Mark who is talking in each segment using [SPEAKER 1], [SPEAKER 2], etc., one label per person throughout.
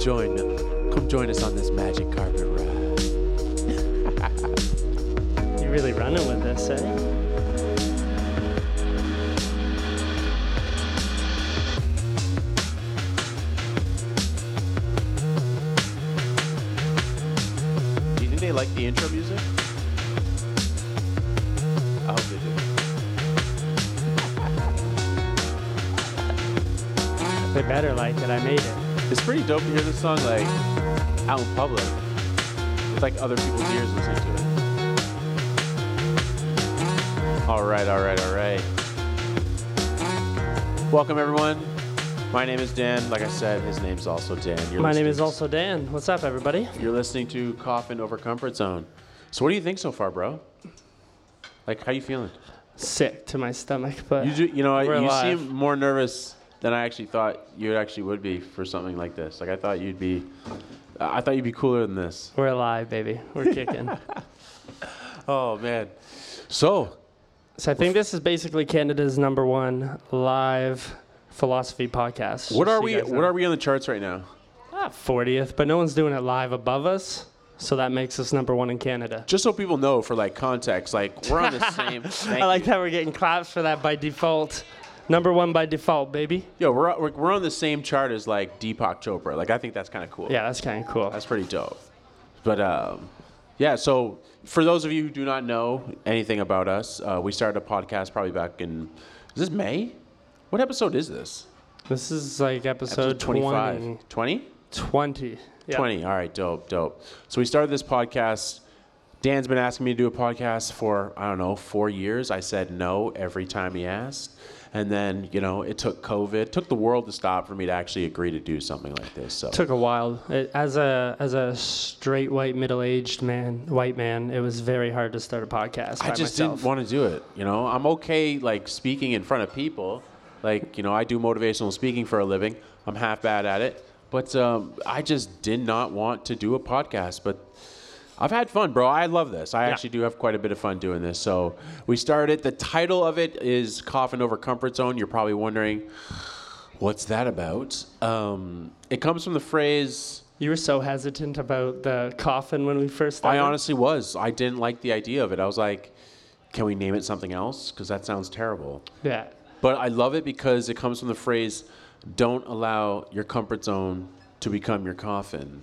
[SPEAKER 1] join come join us on this magic carpet ride.
[SPEAKER 2] You're really running with this, eh?
[SPEAKER 1] Do you think they like the intro music? I hope they do.
[SPEAKER 2] They better like it. I made it.
[SPEAKER 1] It's pretty dope to hear this song like out in public. With like other people's ears listening to it. Alright, alright, alright. Welcome everyone. My name is Dan. Like I said, his name's also Dan. You're
[SPEAKER 2] My name
[SPEAKER 1] listening-
[SPEAKER 2] is also Dan. What's up, everybody?
[SPEAKER 1] You're listening to Coffin Over Comfort Zone. So what do you think so far, bro? Like how you feeling?
[SPEAKER 2] Sick to my stomach, but
[SPEAKER 1] You do, you know,
[SPEAKER 2] We're
[SPEAKER 1] you
[SPEAKER 2] live.
[SPEAKER 1] seem more nervous than I actually thought you actually would be for something like this. Like I thought you'd be, I thought you'd be cooler than this.
[SPEAKER 2] we're alive, baby. We're kicking.
[SPEAKER 1] Oh man. So
[SPEAKER 2] so I think this is basically Canada's number one live philosophy podcast.
[SPEAKER 1] what are we? What are we on the charts right now?
[SPEAKER 2] Ah, Fortieth, but no one's doing it live above us, so that makes us number one in Canada.
[SPEAKER 1] Just so people know, for like context, like we're on the same. Thank
[SPEAKER 2] I like
[SPEAKER 1] you.
[SPEAKER 2] that we're getting claps for that by default. Number one by default, baby.
[SPEAKER 1] Yo, we're, we're we're on the same chart as like Deepak Chopra. Like I think that's kind of cool.
[SPEAKER 2] Yeah, that's kind of cool.
[SPEAKER 1] That's pretty dope. But um, yeah, so for those of you who do not know anything about us, uh, we started a podcast probably back in is this May? What episode is this?
[SPEAKER 2] This is like episode,
[SPEAKER 1] Episode
[SPEAKER 2] 25.
[SPEAKER 1] 25. 20?
[SPEAKER 2] 20. Yeah.
[SPEAKER 1] 20. All right, dope, dope. So we started this podcast. Dan's been asking me to do a podcast for, I don't know, four years. I said no every time he asked. And then, you know, it took COVID, it took the world to stop for me to actually agree to do something like this. So
[SPEAKER 2] Took a while. It, as a as a straight white middle aged man, white man, it was very hard to start a podcast by
[SPEAKER 1] I just
[SPEAKER 2] myself.
[SPEAKER 1] didn't want to do it. You know, I'm okay like speaking in front of people. Like, you know, I do motivational speaking for a living. I'm half bad at it, but um, I just did not want to do a podcast. But I've had fun, bro. I love this. I actually do have quite a bit of fun doing this. So we started. The title of it is "Coughing Over Comfort Zone." You're probably wondering, what's that about? Um, it comes from the phrase.
[SPEAKER 2] you were so hesitant about the coffin when we first started.
[SPEAKER 1] I honestly was. I didn't like the idea of it. I was like, can we name it something else? Because that sounds terrible.
[SPEAKER 2] Yeah.
[SPEAKER 1] But I love it because it comes from the phrase, don't allow your comfort zone to become your coffin.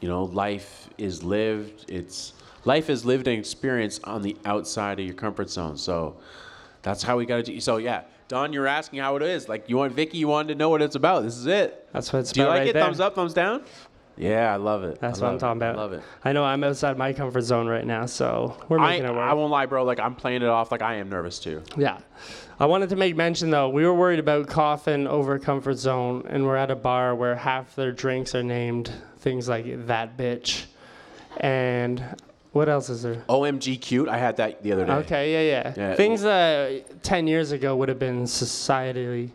[SPEAKER 1] You know, life is lived. It's life is lived and experienced on the outside of your comfort zone. So that's how we got to do. So yeah, Don, you're asking how it is. Like you want Vicky, you wanted to know what it's about. This is it.
[SPEAKER 2] That's what it's
[SPEAKER 1] do you
[SPEAKER 2] about
[SPEAKER 1] like
[SPEAKER 2] right
[SPEAKER 1] it?
[SPEAKER 2] there.
[SPEAKER 1] Thumbs up, thumbs down. Yeah, I love it.
[SPEAKER 2] That's
[SPEAKER 1] I
[SPEAKER 2] what I'm
[SPEAKER 1] love
[SPEAKER 2] talking
[SPEAKER 1] it.
[SPEAKER 2] about.
[SPEAKER 1] I love it.
[SPEAKER 2] I know I'm outside my comfort zone right now, so we're
[SPEAKER 1] I,
[SPEAKER 2] making it work.
[SPEAKER 1] I won't lie, bro. Like I'm playing it off like I am nervous too.
[SPEAKER 2] Yeah. I wanted to make mention though, we were worried about coffin over comfort zone, and we're at a bar where half their drinks are named things like that bitch. And what else is there?
[SPEAKER 1] OMG, cute. I had that the other day.
[SPEAKER 2] Okay, yeah, yeah.
[SPEAKER 1] Yeah.
[SPEAKER 2] Things that 10 years ago would have been societally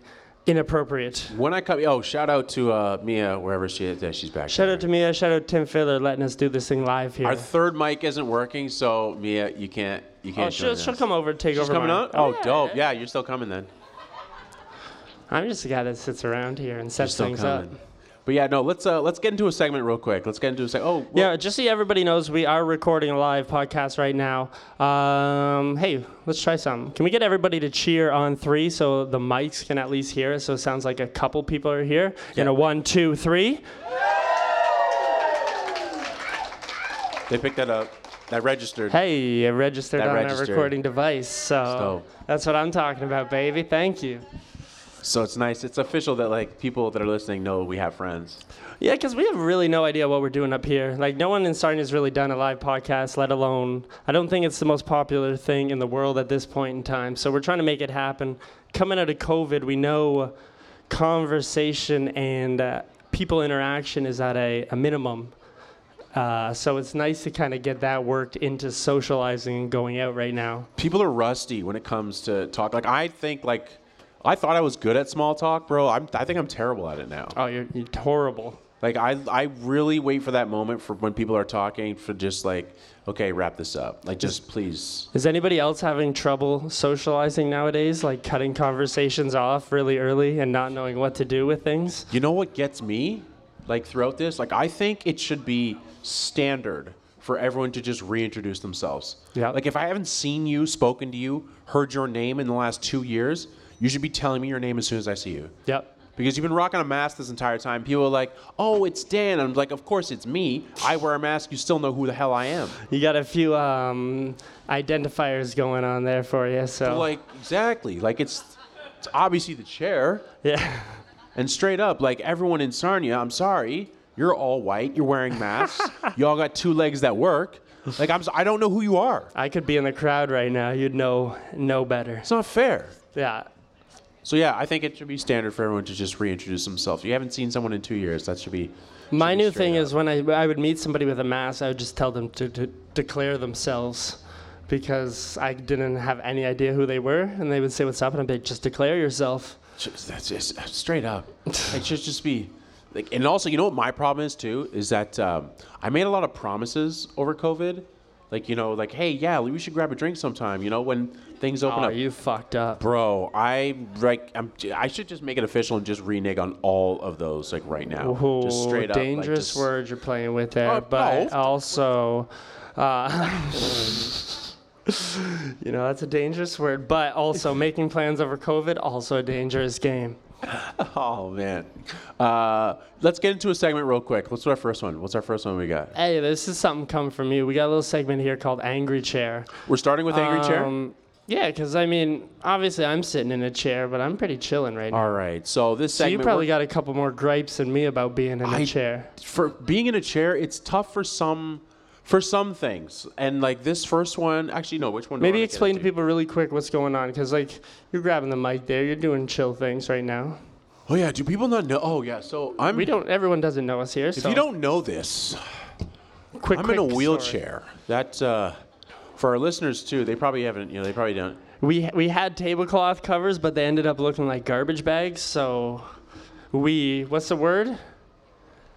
[SPEAKER 2] inappropriate.
[SPEAKER 1] When I come, oh, shout out to uh, Mia wherever she is. Yeah, she's back.
[SPEAKER 2] Shout
[SPEAKER 1] there.
[SPEAKER 2] out to Mia, shout out Tim Filler letting us do this thing live here.
[SPEAKER 1] Our third mic isn't working, so Mia, you can't. You can't.
[SPEAKER 2] oh, she'll,
[SPEAKER 1] join
[SPEAKER 2] she'll
[SPEAKER 1] us.
[SPEAKER 2] come over and take
[SPEAKER 1] She's
[SPEAKER 2] over.
[SPEAKER 1] coming
[SPEAKER 2] mine.
[SPEAKER 1] out. Oh, dope. Yeah, you're still coming then.
[SPEAKER 2] I'm just a guy that sits around here and sets
[SPEAKER 1] Still
[SPEAKER 2] things up.
[SPEAKER 1] coming. But yeah, no. Let's uh, let's get into a segment real quick. Let's get into a segment. Oh, well,
[SPEAKER 2] yeah, just so everybody knows, we are recording a live podcast right now. Um, hey, let's try some. Can we get everybody to cheer on three so the mics can at least hear us? So it sounds like a couple people are here. You know, one, two, three.
[SPEAKER 1] They picked that up. That registered.
[SPEAKER 2] Hey, it registered
[SPEAKER 1] That
[SPEAKER 2] on
[SPEAKER 1] registered.
[SPEAKER 2] our recording device. So
[SPEAKER 1] So-
[SPEAKER 2] that's what I'm talking about, baby. Thank you.
[SPEAKER 1] So it's nice. It's official that like people that are listening know we have friends.
[SPEAKER 2] Yeah, because we have really no idea what we're doing up here. Like, no one in Sarnia has really done a live podcast, let alone, I don't think it's the most popular thing in the world at this point in time. So, we're trying to make it happen. Coming out of COVID, we know conversation and uh, people interaction is at a, a minimum. Uh, so, it's nice to kind of get that worked into socializing and going out right now.
[SPEAKER 1] people are rusty when it comes to talk. Like I think like I thought I was good at small talk, bro. I'm, I think I'm terrible at it now.
[SPEAKER 2] Oh, you're, you're horrible.
[SPEAKER 1] Like I I really wait for that moment for when people are talking for just like okay, wrap this up. Like just please.
[SPEAKER 2] Is anybody else having trouble socializing nowadays, like cutting conversations off really early and not knowing what to do with things?
[SPEAKER 1] You know what gets me? like throughout this. Like I think it should be standard for everyone to just reintroduce themselves.
[SPEAKER 2] Yeah.
[SPEAKER 1] Like if I haven't seen you, spoken to you, heard your name in the last two years, you should be telling me your name as soon as I see you.
[SPEAKER 2] Yep.
[SPEAKER 1] Because you've been rocking a mask this entire time. People are like, oh, it's Dan. I'm like, of course it's me. I wear a mask. You still know who the hell I am.
[SPEAKER 2] You got a few um, identifiers going on there for you. So
[SPEAKER 1] Like, exactly. Like, it's, it's obviously the chair.
[SPEAKER 2] yeah,
[SPEAKER 1] And straight up, like, everyone in Sarnia, I'm sorry, you're all white. You're wearing masks. you all got two legs that work. Like, I'm, s- I don't know who you are.
[SPEAKER 2] I could be in the crowd right now. You'd know know better.
[SPEAKER 1] It's not fair.
[SPEAKER 2] Yeah.
[SPEAKER 1] So, yeah, I think it should be standard for everyone to just reintroduce themselves. If you haven't seen someone in two years, that should be.
[SPEAKER 2] My
[SPEAKER 1] should be
[SPEAKER 2] new
[SPEAKER 1] straight
[SPEAKER 2] thing
[SPEAKER 1] up.
[SPEAKER 2] is when I, I would meet somebody with a mask, I would just tell them to, to declare themselves because I didn't have any idea who they were. And they would say, What's up? And I'd be like, Just declare yourself.
[SPEAKER 1] Just, that's just uh, straight up. it should just be like, and also, you know what my problem is too is that um, I made a lot of promises over COVID, like you know, like hey, yeah, we should grab a drink sometime. You know, when things open
[SPEAKER 2] Oh,
[SPEAKER 1] up,
[SPEAKER 2] you fucked up.
[SPEAKER 1] bro. I like, I'm, I should just make it official and just renege on all of those like right now,
[SPEAKER 2] Oh,
[SPEAKER 1] just straight up. like,
[SPEAKER 2] dangerous
[SPEAKER 1] just-
[SPEAKER 2] word you're playing with there,
[SPEAKER 1] Uh,
[SPEAKER 2] but
[SPEAKER 1] no.
[SPEAKER 2] also, uh, you know, that's a dangerous word. But also, making plans over COVID also a dangerous game.
[SPEAKER 1] Oh man, uh, let's get into a segment real quick. What's our first one? What's our first one we got?
[SPEAKER 2] Hey, this is something coming from you. We got a little segment here called Angry Chair.
[SPEAKER 1] We're starting with angry chair.
[SPEAKER 2] Um, Yeah, because I mean, obviously I'm sitting in a chair, but I'm pretty chilling right now.
[SPEAKER 1] All right, so this
[SPEAKER 2] So
[SPEAKER 1] segment
[SPEAKER 2] you
[SPEAKER 1] we're-
[SPEAKER 2] probably got a couple more gripes than me about being in a
[SPEAKER 1] I-
[SPEAKER 2] chair.
[SPEAKER 1] for being in a chair, it's tough for some for some things. And like this first one, actually no, which one? do I
[SPEAKER 2] Maybe
[SPEAKER 1] wanna get
[SPEAKER 2] explain to
[SPEAKER 1] into?
[SPEAKER 2] people really quick what's going on, because like you're grabbing the mic there, you're doing chill things right now.
[SPEAKER 1] Oh yeah, do people not know? Oh yeah, so I'm.
[SPEAKER 2] We don't. Everyone doesn't know us here.
[SPEAKER 1] if
[SPEAKER 2] so
[SPEAKER 1] you don't know this,
[SPEAKER 2] quick,
[SPEAKER 1] I'm
[SPEAKER 2] quick
[SPEAKER 1] in a
[SPEAKER 2] story.
[SPEAKER 1] wheelchair. That uh, for our listeners too, they probably haven't. You know, they probably don't.
[SPEAKER 2] We we had tablecloth covers, but they ended up looking like garbage bags. So we what's the word?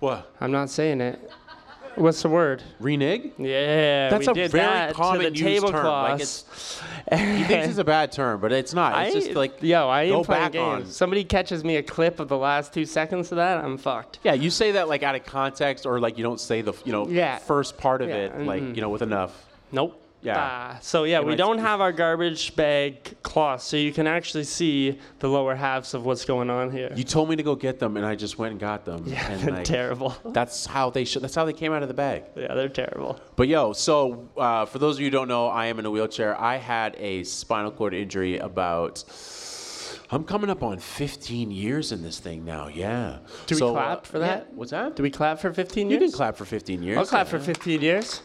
[SPEAKER 1] What
[SPEAKER 2] I'm not saying it. What's the word?
[SPEAKER 1] renege?
[SPEAKER 2] Yeah,
[SPEAKER 1] That's
[SPEAKER 2] we
[SPEAKER 1] a
[SPEAKER 2] did
[SPEAKER 1] very
[SPEAKER 2] that
[SPEAKER 1] common
[SPEAKER 2] to the
[SPEAKER 1] used term, like
[SPEAKER 2] tablecloths.
[SPEAKER 1] it's- He thinks it's a bad term, but it's not. It's
[SPEAKER 2] I-
[SPEAKER 1] just like
[SPEAKER 2] yo, I am
[SPEAKER 1] go
[SPEAKER 2] playing
[SPEAKER 1] back
[SPEAKER 2] games.
[SPEAKER 1] on.
[SPEAKER 2] Somebody catches me a clip of the last two seconds of that, I'm fucked.
[SPEAKER 1] yeah, you say that like out of context, or like you don't say the you know
[SPEAKER 2] Yeah.
[SPEAKER 1] first part of
[SPEAKER 2] Yeah, mm-hmm.
[SPEAKER 1] it like you know with enough.
[SPEAKER 2] Nope.
[SPEAKER 1] Yeah.
[SPEAKER 2] Ah, so yeah, we
[SPEAKER 1] might-
[SPEAKER 2] don't have our garbage bag cloth, so you can actually see the lower halves of what's going on here.
[SPEAKER 1] You told me to go get them, and I just went and got them. Yeah, and
[SPEAKER 2] they're
[SPEAKER 1] like,
[SPEAKER 2] terrible.
[SPEAKER 1] That's how they should. That's how they came out of the bag.
[SPEAKER 2] yeah, they're terrible.
[SPEAKER 1] But yo, so uh, for those of you who don't know, I am in a wheelchair. I had a spinal cord injury about. I'm coming up on 15 years in this thing now. Yeah.
[SPEAKER 2] Do we
[SPEAKER 1] So,
[SPEAKER 2] clap for that?
[SPEAKER 1] yeah, What's that?
[SPEAKER 2] Do we clap for 15
[SPEAKER 1] you
[SPEAKER 2] years?
[SPEAKER 1] didn't clap for 15 years.
[SPEAKER 2] I'll clap for 15 years.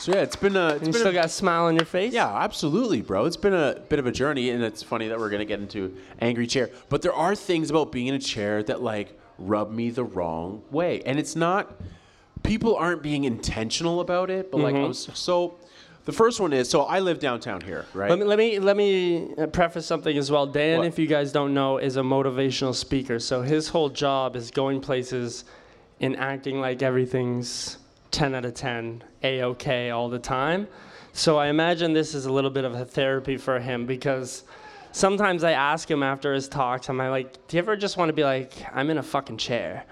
[SPEAKER 1] So yeah, it's been a. It's been
[SPEAKER 2] You still
[SPEAKER 1] a
[SPEAKER 2] got a smile on your face?
[SPEAKER 1] yeah, absolutely, bro. It's been a bit of a journey, and it's funny that we're gonna get into angry chair. But there are things about being in a chair that like rub me the wrong way, and it's not people aren't being intentional about it. But like,
[SPEAKER 2] Mm-hmm.
[SPEAKER 1] I was, so the first one is so I live downtown here, right?
[SPEAKER 2] Let me, let me let me uh, preface something as well. Dan,
[SPEAKER 1] What?
[SPEAKER 2] if you guys don't know, is a motivational speaker. So his whole job is going places and acting like everything's 10 out of 10, a okay all the time. So I imagine this is a little bit of a therapy for him because sometimes I ask him after his talks, am I like, do you ever just want to be like, I'm in a fucking chair?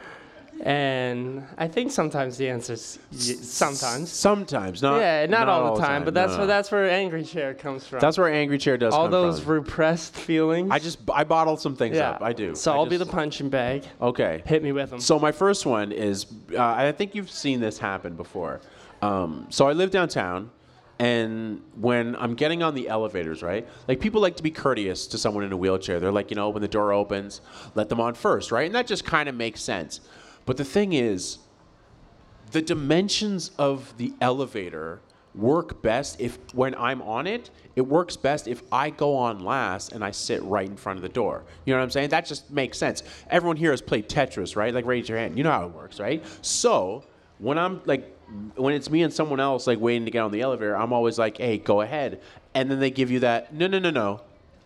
[SPEAKER 2] And I think sometimes the answer is y- sometimes.
[SPEAKER 1] sometimes, not
[SPEAKER 2] Yeah, not, all, the time, but that's
[SPEAKER 1] no.
[SPEAKER 2] where that's where angry chair comes from
[SPEAKER 1] that's where angry chair does
[SPEAKER 2] all
[SPEAKER 1] come
[SPEAKER 2] those
[SPEAKER 1] From.
[SPEAKER 2] repressed feelings.
[SPEAKER 1] I just I bottle some things up. I do.
[SPEAKER 2] So
[SPEAKER 1] I
[SPEAKER 2] I'll be the
[SPEAKER 1] just-
[SPEAKER 2] punching bag.
[SPEAKER 1] okay.
[SPEAKER 2] Hit me with them.
[SPEAKER 1] So my first one is, uh, I think you've seen this happen before. Um, so I live downtown, and when I'm getting on the elevators, right? Like people like to be courteous to someone in a wheelchair. They're like, you know, when the door opens, let them on first, right? And that just kind of makes sense. But the thing is, the dimensions of the elevator work best if when I'm on it, it works best if I go on last and I sit right in front of the door. You know what I'm saying? That just makes sense. Everyone here has played Tetris, right? Like raise your hand. You know how it works, right? So when I'm like when it's me and someone else like waiting to get on the elevator, I'm always like, hey, go ahead. And then they give you that no no no no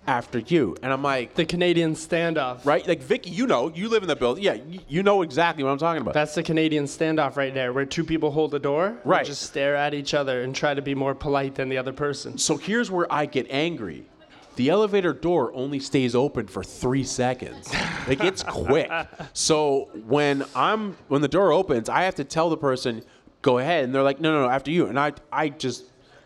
[SPEAKER 1] after you. And I'm like
[SPEAKER 2] the Canadian standoff.
[SPEAKER 1] Right? Like Vicky, you know, you live in the building. Yeah, you- you know exactly what I'm talking about.
[SPEAKER 2] That's the Canadian standoff right there, where two people hold the door, and
[SPEAKER 1] Right.
[SPEAKER 2] Just stare at each other and try to be more polite than the other person.
[SPEAKER 1] So here's where I get angry. the elevator door only stays open for three seconds. Like it's quick. so when I'm when the door opens, I have to tell the person, go ahead, and they're like, no, no, no, after you. And I I just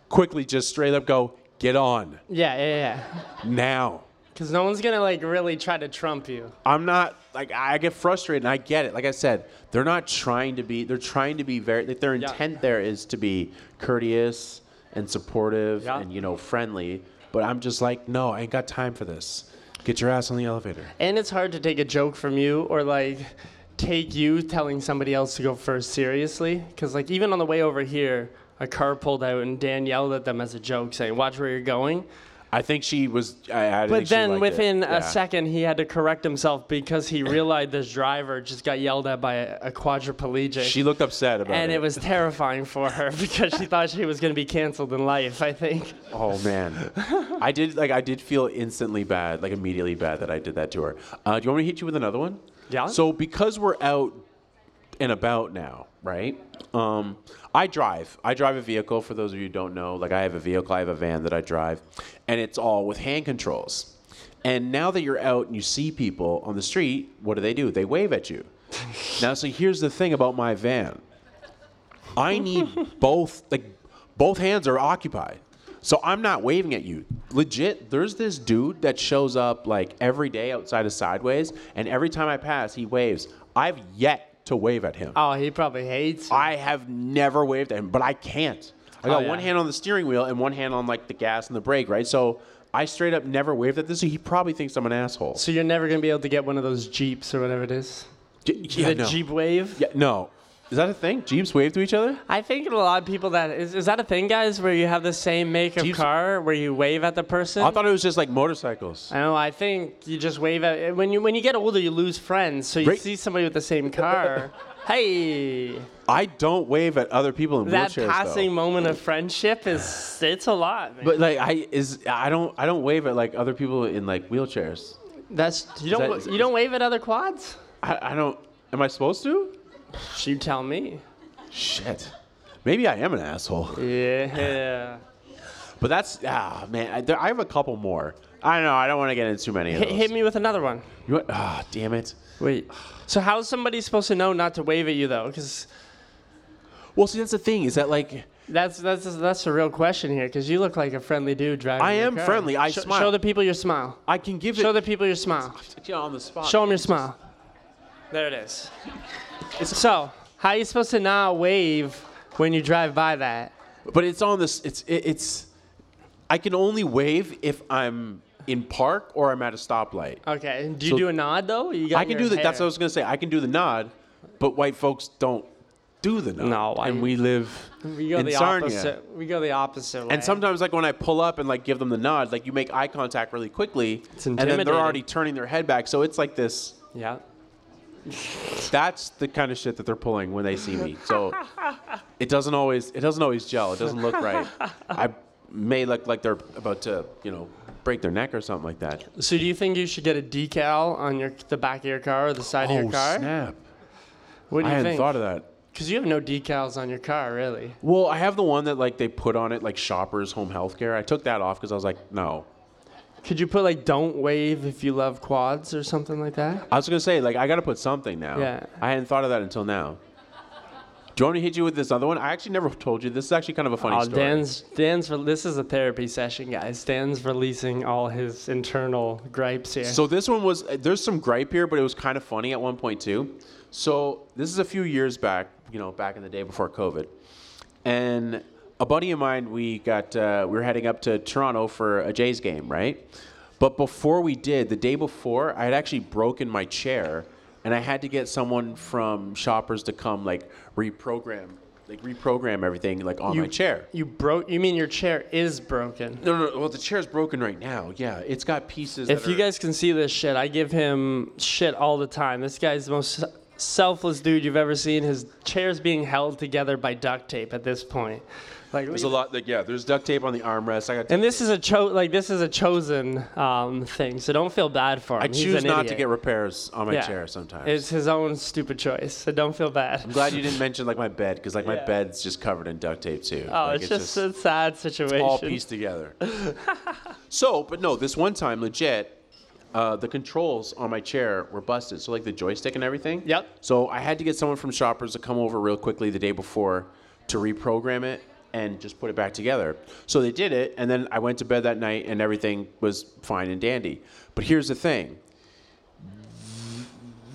[SPEAKER 1] quickly just straight up go, get on
[SPEAKER 2] Yeah, yeah, yeah.
[SPEAKER 1] now.
[SPEAKER 2] Because no one's gonna like really try to trump you.
[SPEAKER 1] I'm not like I get frustrated and I get it. Like I said, they're not trying to be. They're trying to be very. Like their
[SPEAKER 2] Yeah.
[SPEAKER 1] intent there is to be courteous and supportive
[SPEAKER 2] Yeah.
[SPEAKER 1] and you know friendly. But I'm just like, no, I ain't got time for this. Get your ass on the elevator.
[SPEAKER 2] And it's hard to take a joke from you or like take you telling somebody else to go first seriously. Because like even on the way over here, a car pulled out and Dan yelled at them as a joke, saying, "Watch where you're going."
[SPEAKER 1] I think she was. I, I didn't
[SPEAKER 2] But
[SPEAKER 1] think she
[SPEAKER 2] then
[SPEAKER 1] liked
[SPEAKER 2] within
[SPEAKER 1] it.
[SPEAKER 2] a
[SPEAKER 1] Yeah.
[SPEAKER 2] second, he had to correct himself because he realized this driver just got yelled at by a, a quadriplegic.
[SPEAKER 1] she looked upset about
[SPEAKER 2] and
[SPEAKER 1] it.
[SPEAKER 2] it was terrifying for her because she thought she was going to be canceled in life, I think.
[SPEAKER 1] Oh man, I did like I did feel instantly bad, like immediately bad that I did that to her. Uh, do you want me to hit you with another one?
[SPEAKER 2] Yeah.
[SPEAKER 1] So because we're out and about now, right? Um, I drive. I drive a vehicle. For those of you who don't know, like I have a vehicle. I have a van that I drive, and it's all with hand controls. And now that you're out and you see people on the street, what do they do? They wave at you. now, so here's the thing about my van. I need both like both hands are occupied. So I'm not waving at you. Legit, there's this dude that shows up like every day outside of Sideways, and every time I pass, he waves. I've yet to wave at him.
[SPEAKER 2] Oh, he probably hates. you.
[SPEAKER 1] I have never waved at him, but I can't. I got
[SPEAKER 2] Oh, yeah.
[SPEAKER 1] one hand on the steering wheel and one hand on like the gas and the brake, right? So I straight up never waved at this. So he probably thinks I'm an asshole.
[SPEAKER 2] So you're never going to be able to get one of those Jeeps or whatever it is.
[SPEAKER 1] J- yeah,
[SPEAKER 2] the
[SPEAKER 1] no.
[SPEAKER 2] Jeep Wave.
[SPEAKER 1] Yeah, no. Is that a thing? Jeeps wave to each other?
[SPEAKER 2] I think a lot of people that is, is that a thing, guys, where you have the same make of
[SPEAKER 1] Jeeps-
[SPEAKER 2] car where you wave at the person.
[SPEAKER 1] I thought it was just like motorcycles.
[SPEAKER 2] I know. I think you just wave at when you when you get older, you lose friends. So you
[SPEAKER 1] Right.
[SPEAKER 2] see somebody with the same car. hey,
[SPEAKER 1] I don't wave at other people in
[SPEAKER 2] that
[SPEAKER 1] wheelchairs. though.
[SPEAKER 2] passing moment of friendship is it's a lot. Man.
[SPEAKER 1] But like I is I don't I don't wave at like other people in like wheelchairs.
[SPEAKER 2] that's you don't
[SPEAKER 1] that- is-
[SPEAKER 2] you don't wave at other quads.
[SPEAKER 1] I, I don't. Am I supposed to?
[SPEAKER 2] You tell me.
[SPEAKER 1] Shit. Maybe I am an asshole.
[SPEAKER 2] Yeah.
[SPEAKER 1] But that's ah man. I, there, I have a couple more. I don't know. I don't want to get into too many of
[SPEAKER 2] hit,
[SPEAKER 1] those.
[SPEAKER 2] hit me with another one.
[SPEAKER 1] You want, ah damn it.
[SPEAKER 2] Wait. So how's somebody supposed to know not to wave at you though? Because
[SPEAKER 1] Well, see that's the thing is that like
[SPEAKER 2] that's that's that's a real question here. Because you look like a friendly dude driving.
[SPEAKER 1] I
[SPEAKER 2] your
[SPEAKER 1] am
[SPEAKER 2] car.
[SPEAKER 1] friendly. I
[SPEAKER 2] Sho-
[SPEAKER 1] smile.
[SPEAKER 2] Show the people your smile.
[SPEAKER 1] I can give
[SPEAKER 2] Show
[SPEAKER 1] it
[SPEAKER 2] the people your smile.
[SPEAKER 1] Yeah, on the spot.
[SPEAKER 2] Show them your smile. There it is. so how are you supposed to not wave when you drive by that?
[SPEAKER 1] But it's on this. It's it, it's. I can only wave if I'm in park or I'm at a stoplight.
[SPEAKER 2] Okay. Do you
[SPEAKER 1] So-
[SPEAKER 2] do a nod though? You got
[SPEAKER 1] I can
[SPEAKER 2] your
[SPEAKER 1] do that. That's what I
[SPEAKER 2] hair.
[SPEAKER 1] was gonna say. I can do the nod, but white folks don't do the nod.
[SPEAKER 2] No, I-
[SPEAKER 1] and we live
[SPEAKER 2] we go
[SPEAKER 1] in
[SPEAKER 2] the
[SPEAKER 1] Sarnia.
[SPEAKER 2] opposite. We go the opposite way.
[SPEAKER 1] And sometimes, like when I pull up and like give them the nod, like you make eye contact really quickly,
[SPEAKER 2] It's
[SPEAKER 1] and then they're
[SPEAKER 2] intimidating.
[SPEAKER 1] already turning their head back. So it's like this.
[SPEAKER 2] yeah.
[SPEAKER 1] That's the kind of shit that they're pulling when they see me. So it doesn't always it doesn't always gel. It doesn't look right. I may look like they're about to you know break their neck or something like that.
[SPEAKER 2] So do you think you should get a decal on your the back of your car or the side of
[SPEAKER 1] oh
[SPEAKER 2] your car?
[SPEAKER 1] snap!
[SPEAKER 2] What do
[SPEAKER 1] I
[SPEAKER 2] you
[SPEAKER 1] hadn't
[SPEAKER 2] think?
[SPEAKER 1] thought of that.
[SPEAKER 2] Because you have no decals on your car, really.
[SPEAKER 1] Well, I have the one that like they put on it like shoppers home healthcare. I took that off because I was like, no.
[SPEAKER 2] Could you put like "Don't wave if you love quads" or something like that?
[SPEAKER 1] I was gonna say like I gotta put something now.
[SPEAKER 2] Yeah.
[SPEAKER 1] I hadn't thought of that until now. Do you want me to hit you with this other one? I actually never told you. This is actually kind of a funny
[SPEAKER 2] Oh,
[SPEAKER 1] story.
[SPEAKER 2] Dan's Dan's. Re- this is a therapy session, guys. Dan's releasing all his internal gripes here.
[SPEAKER 1] So this one was there's some gripe here, but it was kind of funny at one point too. So this is a few years back, you know, back in the day before COVID, and a buddy of mine, we got uh, we were heading up to Toronto for a Jays game, right? But before we did, the day before, I had actually broken my chair, and I had to get someone from Shoppers to come like reprogram, like reprogram everything like on my chair.
[SPEAKER 2] you broke. You mean your chair is broken?
[SPEAKER 1] No, no, no. Well, the chair's broken right now. Yeah, it's got pieces.
[SPEAKER 2] If
[SPEAKER 1] that
[SPEAKER 2] you
[SPEAKER 1] are-
[SPEAKER 2] guys can see this shit, I give him shit all the time. This guy's the most selfless dude you've ever seen. His chair's being held together by duct tape at this point. Like,
[SPEAKER 1] there's a lot. Like, yeah, there's duct tape on the armrest. I got.
[SPEAKER 2] and this is a cho- like this is a chosen um, thing, so don't feel bad for him.
[SPEAKER 1] I
[SPEAKER 2] He's
[SPEAKER 1] choose
[SPEAKER 2] an
[SPEAKER 1] not to
[SPEAKER 2] idiot.
[SPEAKER 1] get repairs on my
[SPEAKER 2] Yeah.
[SPEAKER 1] chair sometimes.
[SPEAKER 2] It's his own stupid choice, so don't feel bad.
[SPEAKER 1] I'm glad you didn't mention like my bed because like my
[SPEAKER 2] Yeah.
[SPEAKER 1] bed's just covered in duct tape too.
[SPEAKER 2] Oh,
[SPEAKER 1] Like,
[SPEAKER 2] it's, just, a sad situation.
[SPEAKER 1] all pieced together. So, but no, this one time, legit, uh, the controls on my chair were busted. So, like the joystick and everything.
[SPEAKER 2] Yep.
[SPEAKER 1] So, I had to get someone from Shoppers to come over real quickly the day before to reprogram it and just put it back together. So, they did it, and then I went to bed that night and everything was fine and dandy. But here's the thing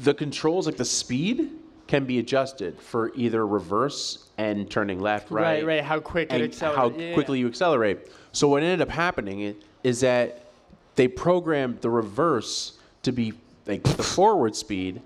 [SPEAKER 1] the controls, like the speed, can be adjusted for either reverse and turning left, right,
[SPEAKER 2] Right, right, how quick it
[SPEAKER 1] and
[SPEAKER 2] acceler-
[SPEAKER 1] how
[SPEAKER 2] yeah, yeah.
[SPEAKER 1] quickly you accelerate. So what ended up happening i- is that they programmed the reverse to be like the forward speed,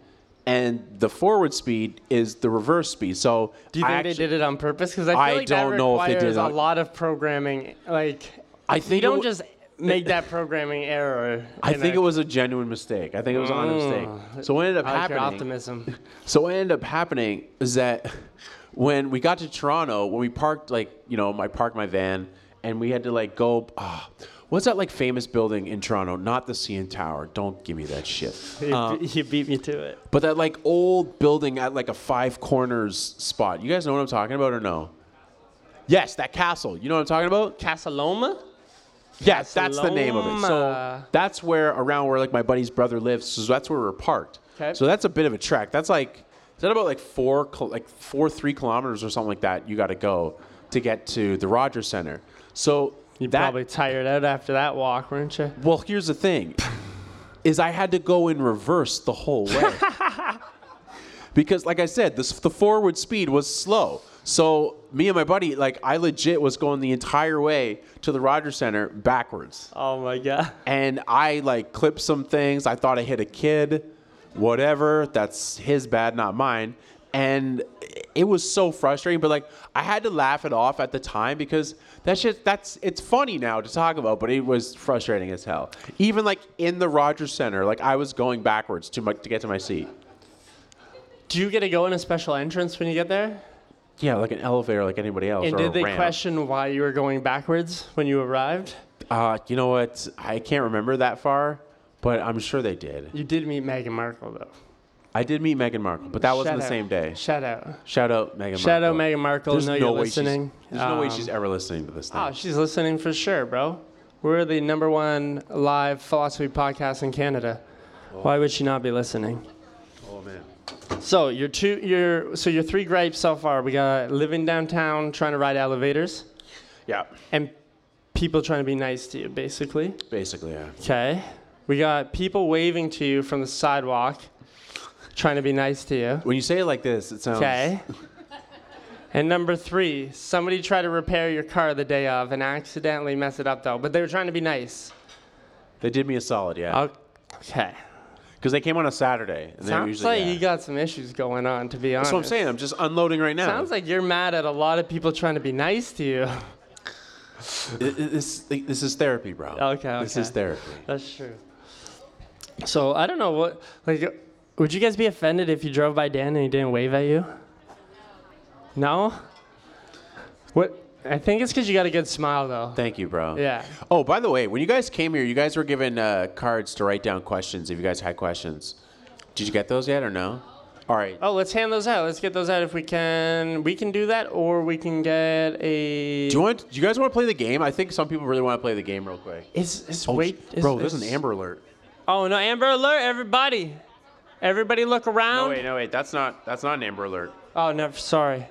[SPEAKER 1] and the forward speed is the reverse speed. So
[SPEAKER 2] Do you
[SPEAKER 1] I
[SPEAKER 2] think
[SPEAKER 1] actu-
[SPEAKER 2] they did it on purpose? Because I feel
[SPEAKER 1] I
[SPEAKER 2] like that
[SPEAKER 1] don't know if they did
[SPEAKER 2] requires
[SPEAKER 1] it
[SPEAKER 2] a
[SPEAKER 1] on-
[SPEAKER 2] lot of programming. Like,
[SPEAKER 1] I think
[SPEAKER 2] you
[SPEAKER 1] it
[SPEAKER 2] don't
[SPEAKER 1] w-
[SPEAKER 2] just make that programming error.
[SPEAKER 1] I
[SPEAKER 2] in
[SPEAKER 1] think
[SPEAKER 2] a-
[SPEAKER 1] it was a genuine mistake. I think it was on a mistake. So what ended up
[SPEAKER 2] I like Mm. your
[SPEAKER 1] happening?
[SPEAKER 2] optimism.
[SPEAKER 1] So what ended up happening is that when we got to Toronto, when we parked, like you know, I parked my van, and we had to like go. ah, what's that like famous building in Toronto? Not the CN Tower. Don't give me that shit.
[SPEAKER 2] You-
[SPEAKER 1] Um,
[SPEAKER 2] you beat me to it.
[SPEAKER 1] But that like old building at like a five corners spot. You guys know what I'm talking about or no? Yes, that castle. You know what I'm talking about?
[SPEAKER 2] Casaloma?
[SPEAKER 1] Yes, that's the name of it. So
[SPEAKER 2] Casaloma.
[SPEAKER 1] that's where around where like my buddy's brother lives. So that's where we're parked.
[SPEAKER 2] 'Kay.
[SPEAKER 1] So that's a bit of a trek. That's like is that about like four kil- like four three kilometers or something like that? You got to go to get to the Rogers Center. So
[SPEAKER 2] You're
[SPEAKER 1] that,
[SPEAKER 2] probably tired out after that walk, weren't you?
[SPEAKER 1] well, here's the thing is I had to go in reverse the whole way. because like I said, this the forward speed was slow. So me and my buddy, like I legit was going the entire way to the Rogers Center backwards.
[SPEAKER 2] Oh my god.
[SPEAKER 1] And I like clipped some things. I thought I hit a kid. Whatever. That's his bad, not mine. And it was so frustrating, but like I had to laugh it off at the time because that shit that's it's funny now to talk about, but it was frustrating as hell. Even like in the Rogers Center, like I was going backwards to my, to get to my seat.
[SPEAKER 2] Do you get to go in a special entrance when you get there?
[SPEAKER 1] Yeah, like an elevator, like anybody else.
[SPEAKER 2] And
[SPEAKER 1] or a
[SPEAKER 2] did they
[SPEAKER 1] ramp.
[SPEAKER 2] question why you were going backwards when you arrived?
[SPEAKER 1] Uh, you know what? I can't remember that far, but I'm sure they did.
[SPEAKER 2] You did meet Meghan Markle though.
[SPEAKER 1] I did meet Meghan Markle, but that wasn't
[SPEAKER 2] Shout
[SPEAKER 1] the
[SPEAKER 2] out.
[SPEAKER 1] same day.
[SPEAKER 2] Shout out.
[SPEAKER 1] Shout out Meghan
[SPEAKER 2] Shout out
[SPEAKER 1] Markle.
[SPEAKER 2] Meghan Markle.
[SPEAKER 1] There's
[SPEAKER 2] know
[SPEAKER 1] no,
[SPEAKER 2] you're
[SPEAKER 1] way
[SPEAKER 2] listening.
[SPEAKER 1] she's there's no way she's
[SPEAKER 2] Um,
[SPEAKER 1] ever listening to this thing.
[SPEAKER 2] Oh, she's listening for sure, bro. We're the number one live philosophy podcast in Canada. Why would she not be listening?
[SPEAKER 1] oh man.
[SPEAKER 2] So your two, your so your three gripes so far. We got living downtown, trying to ride elevators,
[SPEAKER 1] Yeah.
[SPEAKER 2] and people trying to be nice to you, basically.
[SPEAKER 1] Basically, yeah.
[SPEAKER 2] Okay. We got people waving to you from the sidewalk, trying to be nice to you.
[SPEAKER 1] When you say it like this, it sounds
[SPEAKER 2] Okay. and number three, somebody tried to repair your car the day of and accidentally messed it up though, but they were trying to be nice.
[SPEAKER 1] They did me a solid, yeah.
[SPEAKER 2] O- Okay.
[SPEAKER 1] Because they came on a Saturday. And they
[SPEAKER 2] Sounds
[SPEAKER 1] usually,
[SPEAKER 2] like
[SPEAKER 1] yeah.
[SPEAKER 2] you got some issues going on, to be honest.
[SPEAKER 1] That's what I'm saying. I'm just unloading right now.
[SPEAKER 2] Sounds like you're mad at a lot of people trying to be nice to you.
[SPEAKER 1] It- it- this, this is therapy, bro.
[SPEAKER 2] Okay,
[SPEAKER 1] This
[SPEAKER 2] okay.
[SPEAKER 1] is therapy.
[SPEAKER 2] That's true. So I don't know what like would you guys be offended if you drove by Dan and he didn't wave at you? No? What I think it's because you got a good smile though.
[SPEAKER 1] Thank you, bro.
[SPEAKER 2] Yeah.
[SPEAKER 1] Oh, by the way, when you guys came here, you guys were given uh, cards to write down questions if you guys had questions. Did you get those yet or no? All right.
[SPEAKER 2] Oh, let's hand those out. Let's get those out if we can. We can do that, or we can get a.
[SPEAKER 1] Do you want? Do you guys want to play the game? I think some people really want to play the game real quick.
[SPEAKER 2] It's, it's
[SPEAKER 1] Oh,
[SPEAKER 2] wait, it's-
[SPEAKER 1] bro, there's an
[SPEAKER 2] it's-
[SPEAKER 1] Amber Alert.
[SPEAKER 2] Oh no, Amber Alert! Everybody, everybody, look around.
[SPEAKER 1] No wait, no wait. That's not. That's not an Amber Alert.
[SPEAKER 2] Oh no, sorry.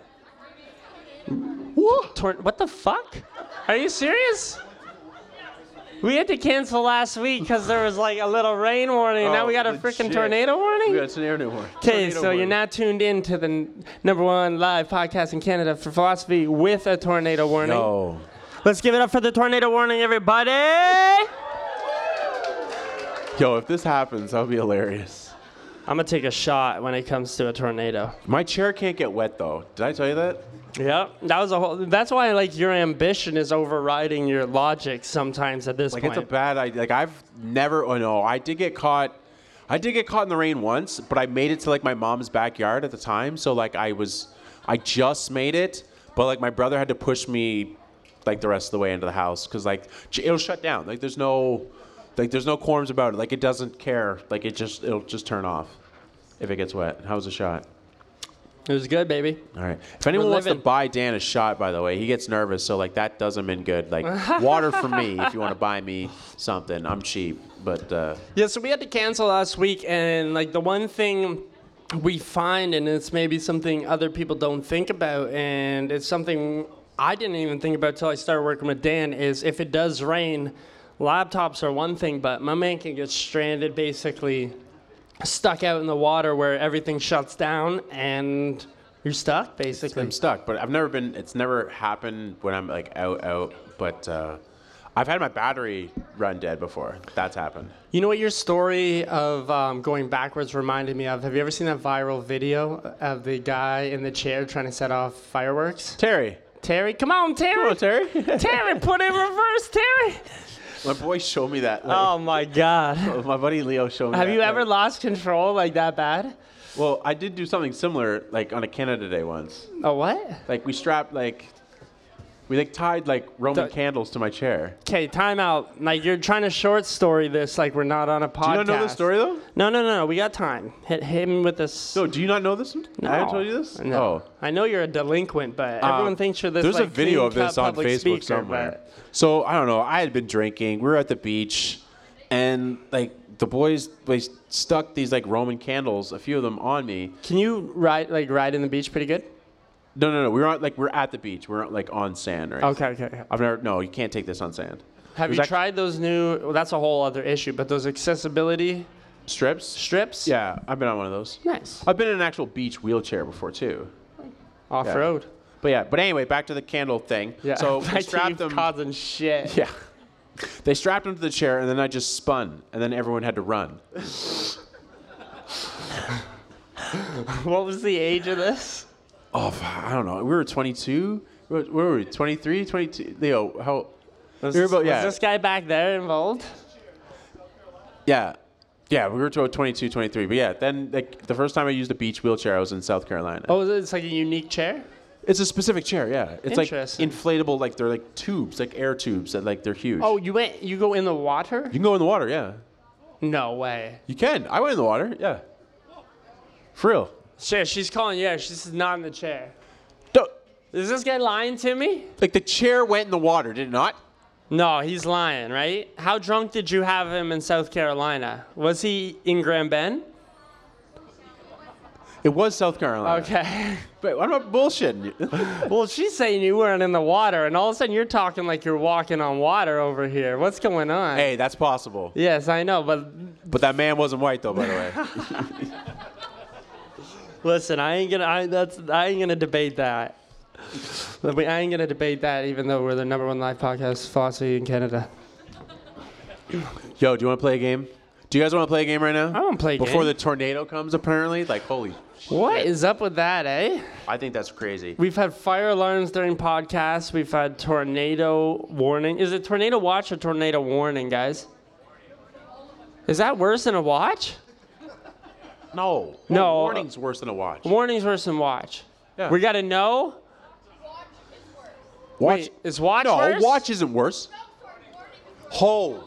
[SPEAKER 2] Tor- what the fuck? Are you serious? We had to cancel last week because there was like a little rain warning. and now
[SPEAKER 1] Oh,
[SPEAKER 2] we got a
[SPEAKER 1] legit.
[SPEAKER 2] freaking tornado warning.
[SPEAKER 1] We got a tornado warning.
[SPEAKER 2] Okay,
[SPEAKER 1] Tornado
[SPEAKER 2] so you're
[SPEAKER 1] warning.
[SPEAKER 2] now tuned in to the n- number one live podcast in Canada for philosophy with a tornado warning.
[SPEAKER 1] No.
[SPEAKER 2] Let's give it up for the tornado warning, everybody. I'm
[SPEAKER 1] Yo, if this happens, that would be hilarious.
[SPEAKER 2] gonna take a shot when it comes to a tornado.
[SPEAKER 1] My chair can't get wet though. Did I tell you that?
[SPEAKER 2] Yep, that was a whole. That's why like your ambition is overriding your logic sometimes at this
[SPEAKER 1] Like
[SPEAKER 2] point.
[SPEAKER 1] it's a bad idea. Like I've never. Oh no, I did get caught. I did get caught in the rain once, but I made it to like my mom's backyard at the time. So like I was, I just made it, but like my brother had to push me, like the rest of the way into the house because like j- it'll shut down. Like there's no, like there's no quorums about it. Like it doesn't care. Like it just it'll just turn off if it gets wet. How was the shot?
[SPEAKER 2] It was good, baby.
[SPEAKER 1] All right. If anyone
[SPEAKER 2] We're
[SPEAKER 1] wants to
[SPEAKER 2] living.
[SPEAKER 1] buy Dan a shot, by the way, he gets nervous, so like that does him in good. Like water for me, if you want to buy me something, I'm cheap, but uh,
[SPEAKER 2] Yeah, so we had to cancel last week, and like the one thing we find, and it's maybe something other people don't think about, and it's something I didn't even think about till I started working with Dan, is if it does rain, laptops are one thing, but my man can get stranded basically stuck out in the water where everything shuts down and you're stuck basically.
[SPEAKER 1] I'm stuck. But I've never been. It's never happened when I'm like out, out. But uh, I've had my battery run dead before. That's happened.
[SPEAKER 2] You know what your story of um, going backwards reminded me of? Have you ever seen that viral video of the guy in the chair trying to set off fireworks?
[SPEAKER 1] Terry.
[SPEAKER 2] Terry, come on, Terry.
[SPEAKER 1] Hello, Terry.
[SPEAKER 2] Terry, put in reverse, Terry.
[SPEAKER 1] my boy showed me that. Like,
[SPEAKER 2] Oh my God.
[SPEAKER 1] My buddy Leo showed me.
[SPEAKER 2] Have
[SPEAKER 1] that,
[SPEAKER 2] you ever
[SPEAKER 1] like-
[SPEAKER 2] lost control like that bad?
[SPEAKER 1] well, I did do something similar, like on a Canada Day once.
[SPEAKER 2] Oh what?
[SPEAKER 1] Like we strapped like. We like tied like Roman
[SPEAKER 2] The-
[SPEAKER 1] candles to my chair.
[SPEAKER 2] Okay, time out. Like you're trying to short story this, like we're not on a podcast.
[SPEAKER 1] Do you not know this story though?
[SPEAKER 2] No, no, no, no. We got time. Hit him with this.
[SPEAKER 1] No, do you not know this one? I haven't told you this?
[SPEAKER 2] No.
[SPEAKER 1] Oh. Uh,
[SPEAKER 2] I know you're a delinquent, but everyone thinks you're this.
[SPEAKER 1] There's
[SPEAKER 2] like,
[SPEAKER 1] a video of
[SPEAKER 2] clean-cut
[SPEAKER 1] this on
[SPEAKER 2] public
[SPEAKER 1] Facebook
[SPEAKER 2] speaker,
[SPEAKER 1] somewhere.
[SPEAKER 2] but-
[SPEAKER 1] So I don't know. I had been drinking. We were at the beach, and like the boys, they stuck these like Roman candles, a few of them, on me.
[SPEAKER 2] Can you ride like ride in the beach pretty good?
[SPEAKER 1] No, no, no. We were on, like we're at the beach. We're like on sand, right?
[SPEAKER 2] Okay, okay. okay.
[SPEAKER 1] I've never. No, you can't take this on sand.
[SPEAKER 2] Have
[SPEAKER 1] There's
[SPEAKER 2] you
[SPEAKER 1] act-
[SPEAKER 2] tried those new? Well, that's a whole other issue, but those accessibility
[SPEAKER 1] Strips.
[SPEAKER 2] strips.
[SPEAKER 1] Yeah, I've been on one of those.
[SPEAKER 2] Nice.
[SPEAKER 1] I've been in an actual beach wheelchair before too.
[SPEAKER 2] Off road.
[SPEAKER 1] But yeah. But anyway, back to the candle thing.
[SPEAKER 2] Yeah.
[SPEAKER 1] So we
[SPEAKER 2] Back to you
[SPEAKER 1] strapped them.
[SPEAKER 2] causing shit.
[SPEAKER 1] Yeah. They strapped him to the chair, and then I just spun, and then everyone had to run.
[SPEAKER 2] What was the age of this?
[SPEAKER 1] Oh, f- I don't know. We were 22. We were- Where were we? 23, 22. Leo, how?
[SPEAKER 2] Was,
[SPEAKER 1] We were about-
[SPEAKER 2] was
[SPEAKER 1] yeah.
[SPEAKER 2] this guy back there involved?
[SPEAKER 1] Yeah. Yeah, we were about 22, 23. But yeah, then like the first time I used a beach wheelchair, I was in South Carolina.
[SPEAKER 2] Oh, it's like a unique chair.
[SPEAKER 1] It's a specific chair, yeah. It's like
[SPEAKER 2] Interesting.
[SPEAKER 1] inflatable, like they're like tubes, like air tubes that like they're huge.
[SPEAKER 2] Oh,
[SPEAKER 1] you
[SPEAKER 2] you went. You go in the water?
[SPEAKER 1] can go in the water, yeah.
[SPEAKER 2] No way.
[SPEAKER 1] You can. I went in the water, yeah. For real.
[SPEAKER 2] Shit, she's calling. Yeah, she's not in the chair.
[SPEAKER 1] do
[SPEAKER 2] Is this guy lying to me?
[SPEAKER 1] like the chair went in the water, did it not?
[SPEAKER 2] No, he's lying, right? How drunk did you have him in South Carolina? Was he in Grand Bend?
[SPEAKER 1] It was South Carolina.
[SPEAKER 2] Okay.
[SPEAKER 1] But I'm not bullshitting you.
[SPEAKER 2] well, she's saying you weren't in the water, and all of a sudden you're talking like you're walking on water over here. What's going on?
[SPEAKER 1] hey, that's possible.
[SPEAKER 2] Yes, I know, but
[SPEAKER 1] But that man wasn't white though, by the way.
[SPEAKER 2] listen, I ain't gonna. I, that's I ain't gonna debate that. But we- I ain't gonna debate that, even though we're the number one live podcast philosophy in Canada.
[SPEAKER 1] Yo, do you want to play a game? Do you guys want to play a game right now? I
[SPEAKER 2] wanna play a
[SPEAKER 1] Before
[SPEAKER 2] game.
[SPEAKER 1] the tornado comes, apparently. Like, holy. sh-
[SPEAKER 2] What is up with that, eh?
[SPEAKER 1] I think that's crazy.
[SPEAKER 2] We've had fire alarms during podcasts. We've had tornado warning. Is it tornado watch or tornado warning, guys? Is that worse than a watch?
[SPEAKER 1] No.
[SPEAKER 2] No.
[SPEAKER 1] Warning's worse than a watch.
[SPEAKER 2] Warning's worse than watch.
[SPEAKER 1] Yeah.
[SPEAKER 2] We gotta know.
[SPEAKER 1] Watch.
[SPEAKER 2] Wait, is watch
[SPEAKER 1] no,
[SPEAKER 2] worse?
[SPEAKER 1] watch isn't worse. Holy.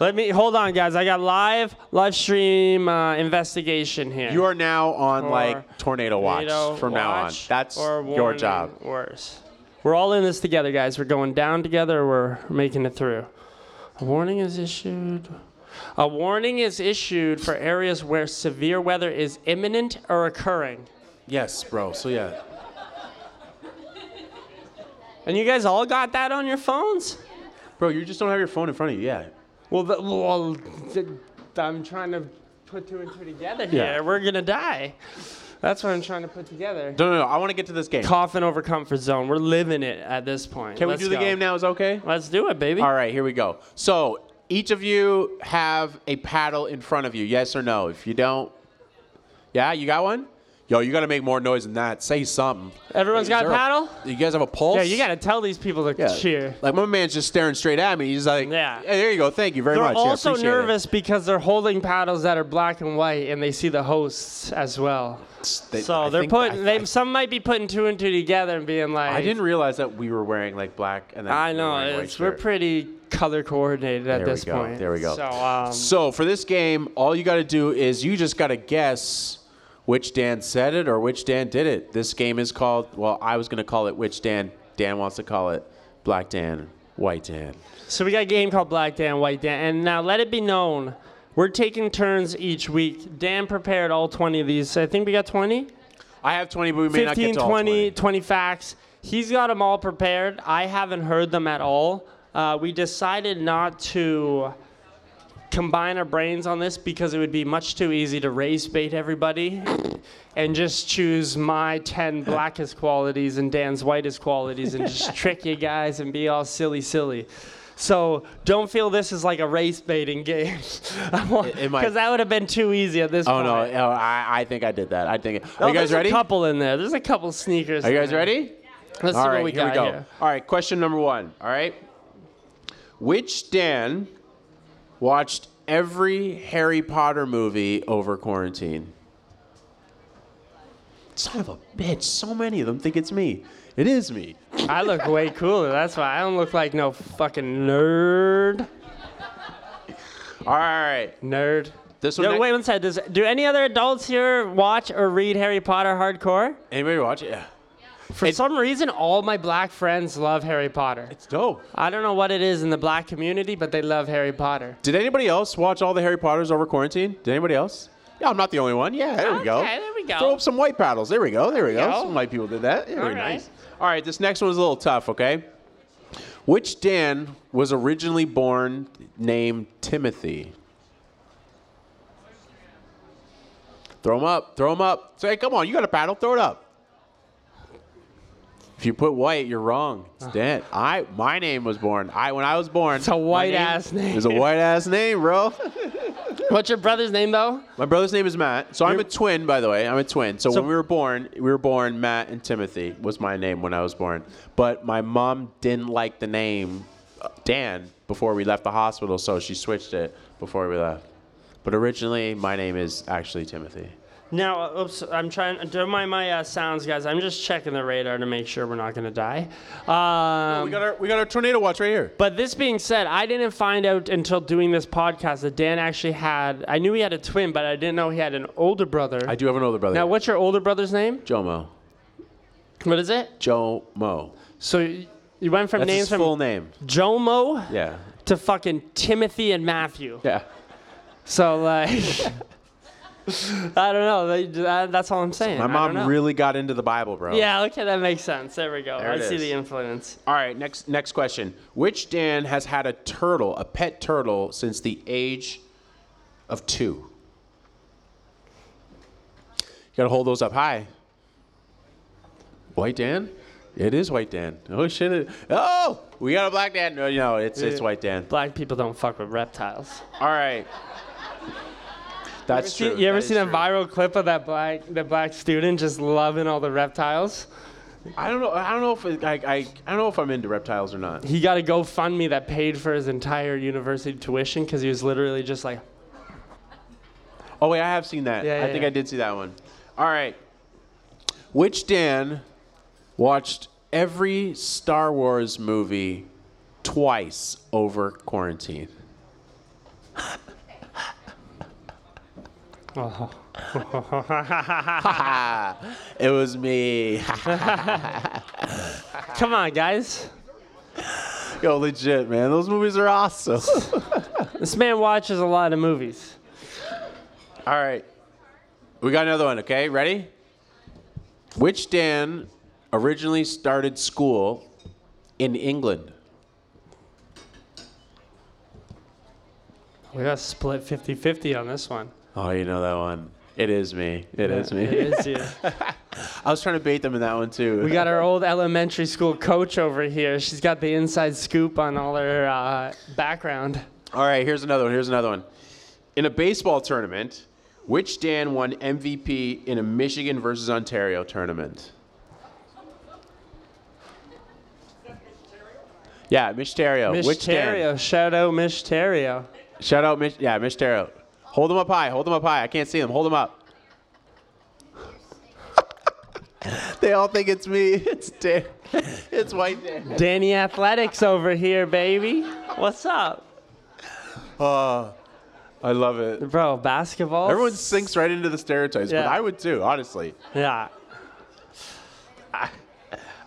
[SPEAKER 2] Let me hold on, guys. I got live live stream uh, investigation here.
[SPEAKER 1] You are now on
[SPEAKER 2] Or
[SPEAKER 1] like tornado watch
[SPEAKER 2] Tornado
[SPEAKER 1] from now on.
[SPEAKER 2] watch
[SPEAKER 1] That's your
[SPEAKER 2] or warning
[SPEAKER 1] job.
[SPEAKER 2] Worse. We're all in this together, guys. We're going down together. We're making it through. A warning is issued. A warning is issued for areas where severe weather is imminent or occurring.
[SPEAKER 1] Yes, bro. So yeah.
[SPEAKER 2] And you guys all got that on your phones?
[SPEAKER 1] Bro, you just don't have your phone in front of you. Yeah.
[SPEAKER 2] Well, the, well th- I'm trying to put two and two together here.
[SPEAKER 1] Yeah.
[SPEAKER 2] We're gonna die. That's what I'm trying to put together.
[SPEAKER 1] No, no, no. I want to get to this game.
[SPEAKER 2] Coffin over comfort zone. We're living it at this point.
[SPEAKER 1] Can
[SPEAKER 2] Let's
[SPEAKER 1] we do the
[SPEAKER 2] go.
[SPEAKER 1] game now? Is okay?
[SPEAKER 2] Let's do it, baby.
[SPEAKER 1] All right, here we go. So each of you have a paddle in front of you, yes or no? If you don't, yeah, you got one. Yo, you got to make more noise than that. Say something.
[SPEAKER 2] Everyone's
[SPEAKER 1] Is
[SPEAKER 2] got a
[SPEAKER 1] there
[SPEAKER 2] paddle?
[SPEAKER 1] you guys have a pulse?
[SPEAKER 2] Yeah, you gotta tell these people to
[SPEAKER 1] Yeah.
[SPEAKER 2] cheer.
[SPEAKER 1] Like my man's just staring straight at me. He's like,
[SPEAKER 2] Yeah.
[SPEAKER 1] yeah. there you go. Thank you very
[SPEAKER 2] They're
[SPEAKER 1] much. Yeah,
[SPEAKER 2] also
[SPEAKER 1] appreciate it."
[SPEAKER 2] nervous because they're holding paddles that are black and white, and they see the hosts as well.
[SPEAKER 1] They-
[SPEAKER 2] so
[SPEAKER 1] I
[SPEAKER 2] they're
[SPEAKER 1] think-
[SPEAKER 2] putting.
[SPEAKER 1] I-
[SPEAKER 2] they
[SPEAKER 1] I-
[SPEAKER 2] some might be putting two and two together and being like,
[SPEAKER 1] I didn't realize that we were wearing like black and then.
[SPEAKER 2] I
[SPEAKER 1] we were
[SPEAKER 2] know
[SPEAKER 1] wearing white
[SPEAKER 2] it's we're
[SPEAKER 1] shirt.
[SPEAKER 2] pretty color coordinated at
[SPEAKER 1] There
[SPEAKER 2] this
[SPEAKER 1] we go.
[SPEAKER 2] point.
[SPEAKER 1] There we go.
[SPEAKER 2] So, um,
[SPEAKER 1] So for this game, all you got to do is you just got to guess which Dan said it or which Dan did it. This game is called. Well, I was gonna call it which Dan. Dan wants to call it Black Dan, White Dan.
[SPEAKER 2] so we got a game called Black Dan, White Dan, and now let it be known, we're taking turns each week. Dan prepared all 20 of these. I think we got 20.
[SPEAKER 1] I have 20, but we may not get
[SPEAKER 2] 15,
[SPEAKER 1] to all
[SPEAKER 2] 20, 20 facts. He's got them all prepared. I haven't heard them at all. Uh, we decided not to combine our brains on this because it would be much too easy to race bait everybody and just choose my 10 blackest qualities and Dan's whitest qualities and just trick you guys and be all silly, silly. So don't feel this is like a race baiting game.
[SPEAKER 1] it might-
[SPEAKER 2] Because that would have been too easy at this
[SPEAKER 1] Oh
[SPEAKER 2] point.
[SPEAKER 1] no, oh, I, I think I did that. I think. Are
[SPEAKER 2] Oh,
[SPEAKER 1] you guys
[SPEAKER 2] there's
[SPEAKER 1] ready?
[SPEAKER 2] A couple in there. There's a couple sneakers.
[SPEAKER 1] Are you
[SPEAKER 2] in
[SPEAKER 1] guys
[SPEAKER 2] there.
[SPEAKER 1] ready?
[SPEAKER 2] Let's
[SPEAKER 1] all
[SPEAKER 2] see
[SPEAKER 1] right,
[SPEAKER 2] what we
[SPEAKER 1] here
[SPEAKER 2] got
[SPEAKER 1] we go.
[SPEAKER 2] here.
[SPEAKER 1] All right, question number one. All right, which Dan watched every Harry Potter movie over quarantine? Son of a bitch! So many of them think it's me. It is me.
[SPEAKER 2] I look way cooler. That's why I don't look like no fucking nerd.
[SPEAKER 1] All right,
[SPEAKER 2] Nerd.
[SPEAKER 1] this one.
[SPEAKER 2] No,
[SPEAKER 1] next-
[SPEAKER 2] wait one second. Does, do any other adults here watch or read Harry Potter hardcore?
[SPEAKER 1] Anybody watch it? Yeah,
[SPEAKER 2] For some reason, all my black friends love Harry Potter.
[SPEAKER 1] it's dope.
[SPEAKER 2] I don't know what it is in the black community, but they love Harry Potter.
[SPEAKER 1] Did anybody else watch all the Harry Potters over quarantine? Did anybody else? Yeah, I'm not the only one. Yeah, there we go.
[SPEAKER 2] Okay, there we go.
[SPEAKER 1] Throw up some white paddles. There we go. There we go.
[SPEAKER 2] go.
[SPEAKER 1] Some white people did that. Very
[SPEAKER 2] right.
[SPEAKER 1] nice. All right, this next one's a little tough, okay? Which Dan was originally born named Timothy? Throw him up. Throw him up. Say, come on, you got a paddle. Throw it up. If you put white, you're wrong. It's Dan. I my name was born. I when I was born.
[SPEAKER 2] It's a
[SPEAKER 1] my
[SPEAKER 2] white ass name.
[SPEAKER 1] It's a white ass name, bro.
[SPEAKER 2] What's your brother's name though?
[SPEAKER 1] My brother's name is Matt. So I'm a twin, by the way. I'm a twin. So,
[SPEAKER 2] So-
[SPEAKER 1] when we were born, we were born Matt and Timothy was my name when I was born. But my mom didn't like the name uh, Dan before we left the hospital, so she switched it before we left. But originally, my name is actually Timothy.
[SPEAKER 2] Now, uh, oops, I'm trying. Don't mind my uh, sounds, guys. I'm just checking the radar to make sure we're not gonna die. Um,
[SPEAKER 1] we got our we got our tornado watch right here.
[SPEAKER 2] But this being said, I didn't find out until doing this podcast that Dan actually had. I knew he had a twin, but I didn't know he had an older brother.
[SPEAKER 1] I do have an older brother.
[SPEAKER 2] now, what's your older brother's name?
[SPEAKER 1] Jomo?
[SPEAKER 2] What is it?
[SPEAKER 1] Jomo.
[SPEAKER 2] So y- you went from
[SPEAKER 1] That's
[SPEAKER 2] names
[SPEAKER 1] his
[SPEAKER 2] from
[SPEAKER 1] full name.
[SPEAKER 2] Jomo
[SPEAKER 1] Yeah.
[SPEAKER 2] to fucking Timothy and Matthew.
[SPEAKER 1] Yeah.
[SPEAKER 2] So like, I don't know. Like, that- That's all I'm saying.
[SPEAKER 1] My
[SPEAKER 2] I don't know.
[SPEAKER 1] mom really got into the Bible, bro.
[SPEAKER 2] Yeah. Okay, that makes sense. There we go.
[SPEAKER 1] There
[SPEAKER 2] I
[SPEAKER 1] it
[SPEAKER 2] see
[SPEAKER 1] is.
[SPEAKER 2] the influence.
[SPEAKER 1] All right, next next question. Which Dan has had a turtle, a pet turtle, since the age of two? You gotta hold those up high. White Dan? It is White Dan. Oh shit! it- oh, we got a Black Dan. No, no, it's it's
[SPEAKER 2] Yeah.
[SPEAKER 1] White Dan.
[SPEAKER 2] Black people don't fuck with reptiles.
[SPEAKER 1] All right. That's
[SPEAKER 2] See-
[SPEAKER 1] true.
[SPEAKER 2] you ever
[SPEAKER 1] That is
[SPEAKER 2] seen that
[SPEAKER 1] true.
[SPEAKER 2] viral clip of that black the black student just loving all the reptiles?
[SPEAKER 1] I don't know. I don't know if it, I, I I don't know if I'm into reptiles or not.
[SPEAKER 2] He got a GoFundMe that paid for his entire university tuition because he was literally just like,
[SPEAKER 1] Oh wait, I have seen that.
[SPEAKER 2] Yeah,
[SPEAKER 1] I
[SPEAKER 2] yeah,
[SPEAKER 1] think
[SPEAKER 2] yeah.
[SPEAKER 1] I did see that one. All right. Which Dan watched every Star Wars movie twice over quarantine?
[SPEAKER 2] oh,
[SPEAKER 1] It was me.
[SPEAKER 2] come on, guys.
[SPEAKER 1] Yo, legit, man. Those movies are awesome.
[SPEAKER 2] This man watches a lot of movies.
[SPEAKER 1] All right. We got another one, okay? Ready? Which Dan originally started school in England?
[SPEAKER 2] We got split 50 50 on this one.
[SPEAKER 1] Oh, you know that one. It is me. It is me.
[SPEAKER 2] It is you.
[SPEAKER 1] I was trying to bait them in that one too.
[SPEAKER 2] We got our old elementary school coach over here. She's got the inside scoop on all her uh, background.
[SPEAKER 1] All right, here's another one. Here's another one. In a baseball tournament, which Dan won MVP in a Michigan versus Ontario tournament? Yeah, Mitch Terrio. Which Dan?
[SPEAKER 2] Misterio. Shout out Misterio.
[SPEAKER 1] Shout out Mitch. Yeah, Mitch Terrio. Hold him up high. Hold him up high. I can't see him. Hold him up. they all think it's me. It's Dan. It's white Dan.
[SPEAKER 2] Danny Athletics over here, baby. What's up?
[SPEAKER 1] I love it.
[SPEAKER 2] Bro, basketball.
[SPEAKER 1] Everyone sinks right into the stereotypes, but
[SPEAKER 2] Yeah.
[SPEAKER 1] I would too, honestly.
[SPEAKER 2] Yeah.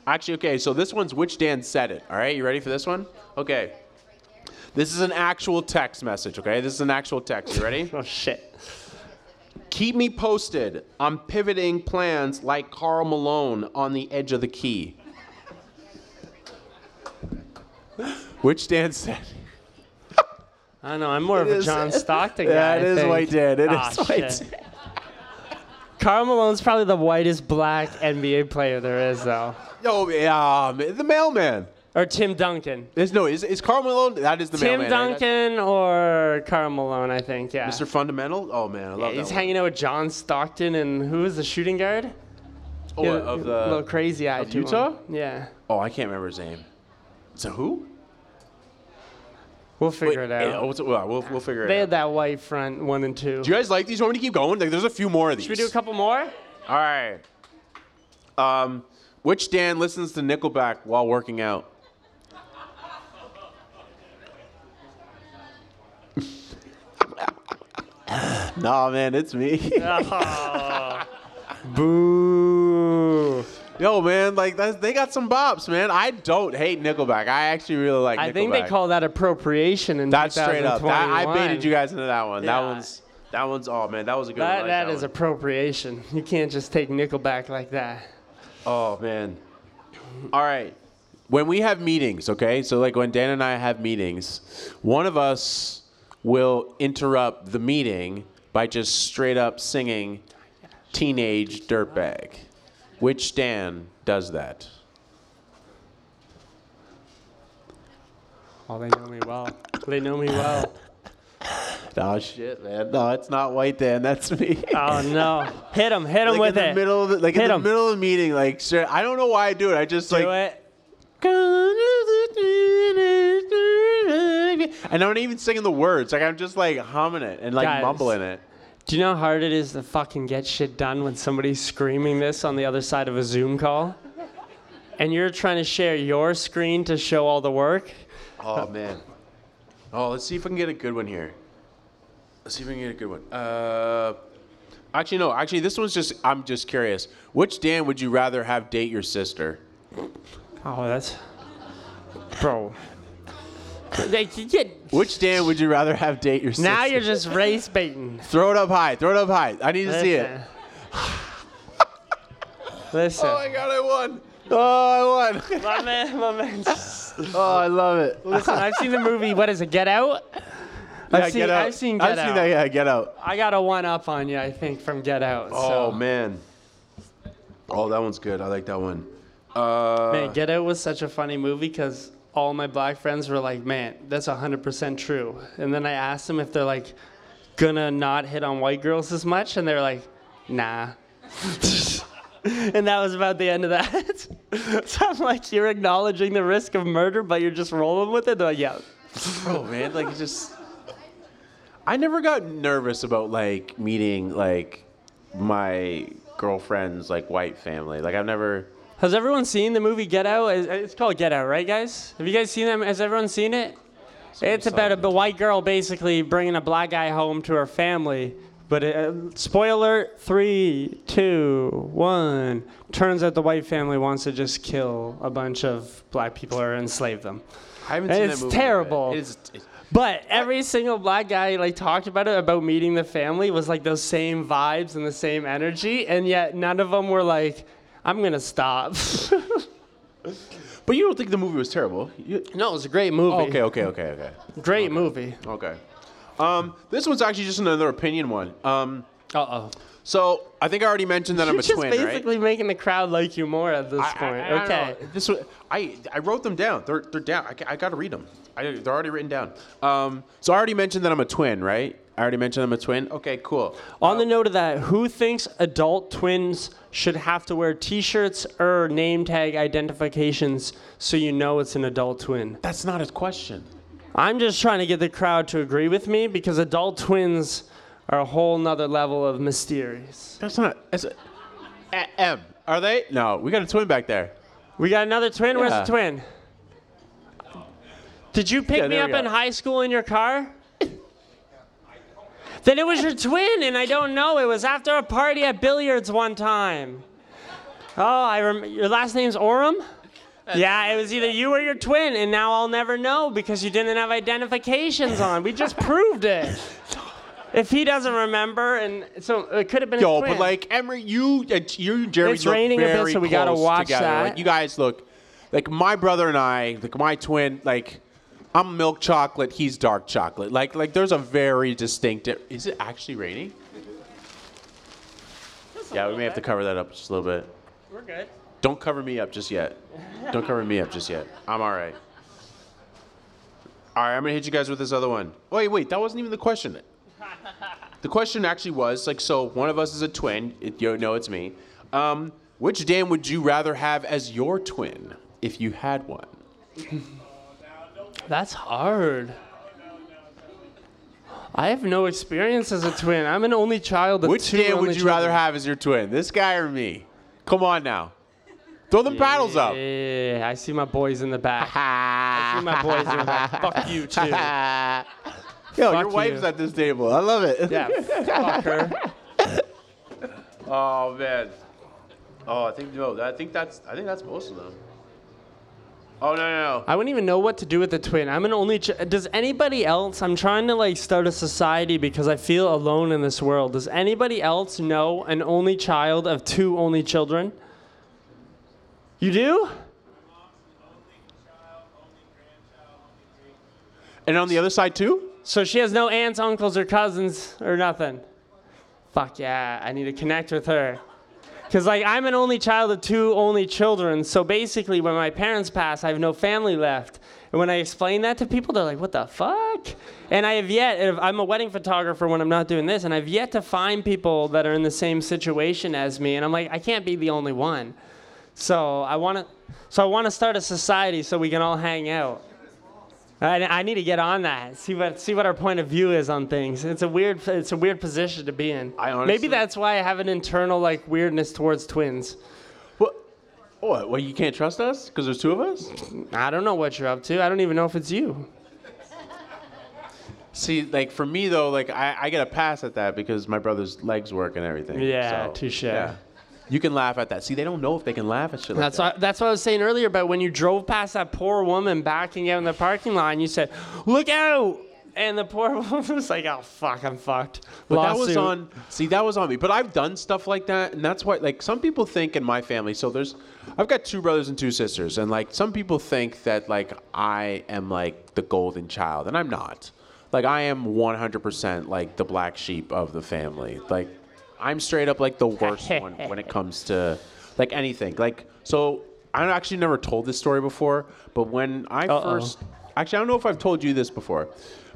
[SPEAKER 1] Actually, okay, so this one's which Dan said it. All right, you ready for this one? Okay. This is an actual text message, okay? This is an actual text. You ready?
[SPEAKER 2] Oh shit.
[SPEAKER 1] Keep me posted. I'm pivoting plans like Carl Malone on the edge of the key. Which Dan said?
[SPEAKER 2] I know. I'm more of
[SPEAKER 1] It
[SPEAKER 2] a
[SPEAKER 1] is-
[SPEAKER 2] John Stockton guy.
[SPEAKER 1] Yeah,
[SPEAKER 2] I
[SPEAKER 1] it is
[SPEAKER 2] think.
[SPEAKER 1] white Dan. It is
[SPEAKER 2] Ah,
[SPEAKER 1] white
[SPEAKER 2] shit.
[SPEAKER 1] Dan.
[SPEAKER 2] Karl Malone's probably the whitest black NBA player there is, though.
[SPEAKER 1] Oh, yeah, um, the mailman.
[SPEAKER 2] Or Tim Duncan.
[SPEAKER 1] There's no, is, is Carl Malone? That is the
[SPEAKER 2] Tim
[SPEAKER 1] mailman.
[SPEAKER 2] Duncan or Karl Malone, I think. Yeah.
[SPEAKER 1] Mr. Fundamental? Oh, man, I love that
[SPEAKER 2] He's
[SPEAKER 1] one.
[SPEAKER 2] hanging out with John Stockton and who is the shooting guard?
[SPEAKER 1] Oh,
[SPEAKER 2] Yeah,
[SPEAKER 1] of the,
[SPEAKER 2] little crazy eye
[SPEAKER 1] of
[SPEAKER 2] to him.
[SPEAKER 1] Utah?
[SPEAKER 2] Yeah.
[SPEAKER 1] oh, I can't remember his name. So who?
[SPEAKER 2] We'll figure it
[SPEAKER 1] Wait,
[SPEAKER 2] out.
[SPEAKER 1] eh, oh, what's it- well, we'll, we'll figure it
[SPEAKER 2] They
[SPEAKER 1] out.
[SPEAKER 2] had that white front one and two.
[SPEAKER 1] Do you guys like these? Want me to keep going? Like, there's a few more of these.
[SPEAKER 2] Should we do a couple more?
[SPEAKER 1] All right. Um, which Dan listens to Nickelback while working out? nah, man, it's me.
[SPEAKER 2] Boo.
[SPEAKER 1] Yo, man, like that's, they got some bops, man. I don't hate Nickelback. I actually really like. Nickelback.
[SPEAKER 2] I think they call that appropriation in
[SPEAKER 1] that straight up. That, I
[SPEAKER 2] 2021.
[SPEAKER 1] baited you guys into that one. That
[SPEAKER 2] Yeah.
[SPEAKER 1] one's that one's. Oh man, that was a good
[SPEAKER 2] That,
[SPEAKER 1] one. I like
[SPEAKER 2] that
[SPEAKER 1] that
[SPEAKER 2] is
[SPEAKER 1] one.
[SPEAKER 2] appropriation. You can't just take Nickelback like that.
[SPEAKER 1] Oh man. All right. When we have meetings, okay? So like when Dan and I have meetings, one of us will interrupt the meeting by just straight up singing Teenage Dirtbag. Which Dan does that?
[SPEAKER 2] Oh, they know me well. They know me well.
[SPEAKER 1] Oh shit, man. No, it's not white Dan, that's me.
[SPEAKER 2] Oh no! Hit him! Hit him
[SPEAKER 1] like
[SPEAKER 2] with
[SPEAKER 1] in
[SPEAKER 2] it!
[SPEAKER 1] the middle of the, like
[SPEAKER 2] Hit
[SPEAKER 1] in the
[SPEAKER 2] 'em.
[SPEAKER 1] middle of the meeting, like straight, I don't know why I do it. I just
[SPEAKER 2] Do
[SPEAKER 1] like
[SPEAKER 2] it.
[SPEAKER 1] And I'm not even singing the words. Like I'm just like humming it and like
[SPEAKER 2] Guys.
[SPEAKER 1] mumbling it.
[SPEAKER 2] Do you know how hard it is to fucking get shit done when somebody's screaming this on the other side of a Zoom call? And you're trying to share your screen to show all the work?
[SPEAKER 1] Oh man. Oh, let's see if I can get a good one here. Let's see if I can get a good one. Uh, actually, no. Actually, this one's just. I'm just curious. Which Dan would you rather have date your sister?
[SPEAKER 2] Oh, that's. Bro. They can get.
[SPEAKER 1] Which Dan would you rather have date your sister?
[SPEAKER 2] Now you're just race baiting.
[SPEAKER 1] Throw it up high. Throw it up high. I need to see it.
[SPEAKER 2] Listen.
[SPEAKER 1] Oh my god, I won. Oh, I won.
[SPEAKER 2] my man, my man.
[SPEAKER 1] Oh, I love it.
[SPEAKER 2] Listen, I've seen the movie, what is it, Get Out?
[SPEAKER 1] Yeah,
[SPEAKER 2] seen-
[SPEAKER 1] Get Out.
[SPEAKER 2] I've seen
[SPEAKER 1] I've
[SPEAKER 2] Get
[SPEAKER 1] seen
[SPEAKER 2] Out.
[SPEAKER 1] that. Yeah, get out.
[SPEAKER 2] I got a one up on you, I think, from Get Out.
[SPEAKER 1] Oh
[SPEAKER 2] so.
[SPEAKER 1] man. Oh, that one's good. I like that one. Uh,
[SPEAKER 2] Man, Get Out was such a funny movie because all my black friends were like, man, that's 100% true. And then I asked them if they're like, gonna not hit on white girls as much, and they're like, nah. and that was about the end of that. so I'm like, you're acknowledging the risk of murder, but you're just rolling with it? They're like, yeah.
[SPEAKER 1] Oh man, like it's just I never got nervous about like meeting like my girlfriend's like white family. Like I've never
[SPEAKER 2] Has everyone seen the movie Get Out? It's- It's called Get Out, right, guys? Have you guys seen them? Has everyone seen it? It's about a b- white girl basically bringing a black guy home to her family. But uh spoiler three, two, one. Turns out the white family wants to just kill a bunch of black people or enslave them.
[SPEAKER 1] I haven't seen
[SPEAKER 2] It's
[SPEAKER 1] that movie. yet.
[SPEAKER 2] terrible.
[SPEAKER 1] It is it-
[SPEAKER 2] But every single black guy like talked about it about meeting the family was like those same vibes and the same energy, and yet none of them were like, "I'm gonna stop."
[SPEAKER 1] But you don't think the movie was terrible. You,
[SPEAKER 2] no, it was a great movie.
[SPEAKER 1] okay, okay, okay, okay.
[SPEAKER 2] Great movie.
[SPEAKER 1] Okay. Um this one's actually just another opinion one. Um
[SPEAKER 2] Uh oh.
[SPEAKER 1] so I think I already mentioned that I'm
[SPEAKER 2] You're
[SPEAKER 1] a
[SPEAKER 2] just
[SPEAKER 1] twin, right?
[SPEAKER 2] basically making the crowd like you more at this
[SPEAKER 1] I- I-
[SPEAKER 2] point.
[SPEAKER 1] I don't
[SPEAKER 2] okay.
[SPEAKER 1] know. This was, I I wrote them down. They're they're down. I, ca- I got to read them. I, they're already written down. Um, so I already mentioned that I'm a twin, right? I already mentioned I'm a twin. Okay, cool.
[SPEAKER 2] On the note of that, who thinks adult twins should have to wear T-shirts or name tag identifications so you know it's an adult twin?
[SPEAKER 1] That's not a question.
[SPEAKER 2] I'm just trying to get the crowd to agree with me because adult twins are a whole nother level of mysterious.
[SPEAKER 1] That's not. That's a, a- M. Are they? No, we got a twin back there.
[SPEAKER 2] We got another twin. Where's
[SPEAKER 1] Yeah.
[SPEAKER 2] the twin? Did you pick
[SPEAKER 1] Yeah,
[SPEAKER 2] me
[SPEAKER 1] there
[SPEAKER 2] up
[SPEAKER 1] we
[SPEAKER 2] in
[SPEAKER 1] go.
[SPEAKER 2] high school in your car? then it was your twin, and I don't know. It was after a party at billiards one time. Oh, I rem- your last name's Orem? Yeah, it was either you or your twin, and now I'll never know because you didn't have identifications on. We just proved it. If he doesn't remember, and so it could have been. his
[SPEAKER 1] Yo, but
[SPEAKER 2] twin.
[SPEAKER 1] like Emery, you and you and Jeremy
[SPEAKER 2] It's
[SPEAKER 1] look
[SPEAKER 2] raining a bit,
[SPEAKER 1] very
[SPEAKER 2] so we gotta
[SPEAKER 1] close
[SPEAKER 2] watch
[SPEAKER 1] together.
[SPEAKER 2] that.
[SPEAKER 1] Like you guys look, like my brother and I, like my twin, like I'm milk chocolate, he's dark chocolate. Like like there's a very distinct. di- Is it actually raining? Yeah, we may have to cover that up just a little bit.
[SPEAKER 2] we're good.
[SPEAKER 1] Don't cover me up just yet. Don't cover me up just yet. I'm all right. All right, I'm gonna hit you guys with this other one. Wait, wait, that wasn't even the question. The question actually was like, so one of us is a twin. It, you know, it's me. Um, which Dan would you rather have as your twin if you had one?
[SPEAKER 2] That's hard. I have no experience as a twin. I'm an only child. Of
[SPEAKER 1] Which
[SPEAKER 2] two
[SPEAKER 1] Dan
[SPEAKER 2] only
[SPEAKER 1] would you
[SPEAKER 2] children.
[SPEAKER 1] rather have as your twin? This guy or me? Come on now. Throw them paddles up.
[SPEAKER 2] Yeah, I see my boys in the back. I see
[SPEAKER 1] Ha.
[SPEAKER 2] my boys in the back. Fuck you too. Yeah,
[SPEAKER 1] Yo,
[SPEAKER 2] Fuck
[SPEAKER 1] your wife's
[SPEAKER 2] you.
[SPEAKER 1] at this table. I love it.
[SPEAKER 2] fuck her.
[SPEAKER 1] Oh man. Oh, I think no. I think that's. I think that's most of them. Oh no no.
[SPEAKER 2] I wouldn't even know what to do with the twin. I'm an only. Ch- Does anybody else? I'm trying to like start a society because I feel alone in this world. Does anybody else know an only child of two only children? You do?
[SPEAKER 1] And on the other side too.
[SPEAKER 2] So she has no aunts, uncles, or cousins or nothing. Fuck yeah, I need to connect with her. Cause like I'm an only child of two only children, so basically when my parents pass, I have no family left. And when I explain that to people, they're like, "What the fuck?" And I have yet. if- I'm a wedding photographer when I'm not doing this, and I've yet to find people that are in the same situation as me. And I'm like, I can't be the only one. So I want to. So I want to start a society so we can all hang out. I, I need to get on that. See what see what our point of view is on things. It's a weird it's a weird position to be in.
[SPEAKER 1] I
[SPEAKER 2] Maybe
[SPEAKER 1] honestly-
[SPEAKER 2] that's why I have an internal like weirdness towards twins.
[SPEAKER 1] What? Oh, What? Well, you can't trust us because there's two of us.
[SPEAKER 2] I don't know what you're up to. I don't even know if it's you.
[SPEAKER 1] See, like for me though, like I, I get a pass at that because my brother's legs work and everything.
[SPEAKER 2] Yeah,
[SPEAKER 1] so,
[SPEAKER 2] touche.
[SPEAKER 1] You can laugh at that. See, they don't know if they can laugh at shit like
[SPEAKER 2] That's
[SPEAKER 1] that.
[SPEAKER 2] why, that's what I was saying earlier about when you drove past that poor woman backing out in the parking lot and you said, "Look out!" And the poor woman was like, "Oh fuck, I'm fucked."
[SPEAKER 1] But that was
[SPEAKER 2] Lawsuit.
[SPEAKER 1] on. See, that was on me. But I've done stuff like that, and that's why. Like some people think in my family. So there's, I've got two brothers and two sisters, and like some people think that like I am like the golden child, and I'm not. Like I am 100% like the black sheep of the family. Like I'm straight up like the worst one when it comes to like anything. Like so, I actually never told this story before, but when I
[SPEAKER 2] Uh-oh.
[SPEAKER 1] first actually I don't know if I've told you this before,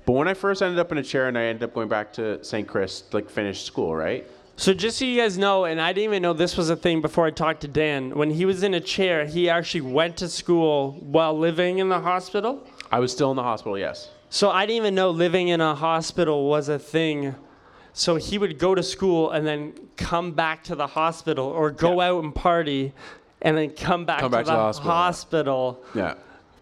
[SPEAKER 1] but when I first ended up in a chair and I ended up going back to St. Chris, like finish school, right?
[SPEAKER 2] So just so you guys know, and I didn't even know this was a thing before I talked to Dan. When he was in a chair, he actually went to school while living in the hospital.
[SPEAKER 1] I was still in the hospital, yes.
[SPEAKER 2] So I didn't even know living in a hospital was a thing. So he would go to school and then come back to the hospital or go
[SPEAKER 1] Yeah.
[SPEAKER 2] out and party and then come back,
[SPEAKER 1] Come
[SPEAKER 2] to,
[SPEAKER 1] back
[SPEAKER 2] the hospital.
[SPEAKER 1] Yeah.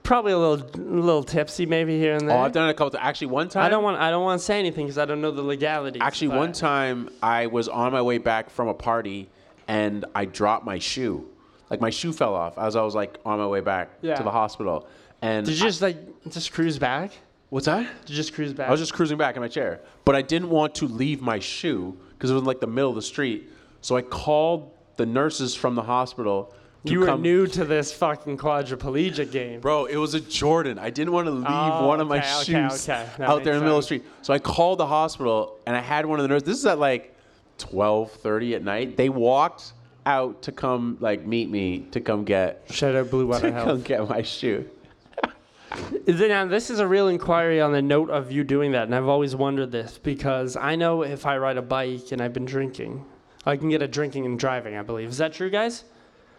[SPEAKER 2] Probably a little little tipsy maybe here and there.
[SPEAKER 1] Oh, I've done it a couple. Times. Actually, one time.
[SPEAKER 2] I don't want I don't want to say anything cuz I don't know the legalities.
[SPEAKER 1] Actually,
[SPEAKER 2] but-
[SPEAKER 1] one time I was on my way back from a party and I dropped my shoe. Like my shoe fell off as I was like on my way back
[SPEAKER 2] Yeah.
[SPEAKER 1] to the hospital. And
[SPEAKER 2] Did you just like just cruise back?
[SPEAKER 1] what's that?
[SPEAKER 2] Did you just cruise back?
[SPEAKER 1] I was just cruising back in my chair, but I didn't want to leave my shoe because it was in like the middle of the street. So I called the nurses from the hospital. To
[SPEAKER 2] You were
[SPEAKER 1] come-
[SPEAKER 2] new to this fucking quadriplegic game.
[SPEAKER 1] Bro, it was a Jordan. I didn't want to leave
[SPEAKER 2] Oh,
[SPEAKER 1] one of my
[SPEAKER 2] okay, okay,
[SPEAKER 1] shoes
[SPEAKER 2] okay. That
[SPEAKER 1] out there in the
[SPEAKER 2] makes
[SPEAKER 1] middle of the
[SPEAKER 2] sense.
[SPEAKER 1] street. So I called the hospital and I had one of the nurses. This is at like 12:30 at night. They walked out to come like meet me to come get
[SPEAKER 2] Shout out Blue Water
[SPEAKER 1] to come
[SPEAKER 2] Health.
[SPEAKER 1] get my shoe.
[SPEAKER 2] Now, this is a real inquiry on the note of you doing that, and I've always wondered this because I know if I ride a bike and I've been drinking, I can get a drinking and driving, I believe. Is that true, guys?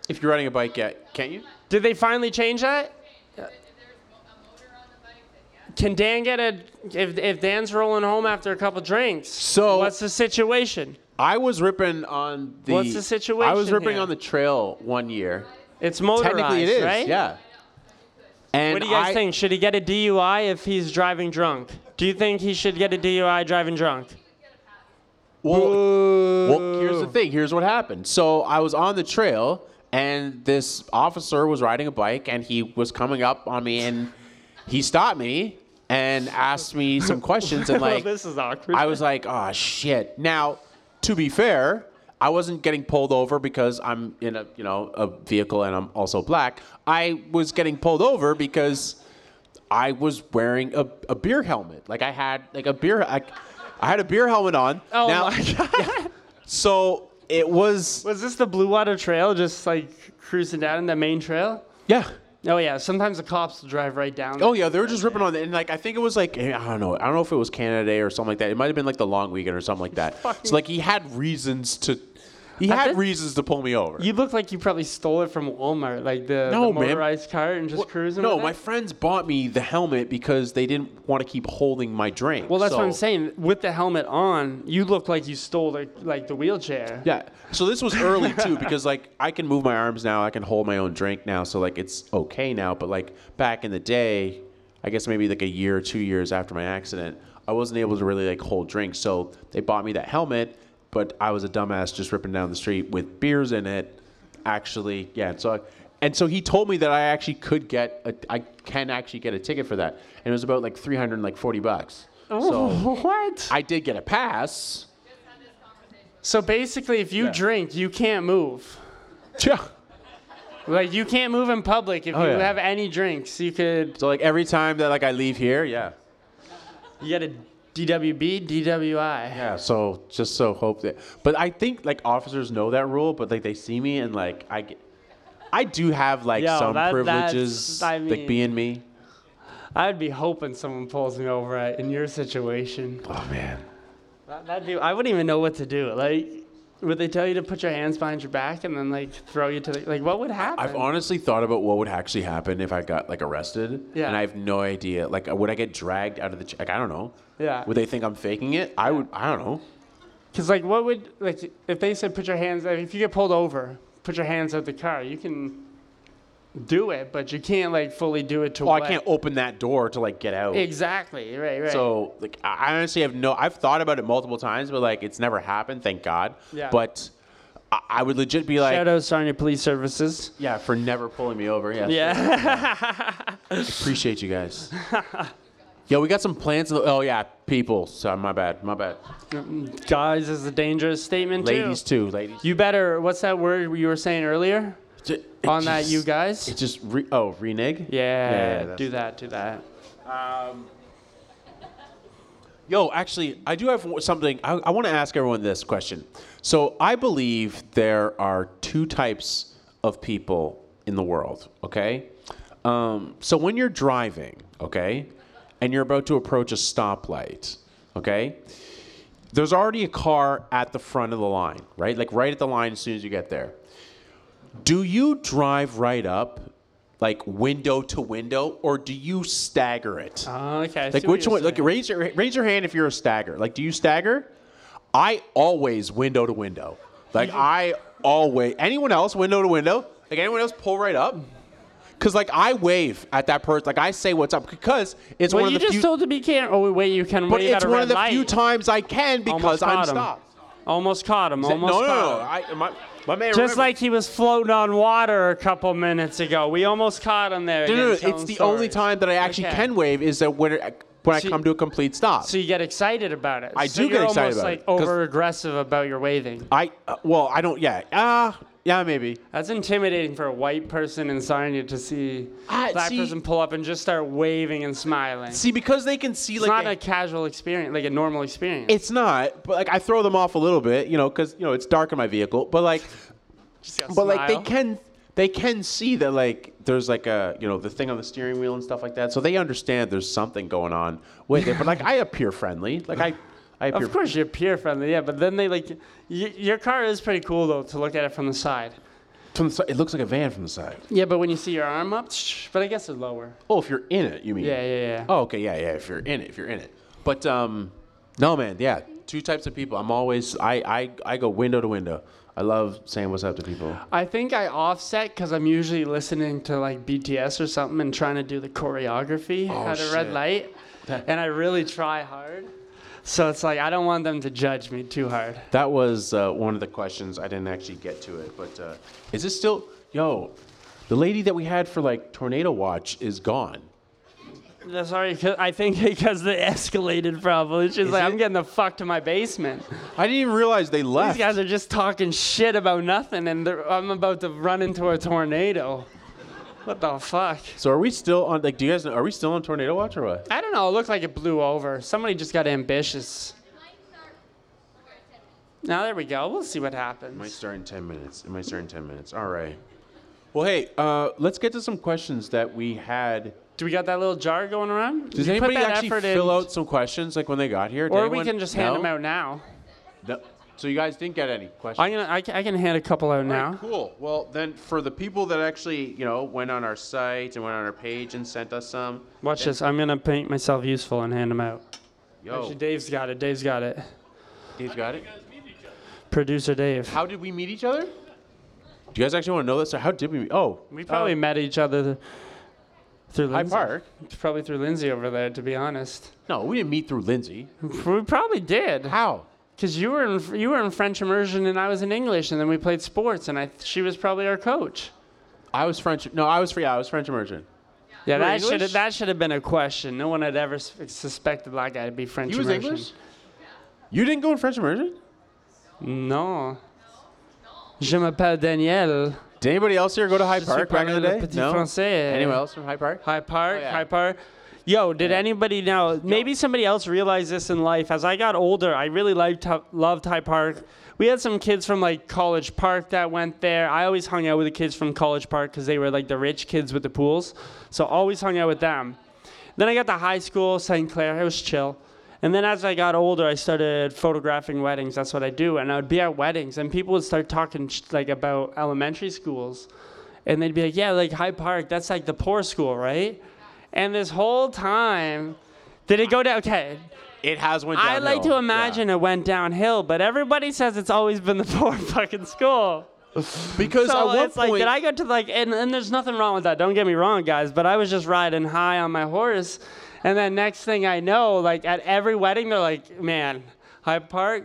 [SPEAKER 1] If you're riding a bike, yeah, can't you?
[SPEAKER 2] Did they finally change that? Can Dan get a if if Dan's rolling home after a couple drinks?
[SPEAKER 1] So-
[SPEAKER 2] what's the situation?
[SPEAKER 1] I was ripping on the
[SPEAKER 2] What's the
[SPEAKER 1] I was
[SPEAKER 2] situation
[SPEAKER 1] ripping
[SPEAKER 2] here?
[SPEAKER 1] on the trail one year.
[SPEAKER 2] It's motorized,
[SPEAKER 1] Technically it is.
[SPEAKER 2] right?
[SPEAKER 1] Yeah. And
[SPEAKER 2] What do you guys
[SPEAKER 1] I-
[SPEAKER 2] think? Should he get a DUI if he's driving drunk? Do you think he should get a DUI driving drunk?
[SPEAKER 1] Well, well,
[SPEAKER 2] Well,
[SPEAKER 1] here's the thing. Here's what happened. So I was on the trail, and this officer was riding a bike, and he was coming up on me, and he stopped me and asked me some questions, and like
[SPEAKER 2] this is awkward.
[SPEAKER 1] I was like, oh shit. Now, to be fair, I wasn't getting pulled over because I'm in a you know a vehicle and I'm also black. I was getting pulled over because I was wearing a, a beer helmet. Like I had like a beer I, I had a beer helmet on.
[SPEAKER 2] oh
[SPEAKER 1] Now-
[SPEAKER 2] my god.
[SPEAKER 1] So it was
[SPEAKER 2] Was this the Blue Water Trail, just like cruising down the main trail?
[SPEAKER 1] yeah.
[SPEAKER 2] Oh yeah. Sometimes the cops will drive right down.
[SPEAKER 1] Oh yeah, they were just ripping on it, and like I think it was like I don't know, I don't know if it was Canada Day or something like that. It might have been like the long weekend or something like that.
[SPEAKER 2] Fucking-
[SPEAKER 1] So like he had reasons to, he
[SPEAKER 2] I
[SPEAKER 1] had
[SPEAKER 2] bet-
[SPEAKER 1] reasons to pull me over.
[SPEAKER 2] You look like you probably stole it from Walmart, like the,
[SPEAKER 1] No,
[SPEAKER 2] the
[SPEAKER 1] man.
[SPEAKER 2] motorized cart, and just
[SPEAKER 1] Well,
[SPEAKER 2] cruising.
[SPEAKER 1] No,
[SPEAKER 2] with
[SPEAKER 1] my
[SPEAKER 2] it?
[SPEAKER 1] friends bought me the helmet because they didn't want to keep holding my drink.
[SPEAKER 2] Well, that's what I'm
[SPEAKER 1] so-
[SPEAKER 2] saying. With the helmet on, you look like you stole the, like the wheelchair.
[SPEAKER 1] Yeah. So this was early too because like I can move my arms now, I can hold my own drink now, so like it's okay now, but like back in the day, I guess maybe like a year or 2 years after my accident, I wasn't able to really like hold drinks. So they bought me that helmet, but I was a dumbass just ripping down the street with beers in it. Actually, yeah. So I, and so he told me that I actually could get a, I can actually get a ticket for that. And it was about like 300 like 40 bucks.
[SPEAKER 2] Oh.
[SPEAKER 1] So
[SPEAKER 2] what?
[SPEAKER 1] I did get a pass.
[SPEAKER 2] So basically, if you
[SPEAKER 1] Yeah.
[SPEAKER 2] drink, you can't move.
[SPEAKER 1] Yeah.
[SPEAKER 2] Like you can't move in public if
[SPEAKER 1] Oh,
[SPEAKER 2] you
[SPEAKER 1] yeah.
[SPEAKER 2] have any drinks. You could
[SPEAKER 1] So like every time that like I leave here, yeah.
[SPEAKER 2] you get a DWB, DWI.
[SPEAKER 1] Yeah, so just so hope that but I think like officers know that rule, but like they see me and like I get I do have like
[SPEAKER 2] Yo,
[SPEAKER 1] some
[SPEAKER 2] that-
[SPEAKER 1] privileges
[SPEAKER 2] that's- I
[SPEAKER 1] like
[SPEAKER 2] mean-
[SPEAKER 1] being me.
[SPEAKER 2] I'd be hoping someone pulls me over at, in your situation.
[SPEAKER 1] Oh man.
[SPEAKER 2] That- That'd be, I wouldn't even know what to do. Like, would they tell you to put your hands behind your back and then like throw you to the like? What would happen?
[SPEAKER 1] I've honestly thought about what would actually happen if I got like arrested.
[SPEAKER 2] Yeah.
[SPEAKER 1] And I have no idea. Like would I get dragged out of the ch- like I don't know.
[SPEAKER 2] yeah.
[SPEAKER 1] Would they think I'm faking it? I would I don't know.
[SPEAKER 2] Because like, what would like if they said put your hands? Like, if you get pulled over, put your hands out the car. You can do it, but you can't like fully do it to.
[SPEAKER 1] Well, Oh, I
[SPEAKER 2] what-
[SPEAKER 1] can't open that door to like get out.
[SPEAKER 2] Exactly. Right. Right.
[SPEAKER 1] So like I I honestly have no I've thought about it multiple times, but like it's never happened, thank God.
[SPEAKER 2] Yeah.
[SPEAKER 1] But I, I would legit be like
[SPEAKER 2] Shout out Sarnia Police Services.
[SPEAKER 1] Yeah, for never pulling me over. Yeah.
[SPEAKER 2] Yeah.
[SPEAKER 1] Appreciate you guys. Yo, we got some plans. in the- Oh yeah, people. Sorry, my bad. My bad.
[SPEAKER 2] Guys is a dangerous statement
[SPEAKER 1] Ladies
[SPEAKER 2] too.
[SPEAKER 1] too. Ladies.
[SPEAKER 2] You better. What's that word you were saying earlier?
[SPEAKER 1] Ju- it
[SPEAKER 2] On that,
[SPEAKER 1] just-
[SPEAKER 2] you guys.
[SPEAKER 1] It just re- oh renege.
[SPEAKER 2] Yeah,
[SPEAKER 1] that's-
[SPEAKER 2] do that, do that.
[SPEAKER 1] Yo, actually, I do have w- something. I, I want to ask everyone this question. So, I believe there are two types of people in the world, okay? Um, so, when you're driving, okay, and you're about to approach a stoplight, okay, there's already a car at the front of the line, right? Like right at the line as soon as you get there. Do you drive right up, like window to window, or do you stagger it?
[SPEAKER 2] Oh, okay. I see
[SPEAKER 1] Like
[SPEAKER 2] what
[SPEAKER 1] which
[SPEAKER 2] you're
[SPEAKER 1] one? Like
[SPEAKER 2] saying.
[SPEAKER 1] raise your raise your hand if you're a stagger. Like do you stagger? I always window to window. Like I always. Anyone else window to window? Like anyone else pull right up? Cause like I wave at that person. Like I say what's up because it's
[SPEAKER 2] well,
[SPEAKER 1] one
[SPEAKER 2] you
[SPEAKER 1] of the
[SPEAKER 2] just
[SPEAKER 1] few.
[SPEAKER 2] told him he can't. Oh wait, you can
[SPEAKER 1] but
[SPEAKER 2] wave at
[SPEAKER 1] it's
[SPEAKER 2] a
[SPEAKER 1] one
[SPEAKER 2] red
[SPEAKER 1] of the
[SPEAKER 2] light.
[SPEAKER 1] few times I can because
[SPEAKER 2] Almost
[SPEAKER 1] I'm
[SPEAKER 2] caught him.
[SPEAKER 1] stopped.
[SPEAKER 2] Almost caught him. Almost
[SPEAKER 1] no, no,
[SPEAKER 2] caught
[SPEAKER 1] no.
[SPEAKER 2] him.
[SPEAKER 1] I, my, my man.
[SPEAKER 2] Just
[SPEAKER 1] remember-
[SPEAKER 2] like he was floating on water a couple minutes ago. We almost caught him there.
[SPEAKER 1] No,
[SPEAKER 2] again,
[SPEAKER 1] no, no.
[SPEAKER 2] telling
[SPEAKER 1] It's the only
[SPEAKER 2] stories.
[SPEAKER 1] time that I actually
[SPEAKER 2] Okay.
[SPEAKER 1] can wave is that when it, when I
[SPEAKER 2] So you-
[SPEAKER 1] come to a complete stop.
[SPEAKER 2] So you get excited about it.
[SPEAKER 1] I
[SPEAKER 2] So
[SPEAKER 1] do get
[SPEAKER 2] you're
[SPEAKER 1] excited
[SPEAKER 2] almost,
[SPEAKER 1] about
[SPEAKER 2] like,
[SPEAKER 1] it, 'cause-
[SPEAKER 2] over aggressive about your waving.
[SPEAKER 1] I uh, well I don't yeah ah yeah maybe.
[SPEAKER 2] That's intimidating for a white person in Sarnia to see
[SPEAKER 1] Ah,
[SPEAKER 2] a black
[SPEAKER 1] see-
[SPEAKER 2] person pull up and just start waving and smiling. It's
[SPEAKER 1] See, because they can see like
[SPEAKER 2] not
[SPEAKER 1] a-
[SPEAKER 2] a casual experience, like a normal experience.
[SPEAKER 1] it's not, but like I throw them off a little bit, you know, because you know it's dark in my vehicle. But like,
[SPEAKER 2] Just gotta
[SPEAKER 1] but like they
[SPEAKER 2] smile.
[SPEAKER 1] can they can see that like there's like a you know the thing on the steering wheel and stuff like that, so they understand there's something going on with it. But like I appear friendly, like I I appear.
[SPEAKER 2] Of course, you're peer friendly, yeah. But then they like, y- your car is pretty cool though to look at it from the side.
[SPEAKER 1] From the, si- it looks like a van from the side.
[SPEAKER 2] Yeah, but when you see your arm up, shh, but I guess it's lower.
[SPEAKER 1] Oh, if you're in it, you mean?
[SPEAKER 2] Yeah, yeah, yeah.
[SPEAKER 1] Oh, okay, yeah, yeah. If you're in it, if you're in it. But um, no, man, yeah. Two types of people. I'm always I I I go window to window. I love saying what's up to people.
[SPEAKER 2] I think I offset because I'm usually listening to like BTS or something and trying to do the choreography
[SPEAKER 1] Oh,
[SPEAKER 2] at a red
[SPEAKER 1] shit.
[SPEAKER 2] light. and I really try hard. So it's like I don't want them to judge me too hard.
[SPEAKER 1] That was uh, one of the questions. I didn't actually get to it, but uh, is this still? Yo, the lady that we had for like Tornado Watch is gone.
[SPEAKER 2] That's Sorry, 'cause- I think because they escalated probably. She's like,
[SPEAKER 1] it?
[SPEAKER 2] I'm getting the fuck to my basement.
[SPEAKER 1] I didn't even realize they
[SPEAKER 2] These
[SPEAKER 1] left.
[SPEAKER 2] guys are just talking shit about nothing, and they're- I'm about to run into a tornado. What the fuck?
[SPEAKER 1] so are we still on? Like, do you guys know, are we still on Tornado Watch or what?
[SPEAKER 2] I don't know. It looked like it blew over. Somebody just got ambitious. Now there we go. We'll see what happens.
[SPEAKER 1] It might start in ten minutes. It might start in ten minutes. All right. Well, hey, uh, let's get to some questions that we had.
[SPEAKER 2] Do we got that little jar going around?
[SPEAKER 1] Does
[SPEAKER 2] You put
[SPEAKER 1] anybody
[SPEAKER 2] that
[SPEAKER 1] actually
[SPEAKER 2] effort in,
[SPEAKER 1] fill out some questions like when they got here? Did
[SPEAKER 2] Or we
[SPEAKER 1] anyone-
[SPEAKER 2] can just hand
[SPEAKER 1] No?
[SPEAKER 2] them out now.
[SPEAKER 1] No. So you guys didn't get any questions.
[SPEAKER 2] I'm gonna. I, ca- I can hand a couple out
[SPEAKER 1] All right,
[SPEAKER 2] now.
[SPEAKER 1] cool. Well, then for the people that actually, you know, went on our site and went on our page and sent us some,
[SPEAKER 2] Watch this. I'm gonna paint myself useful and hand them out.
[SPEAKER 1] yo,
[SPEAKER 2] Actually, Dave's got it. Dave's got it.
[SPEAKER 1] Dave's got it.
[SPEAKER 2] Producer Dave.
[SPEAKER 1] How did we meet each other? Do you guys actually want to know this? So how did we meet? Oh,
[SPEAKER 2] We probably
[SPEAKER 1] uh,
[SPEAKER 2] met each other th- through
[SPEAKER 1] High
[SPEAKER 2] Lindsay.
[SPEAKER 1] Park.
[SPEAKER 2] Probably through Lindsay over there, to be honest.
[SPEAKER 1] No, we didn't meet through Lindsay.
[SPEAKER 2] We probably did.
[SPEAKER 1] How?
[SPEAKER 2] Because you were in you were in French immersion and I was in English, and then we played sports, and I she was probably our coach.
[SPEAKER 1] I was French. No, I was free. I was French immersion.
[SPEAKER 2] Yeah,
[SPEAKER 1] were
[SPEAKER 2] that should
[SPEAKER 1] English?
[SPEAKER 2] that should have been a question. No one had ever s- suspected black guy to be French.
[SPEAKER 1] He was
[SPEAKER 2] immersion.
[SPEAKER 1] English. You didn't go in French immersion.
[SPEAKER 2] No. Je m'appelle Daniel.
[SPEAKER 1] Did anybody else here go to High
[SPEAKER 2] Je
[SPEAKER 1] Park
[SPEAKER 2] suis
[SPEAKER 1] back in the
[SPEAKER 2] parlé le
[SPEAKER 1] day?
[SPEAKER 2] petit
[SPEAKER 1] no.
[SPEAKER 2] français.
[SPEAKER 1] Anyone else from High Park?
[SPEAKER 2] High Park,
[SPEAKER 1] yeah.
[SPEAKER 2] High Park. Yo, did anybody now? Maybe somebody else realized this in life. As I got older, I really liked loved High Park. We had some kids from like College Park that went there. I always hung out with the kids from College Park because they were like the rich kids with the pools. So always hung out with them. Then I got to high school, St. Clair. It was chill. And then as I got older, I started photographing weddings. That's what I do. And I would be at weddings, and people would start talking sh- like about elementary schools and they'd be like, "Yeah, like Hyde Park, that's like the poor school, right?" And this whole time, did it go down? Okay,
[SPEAKER 1] It has went
[SPEAKER 2] I
[SPEAKER 1] downhill.
[SPEAKER 2] like to imagine it went downhill, but everybody says it's always been the poor fucking school.
[SPEAKER 1] Yeah. because
[SPEAKER 2] So
[SPEAKER 1] at one
[SPEAKER 2] it's like,
[SPEAKER 1] point
[SPEAKER 2] did I go to like, and, and there's nothing wrong with that. Don't get me wrong, guys, but I was just riding high on my horse, and then next thing I know, like at every wedding, they're like, "Man, Hyde Park."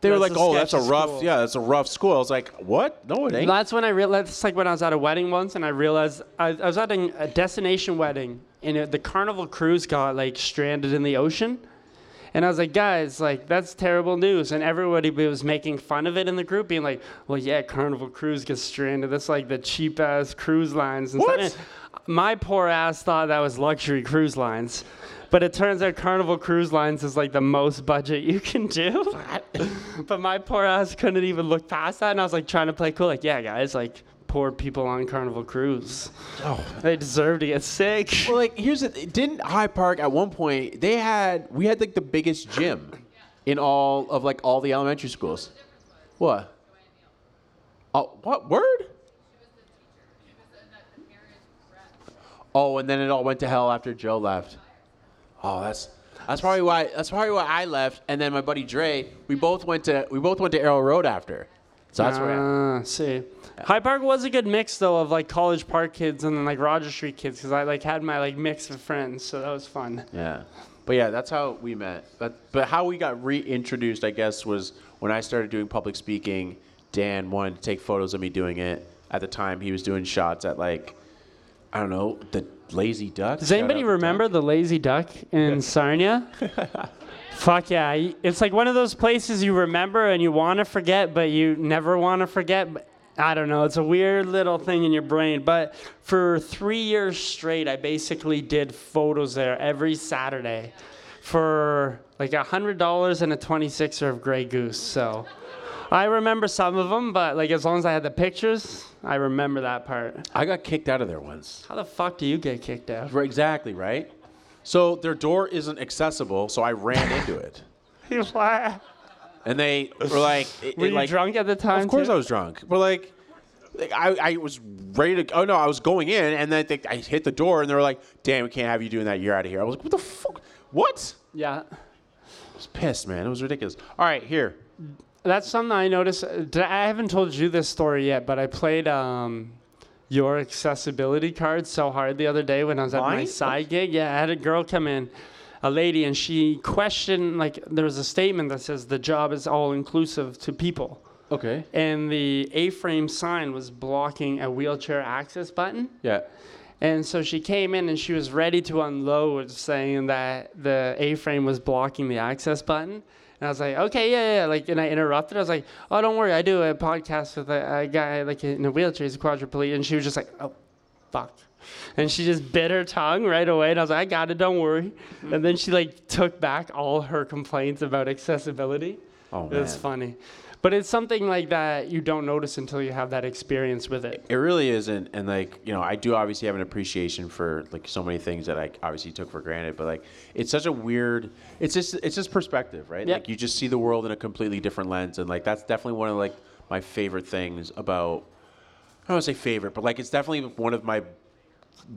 [SPEAKER 1] they were like,
[SPEAKER 2] that's a
[SPEAKER 1] "Oh, that's a
[SPEAKER 2] sketchy
[SPEAKER 1] rough.
[SPEAKER 2] school."
[SPEAKER 1] Yeah, that's a rough school." I was like, "What? No, it ain't."
[SPEAKER 2] That's when I realized. That's like when I was at a wedding once, and I realized I, I was at a, a destination wedding, and it, the carnival cruise got like stranded in the ocean. And I was like, guys, like that's terrible news. And everybody was making fun of it in the group, being like, well, yeah, Carnival Cruise gets stranded. That's like the cheap ass cruise lines. And
[SPEAKER 1] What?
[SPEAKER 2] stuff." And My poor ass thought that was luxury cruise lines, but it turns out Carnival Cruise Lines is like the most budget you can do. but my poor ass couldn't even look past that, and I was like trying to play cool, like, yeah, guys, like poor people on Carnival Cruise,
[SPEAKER 1] Oh.
[SPEAKER 2] they deserve to get sick.
[SPEAKER 1] Well, like here's the th- didn't High Park at one point they had we had like the biggest gym in all of like all the elementary schools. What? Oh, what word? Oh, and then it all went to hell after Joe left. Oh, that's that's probably why that's probably why I left. And then my buddy Dre, we both went to we both went to Arrow Road after. So that's where.
[SPEAKER 2] Ah, see. Hyde Park was a good mix though of like College Park kids and then like Roger Street kids because I like had my like mix of friends, so that was fun.
[SPEAKER 1] Yeah. But yeah, that's how we met. But but how we got reintroduced, I guess, was when I started doing public speaking. Dan wanted to take photos of me doing it. At the time, he was doing shots at like, I don't know, the Lazy Duck.
[SPEAKER 2] Does anybody remember the Lazy Duck in Sarnia? Fuck yeah! y- It's like one of those places you remember and you want to forget, but you never want to forget. But I don't know. It's a weird little thing in your brain. But for three years straight, I basically did photos there every Saturday for like a hundred dollars and a twenty-sixer of Grey Goose. So I remember some of them, but like as long as I had the pictures, I remember that part.
[SPEAKER 1] I got kicked out of there once.
[SPEAKER 2] How the fuck do you get kicked out?
[SPEAKER 1] Right, Exactly right. So their door isn't accessible, so I ran into it, and they were like, it-
[SPEAKER 2] Were
[SPEAKER 1] it,
[SPEAKER 2] you
[SPEAKER 1] like,
[SPEAKER 2] drunk at the time?
[SPEAKER 1] Of course,
[SPEAKER 2] too?
[SPEAKER 1] I was drunk, but like, like, I, I was ready to. Oh no, I was going in, and then they, I hit the door, and they were like, "Damn, we can't have you doing that. You're out of here." I was like, "What the fuck? What?"
[SPEAKER 2] Yeah.
[SPEAKER 1] I was pissed, man. It was ridiculous. All right, here.
[SPEAKER 2] that's something I noticed. uh, d- I haven't told you this story yet, but I played um, your accessibility card so hard the other day when I was at my
[SPEAKER 3] Mine?
[SPEAKER 2] side gig. Yeah, I had a girl come in, a lady, and she questioned like there was a statement that says the job is all inclusive to people,
[SPEAKER 1] Okay.
[SPEAKER 2] and the A-frame sign was blocking a wheelchair access button.
[SPEAKER 1] Yeah.
[SPEAKER 2] And so she came in and she was ready to unload, saying that the A frame was blocking the access button. And I was like, okay, yeah, yeah. Like, and I interrupted. I was like, oh, don't worry. I do a podcast with a, a guy like in a wheelchair. He's a quadriplegic. And she was just like, oh, fuck. And she just bit her tongue right away. And I was like, I got it. Don't worry. And then she like took back all her complaints about accessibility.
[SPEAKER 1] Oh man.
[SPEAKER 2] It's funny. But it's something like that you don't notice until you have that experience with it.
[SPEAKER 1] It really isn't, and like you know, I do obviously have an appreciation for like so many things that I obviously took for granted, but like it's such a weird, it's just it's just perspective, right?
[SPEAKER 2] Yeah.
[SPEAKER 1] Like you just see the world in a completely different lens, and like that's definitely one of like my favorite things about. I don't want to say favorite, but like it's definitely one of my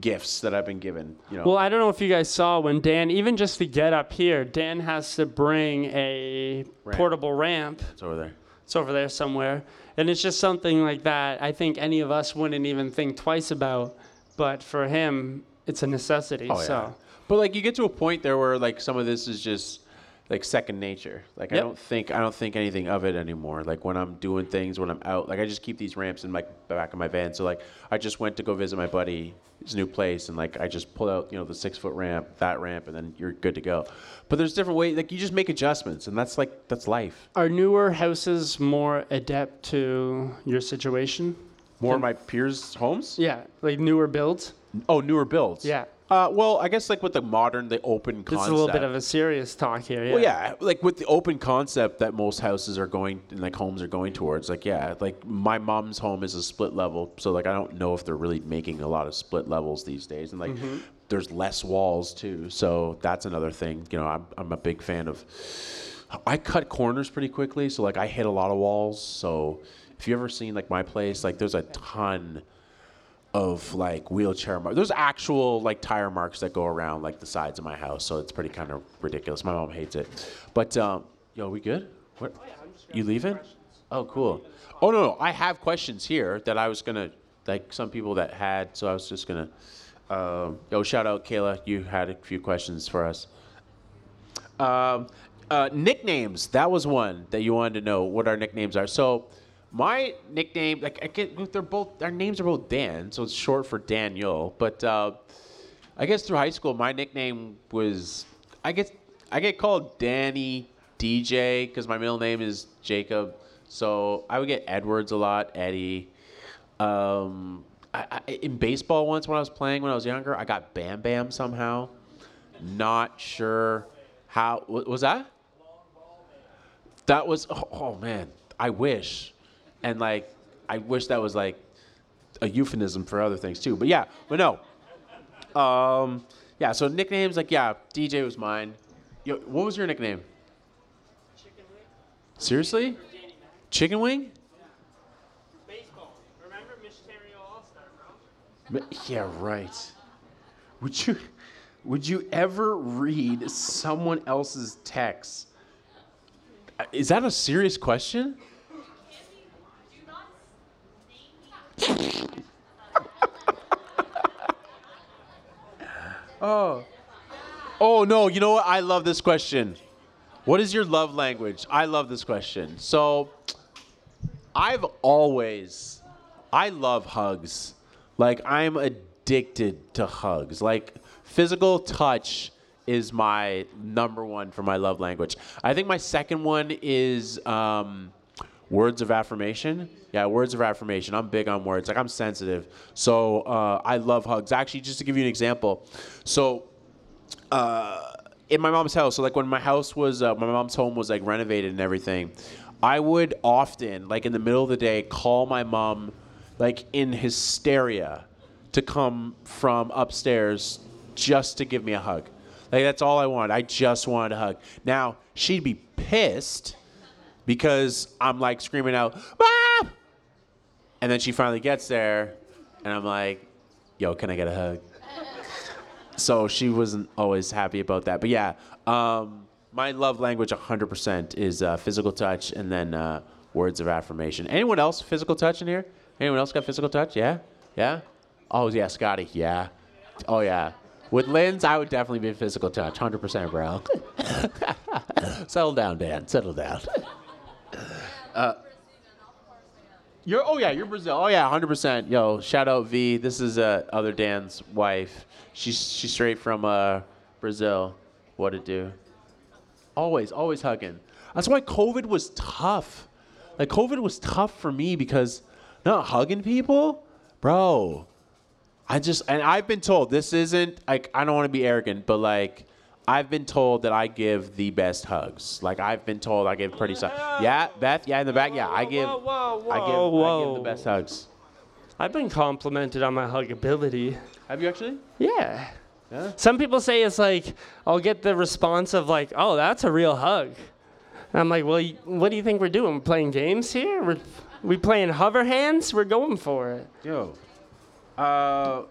[SPEAKER 1] gifts that I've been given. You know,
[SPEAKER 2] Well, I don't know if you guys saw when Dan, even just to get up here, Dan has to bring a
[SPEAKER 1] Ramp.
[SPEAKER 2] portable ramp.
[SPEAKER 1] it's over there.
[SPEAKER 2] It's over there somewhere. And it's just something like that I think any of us wouldn't even think twice about. But for him, it's a necessity.
[SPEAKER 1] Oh, yeah.
[SPEAKER 2] so
[SPEAKER 1] But like you get to a point there where like some of this is just like second nature. Like I
[SPEAKER 2] Yep.
[SPEAKER 1] don't think I don't think anything of it anymore. Like when I'm doing things when I'm out, like I just keep these ramps in my back of my van. So like I just went to go visit my buddy his new place and like I just pull out, you know, the 6 foot ramp, that ramp and then you're good to go. But there's different ways like you just make adjustments and that's like that's life.
[SPEAKER 2] are newer houses more adept to your situation?
[SPEAKER 1] More of my peers' homes?
[SPEAKER 2] Yeah, like newer builds.
[SPEAKER 1] Oh, newer builds.
[SPEAKER 2] Yeah.
[SPEAKER 1] Uh, well, I guess like with the modern, the open concept.
[SPEAKER 2] This is a little bit of a serious talk here. Yeah.
[SPEAKER 1] Well, yeah, like with the open concept that most houses are going, and like homes are going towards. Like, yeah, like my mom's home is a split level, so like I don't know if they're really making a lot of split levels these days, and like there's less walls too, so that's another thing. You know, I'm I'm a big fan of. I cut corners pretty quickly, so like I hit a lot of walls. So if you ever seen like my place, like there's a ton of like wheelchair marks. There's actual like tire marks that go around like the sides of my house, so it's pretty kind of ridiculous. My mom hates it. But um, yo, we good? What? you leaving? Oh, cool. Oh no, no, I have questions here that I was gonna like some people that had, so I was just gonna. Um, yo, shout out Kayla. You had a few questions for us. Um, uh, nicknames. That was one that you wanted to know what our nicknames are. So, my nickname, like I get, they're both our names are both Dan, so it's short for Daniel. But uh, I guess through high school, my nickname was I guess I get called Danny DJ because my middle name is Jacob. So I would get Edwards a lot, Eddie. Um, I, I, in baseball, once when I was playing when I was younger, I got Bam Bam somehow. Not sure how. wa- Was that? That was. Oh, oh, man, I wish, and like, I wish that was like a euphemism for other things too. But yeah, but no. Um, yeah. So nicknames, like yeah, DJ was mine. Yo, what was your nickname? Seriously? Chicken wing?
[SPEAKER 2] Baseball. Remember Miss All Star, bro?
[SPEAKER 1] Ma- Yeah, right. Would you would you ever read someone else's text? Uh, Is that a serious question? oh. Oh no, you know what? I love this question. What is your love language? I love this question. So I've always I love hugs. Like I'm addicted to hugs. Like physical touch is my number one for my love language. I think my second one is um, words of affirmation. Yeah, words of affirmation. I'm big on words. Like I'm sensitive, so uh, I love hugs. Actually, just to give you an example, so uh, in my mom's house. So like when my house was uh, my mom's home was like renovated and everything, I would often like in the middle of the day call my mom like in hysteria to come from upstairs just to give me a hug. Like that's all I wanted. I just wanted a hug. Now she'd be pissed because I'm like screaming out, "Mom!" And then she finally gets there, and I'm like, "Yo, can I get a hug?" so she wasn't always happy about that. But yeah, um, my love language 100% is uh, physical touch and then uh, words of affirmation. Anyone else physical touch in here? Anyone else got physical touch? Yeah? Yeah? Oh, yeah, Scotty. Yeah. Oh, yeah. With Lynn's, I would definitely be physical touch. 100%, bro. Settle down, Dan. Settle down. You're oh yeah, you're Brazil. Oh yeah, hundred percent. Yo, shout out V. This is uh, other Dan's wife. She's she's straight from uh, Brazil. What it do? Always, always hugging. That's why COVID was tough. Like COVID was tough for me because not hugging people, bro. I just and I've been told this isn't like I don't want to be arrogant, but like I've been told that I give the best hugs. Like I've been told I give pretty so- Yeah, Beth, yeah, in the back, yeah, I give
[SPEAKER 2] Whoa, whoa, whoa,
[SPEAKER 1] I give, I
[SPEAKER 2] Oh, whoa.
[SPEAKER 1] give the best hugs.
[SPEAKER 2] I've been complimented on my huggability.
[SPEAKER 1] Have you actually?
[SPEAKER 2] Yeah.
[SPEAKER 1] Yeah?
[SPEAKER 2] Some people say it's like I'll get the response of like, "Oh, that's a real hug." And I'm like, "Well, y- what do you think we're doing? We're playing games here? We're we playing hover hands? We're going for it."
[SPEAKER 1] Yo. Uh,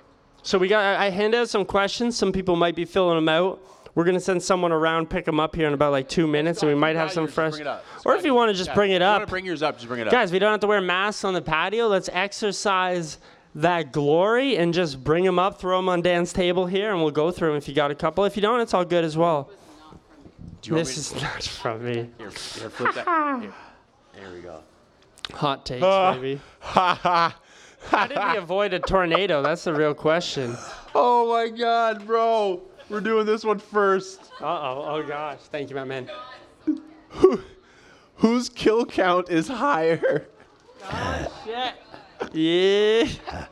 [SPEAKER 2] So we got. I I handed out some questions. Some people might be filling them out. We're gonna send someone around, pick them up here in about like two minutes, and we might have some fresh. Or if you want to just bring it up,
[SPEAKER 1] bring yours up, just bring it up.
[SPEAKER 2] guys. We don't have to wear masks on the patio. Let's exercise that glory and just bring them up, throw them on Dan's table here, and we'll go through 'em If you got a couple, if you don't, it's all good as well.
[SPEAKER 1] Do you want
[SPEAKER 2] This
[SPEAKER 1] me to-
[SPEAKER 2] is not from me.
[SPEAKER 1] Here, here, flip that. Here. There we go.
[SPEAKER 2] Hot takes,
[SPEAKER 1] Uh.
[SPEAKER 2] baby.
[SPEAKER 1] Ha ha.
[SPEAKER 2] Oh. How did we avoid a tornado? That's the real question.
[SPEAKER 1] Oh my god, bro. We're doing this one first.
[SPEAKER 2] Uh oh. Oh gosh. Thank you, my man.
[SPEAKER 1] Whose kill count is higher?
[SPEAKER 2] Shit. Yeah.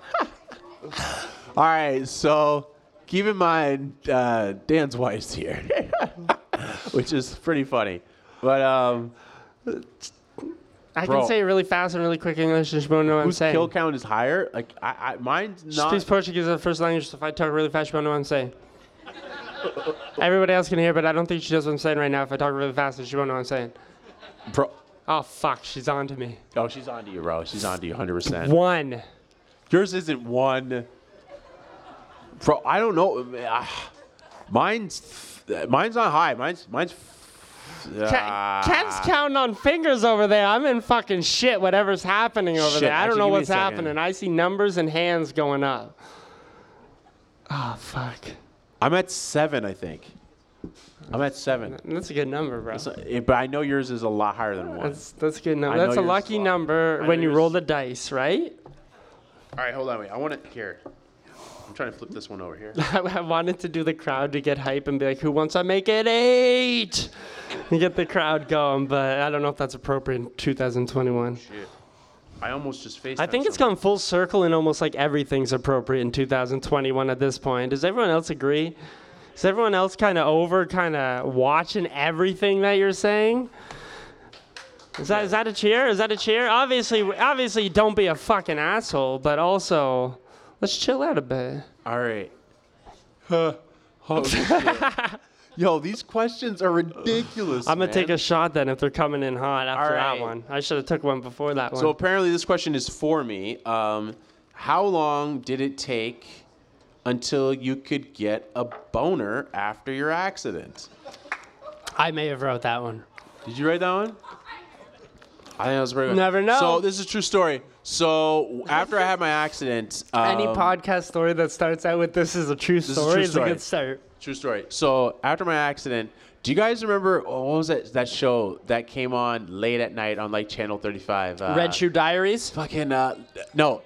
[SPEAKER 1] All right, so keep in mind uh, Dan's wife's here, which is pretty funny. But um,
[SPEAKER 2] I
[SPEAKER 1] Bro.
[SPEAKER 2] can say it really fast and really quick English. I just won't know what I'm
[SPEAKER 1] whose
[SPEAKER 2] saying.
[SPEAKER 1] kill count is higher? Like I, I mine's
[SPEAKER 2] Just
[SPEAKER 1] not.
[SPEAKER 2] Speaks Portuguese as the first language. So if I talk really fast, you won't know what I'm saying. Everybody else can hear, but I don't think she knows what I'm saying right now. If I talk really fast, she won't know what I'm saying.
[SPEAKER 1] Bro,
[SPEAKER 2] Oh fuck, she's on to me.
[SPEAKER 1] oh, she's on to you, bro. She's on to you, hundred percent.
[SPEAKER 2] One.
[SPEAKER 1] Yours isn't one. Bro, I don't know. Ah, Mine's mine's not high. Mine's mine's.
[SPEAKER 2] Ca-
[SPEAKER 1] Ah.
[SPEAKER 2] Kev's counting on fingers over there. I'm in fucking shit. Whatever's happening over
[SPEAKER 1] Shit,
[SPEAKER 2] there, I don't
[SPEAKER 1] actually,
[SPEAKER 2] know
[SPEAKER 1] give me a
[SPEAKER 2] what's
[SPEAKER 1] second.
[SPEAKER 2] happening. I see numbers and hands going up. Oh fuck,
[SPEAKER 1] I'm at seven, I think. I'm at seven,
[SPEAKER 2] that's a good number, bro.
[SPEAKER 1] So- eh, but I know yours is a lot higher than one.
[SPEAKER 2] That's that's a good
[SPEAKER 1] I
[SPEAKER 2] number.
[SPEAKER 1] know
[SPEAKER 2] That's a
[SPEAKER 1] yours is
[SPEAKER 2] lucky
[SPEAKER 1] low. I
[SPEAKER 2] number
[SPEAKER 1] know
[SPEAKER 2] when you
[SPEAKER 1] yours-
[SPEAKER 2] roll the dice, right?
[SPEAKER 1] All right, hold on, wait. I want to here. I'm trying to flip this one over here.
[SPEAKER 2] I wanted to do the crowd to get hype and be like, "Who wants to make it eight? And get the crowd going, but I don't know if that's appropriate in 2021.
[SPEAKER 1] Shit. I almost just faced.
[SPEAKER 2] I think it's gone full circle and almost like everything's appropriate in 2021 at this point. Does everyone else agree? Is everyone else kind of over, kind of watching everything that you're saying? Is that, is that a cheer? Is that a cheer? Obviously, obviously, don't be a fucking asshole, but also, let's chill out a bit.
[SPEAKER 1] All right. Huh. Oh, shit. Yo, these questions are ridiculous.
[SPEAKER 2] I'm gonna
[SPEAKER 1] man.
[SPEAKER 2] take a shot then if they're coming in hot after
[SPEAKER 1] Alright.
[SPEAKER 2] that one. I should have took one before that one.
[SPEAKER 1] So apparently, this question is for me. Um, how long did it take until you could get a boner after your accident?
[SPEAKER 2] I may have wrote that one.
[SPEAKER 1] Did you write that one? I think that was pretty good.
[SPEAKER 2] Never know.
[SPEAKER 1] So this is a true story. So after I had my accident, um,
[SPEAKER 2] Any podcast story that starts out with "This is a true
[SPEAKER 1] is a
[SPEAKER 2] story"
[SPEAKER 1] true
[SPEAKER 2] is a
[SPEAKER 1] story.
[SPEAKER 2] good start.
[SPEAKER 1] True story. So after my accident, do you guys remember oh, what was that that show that came on late at night on like Channel 35? Uh,
[SPEAKER 2] Red Shoe Diaries.
[SPEAKER 1] Fucking uh, no,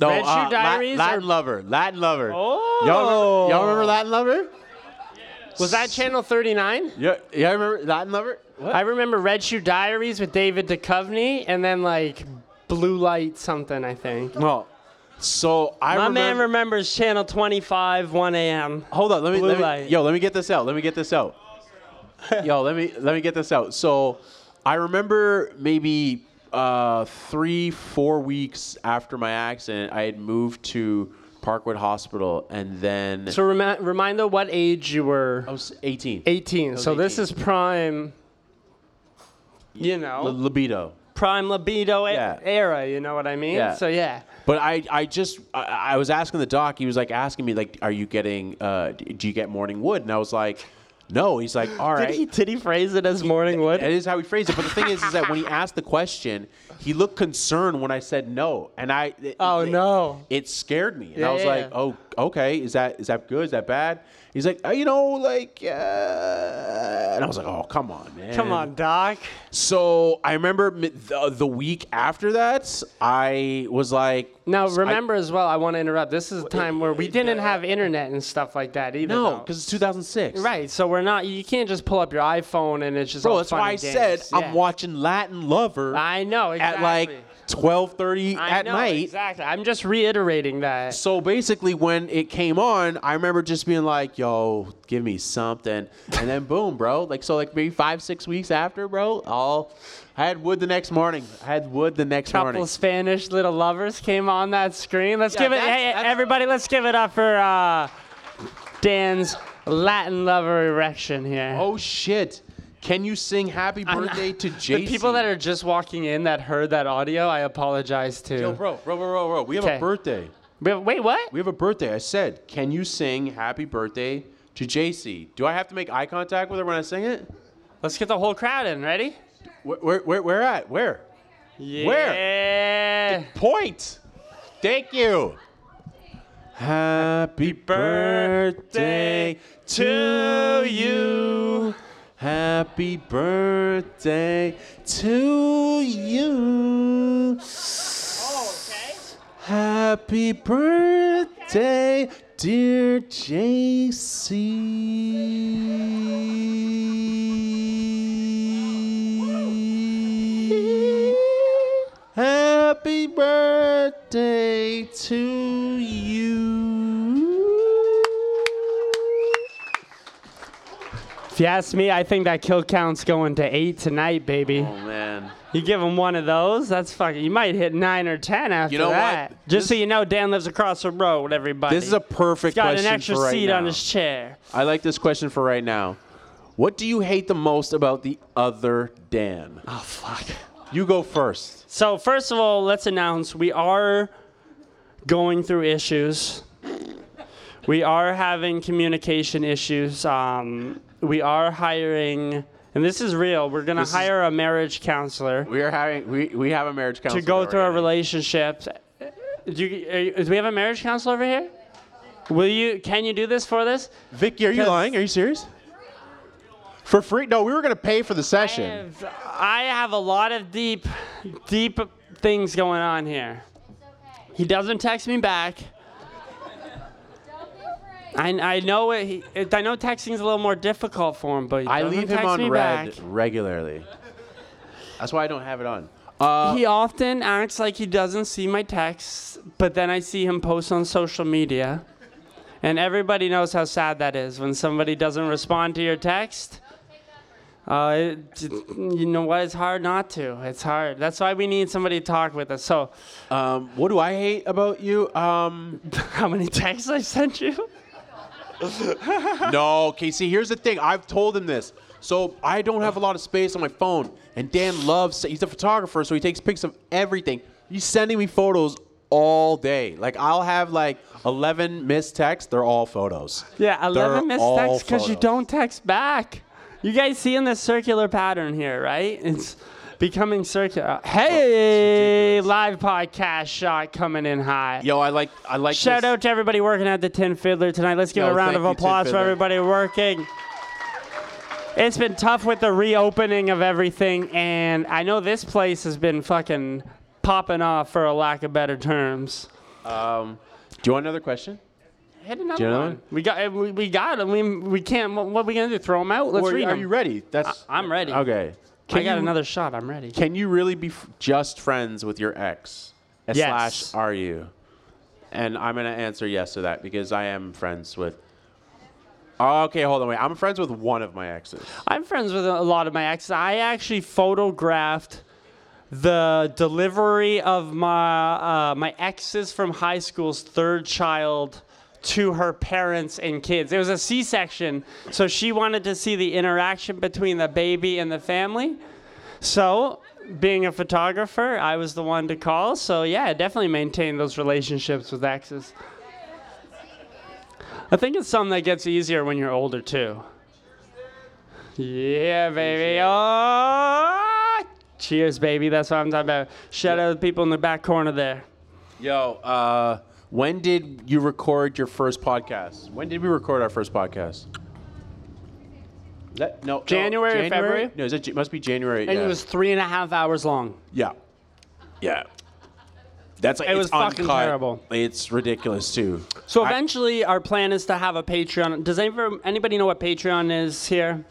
[SPEAKER 1] no.
[SPEAKER 2] Red
[SPEAKER 1] uh,
[SPEAKER 2] Shoe
[SPEAKER 1] La-
[SPEAKER 2] Diaries
[SPEAKER 1] Latin
[SPEAKER 2] or-
[SPEAKER 1] Lover. Latin Lover.
[SPEAKER 2] Oh.
[SPEAKER 1] Y'all remember, y'all remember Latin Lover?
[SPEAKER 2] Was that Channel 39?
[SPEAKER 1] Yeah. Y'all remember Latin Lover? What?
[SPEAKER 2] I remember Red Shoe Diaries with David Duchovny, and then like Blue Light something. I think.
[SPEAKER 1] no. So I
[SPEAKER 2] My
[SPEAKER 1] remember.
[SPEAKER 2] man remembers Channel 25, 1 a.m.
[SPEAKER 1] Hold on, let me,
[SPEAKER 2] Blue
[SPEAKER 1] let me-
[SPEAKER 2] light.
[SPEAKER 1] yo, let me get this out. Let me get this out. yo, let me let me get this out. So, I remember maybe uh, three, four weeks after my accident, I had moved to Parkwood Hospital, and then
[SPEAKER 2] So remi- remind though what age you were.
[SPEAKER 1] I was 18.
[SPEAKER 2] 18. So this
[SPEAKER 1] 18.
[SPEAKER 2] is prime. You know.
[SPEAKER 1] L- libido.
[SPEAKER 2] prime libido e-
[SPEAKER 1] Yeah.
[SPEAKER 2] era. You know what I mean?
[SPEAKER 1] Yeah.
[SPEAKER 2] So yeah,
[SPEAKER 1] But I, I just, I, I was asking the doc. He was like asking me, like, are you getting, uh, d- do you get morning wood? And I was like, No, he's like, all right.
[SPEAKER 2] Did he did he phrase it as morning wood?
[SPEAKER 1] That is how he phrased it. But the thing is, is that when he asked the question, he looked concerned when I said no, and I. it-
[SPEAKER 2] Oh,
[SPEAKER 1] it-
[SPEAKER 2] no.
[SPEAKER 1] It scared me, and
[SPEAKER 2] Yeah,
[SPEAKER 1] I was
[SPEAKER 2] yeah,
[SPEAKER 1] like,
[SPEAKER 2] yeah.
[SPEAKER 1] "Oh, okay. Is that is that good? Is that bad?" He's like, "Uh, "You know, like," uh... and I was like, "Oh, come on, man."
[SPEAKER 2] Come on, Doc.
[SPEAKER 1] So I remember mi- the, the week after that, I was like,
[SPEAKER 2] Now
[SPEAKER 1] I-
[SPEAKER 2] remember as well. I want to interrupt. This is a time where we didn't have internet and stuff like that either.
[SPEAKER 1] no,
[SPEAKER 2] though.
[SPEAKER 1] because it's 2006."
[SPEAKER 2] right. So we're not. You can't just pull up your iPhone and it's just.
[SPEAKER 1] Bro,
[SPEAKER 2] all
[SPEAKER 1] that's why I
[SPEAKER 2] funny
[SPEAKER 1] said
[SPEAKER 2] games. Yeah.
[SPEAKER 1] I'm watching Latin Lover
[SPEAKER 2] I know exactly.
[SPEAKER 1] at like 12:30
[SPEAKER 2] I
[SPEAKER 1] at
[SPEAKER 2] know,
[SPEAKER 1] night.
[SPEAKER 2] Exactly. I'm just reiterating that.
[SPEAKER 1] So basically, when it came on, I remember just being like, "Yo, give me something," and then boom, bro. Like so, like maybe five, six weeks after, bro. All I had wood the next morning. I had wood the next
[SPEAKER 2] Couple
[SPEAKER 1] morning.
[SPEAKER 2] Spanish little lovers came on that screen. Let's
[SPEAKER 1] Yeah,
[SPEAKER 2] give it.
[SPEAKER 1] that's-
[SPEAKER 2] Hey,
[SPEAKER 1] that's-
[SPEAKER 2] everybody, let's give it up for uh, Dan's Latin lover erection here.
[SPEAKER 1] Oh shit! Can you sing "Happy
[SPEAKER 2] I'm-
[SPEAKER 1] Birthday" to Jason?
[SPEAKER 2] The people that are just walking in that heard that audio, I apologize to.
[SPEAKER 1] Yo, bro, bro, bro, bro, bro. We have
[SPEAKER 2] Okay.
[SPEAKER 1] a birthday.
[SPEAKER 2] Wait, wait, what?
[SPEAKER 1] We have a birthday. I said, "Can you sing "Happy Birthday" to JC?" Do I have to make eye contact with her when I sing it?
[SPEAKER 2] Let's get the whole crowd in. Ready?
[SPEAKER 1] Where, where, where, where at? Where?
[SPEAKER 2] Yeah.
[SPEAKER 1] Point. Thank you. Happy birthday to you. Happy birthday to you. Happy birthday, dear JC. Happy birthday to you.
[SPEAKER 2] If you ask me, I think that kill count's going to eight tonight, baby.
[SPEAKER 1] Oh man.
[SPEAKER 2] You give him one of those, that's fucking. You might hit nine or ten after
[SPEAKER 1] know what?
[SPEAKER 2] that. Just so
[SPEAKER 1] This-
[SPEAKER 2] you know, Dan lives across the road. Everybody.
[SPEAKER 1] This is a perfect
[SPEAKER 2] He's got
[SPEAKER 1] question
[SPEAKER 2] an extra
[SPEAKER 1] for right
[SPEAKER 2] seat on
[SPEAKER 1] now.
[SPEAKER 2] his chair.
[SPEAKER 1] I like this question for right now. What do you hate the most about the other Dan?
[SPEAKER 2] Oh fuck.
[SPEAKER 1] You go first.
[SPEAKER 2] So first of all, let's announce we are going through issues. We are having communication issues. Um, we are hiring, and this is real. We're gonna
[SPEAKER 1] This is-
[SPEAKER 2] hire a marriage counselor
[SPEAKER 1] We are having we, we have a marriage counselor
[SPEAKER 2] to go through our
[SPEAKER 1] already.
[SPEAKER 2] relationships. Do, you, are you- do we have a marriage counselor over here? Will you? Can you do this for this?
[SPEAKER 1] Vicky, are you
[SPEAKER 2] Yes.
[SPEAKER 1] lying? Are you serious? For free? No, we were gonna pay for the
[SPEAKER 2] I
[SPEAKER 1] session.
[SPEAKER 2] have, I have a lot of deep, deep things going on here. He doesn't text me back. I, I know it, he- it- I know texting's a little more difficult for him, but he
[SPEAKER 1] I
[SPEAKER 2] doesn't
[SPEAKER 1] leave him
[SPEAKER 2] text me
[SPEAKER 1] on red
[SPEAKER 2] back.
[SPEAKER 1] regularly. That's why I don't have it on. Uh,
[SPEAKER 2] He often acts like he doesn't see my texts, but then I see him post on social media, and everybody knows how sad that is when somebody doesn't respond to your text. Uh, it, you know what? It's hard not to. It's hard. That's why we need somebody to talk with us. So,
[SPEAKER 1] um, what do I hate about you? Um,
[SPEAKER 2] how many texts I sent you?
[SPEAKER 1] no, okay. See, here's the thing. I've told him this, so I don't have a lot of space on my phone. And Dan loves. He's a photographer, so he takes pics of everything. He's sending me photos all day. Like I'll have like 11 missed texts. They're all photos.
[SPEAKER 2] Yeah, 11 missed
[SPEAKER 1] all
[SPEAKER 2] texts because you
[SPEAKER 1] photos.
[SPEAKER 2] don't text back. You guys seeing this circular pattern here, right? It's becoming circular. Hey,
[SPEAKER 1] ridiculous.
[SPEAKER 2] live podcast shot coming in high.
[SPEAKER 1] Yo, I like. I like.
[SPEAKER 2] Shout
[SPEAKER 1] this.
[SPEAKER 2] out to everybody working at the Tin Fiddler tonight. Let's give
[SPEAKER 1] Yo,
[SPEAKER 2] a round
[SPEAKER 1] thank
[SPEAKER 2] of
[SPEAKER 1] you, Tin
[SPEAKER 2] applause for
[SPEAKER 1] Fiddler.
[SPEAKER 2] everybody working. It's been tough with the reopening of everything, and I know this place has been fucking popping off for a lack of better terms.
[SPEAKER 1] Um, do you want another question?
[SPEAKER 2] Hit another
[SPEAKER 1] you know
[SPEAKER 2] one.
[SPEAKER 1] it?
[SPEAKER 2] We got eh, we, we got him. We, we can't. What, what are we gonna do? Throw him out? Let's
[SPEAKER 1] Or
[SPEAKER 2] read
[SPEAKER 1] are
[SPEAKER 2] him.
[SPEAKER 1] you ready? That's
[SPEAKER 2] I'm ready.
[SPEAKER 1] okay.
[SPEAKER 2] I got
[SPEAKER 1] you,
[SPEAKER 2] another shot. I'm ready.
[SPEAKER 1] Can you really be f- just friends with your ex? A
[SPEAKER 2] Yes.
[SPEAKER 1] Slash, are you? And I'm gonna answer yes to that because I am friends with. Okay, hold on, wait. I'm friends with one of my exes.
[SPEAKER 2] I'm friends with a lot of my exes. I actually photographed the delivery of my uh, my exes from high school's third child to her parents and kids. It was a C-section, so she wanted to see the interaction between the baby and the family. So, being a photographer, I was the one to call. So yeah, I definitely maintain those relationships with exes. I think it's something that gets easier when you're older too.
[SPEAKER 4] Yeah, baby. Oh, cheers, baby. That's what I'm talking about. Shout out to the people in the back corner there.
[SPEAKER 1] Yo, uh, when did you record your first podcast? When did we record our first podcast? Is that- no, no,
[SPEAKER 2] January or February?
[SPEAKER 1] No, is that, it must be January.
[SPEAKER 2] And
[SPEAKER 1] yeah.
[SPEAKER 2] it was three and a half hours long.
[SPEAKER 1] yeah, yeah. That's like,
[SPEAKER 2] It
[SPEAKER 1] it's
[SPEAKER 2] was fucking
[SPEAKER 1] uncut.
[SPEAKER 2] terrible.
[SPEAKER 1] It's ridiculous too.
[SPEAKER 2] So eventually, our plan is to have a Patreon. Does anyver- anybody know what Patreon is here?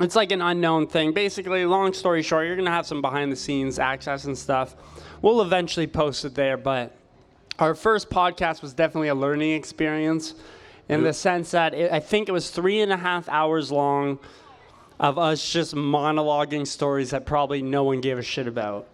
[SPEAKER 2] It's like an unknown thing. Basically, long story short, you're gonna have some behind the scenes access and stuff. We'll eventually post it there, but our first podcast was definitely a learning experience in the sense that it, I think it was three and a half hours long of us just monologuing stories that probably no one gave a shit about.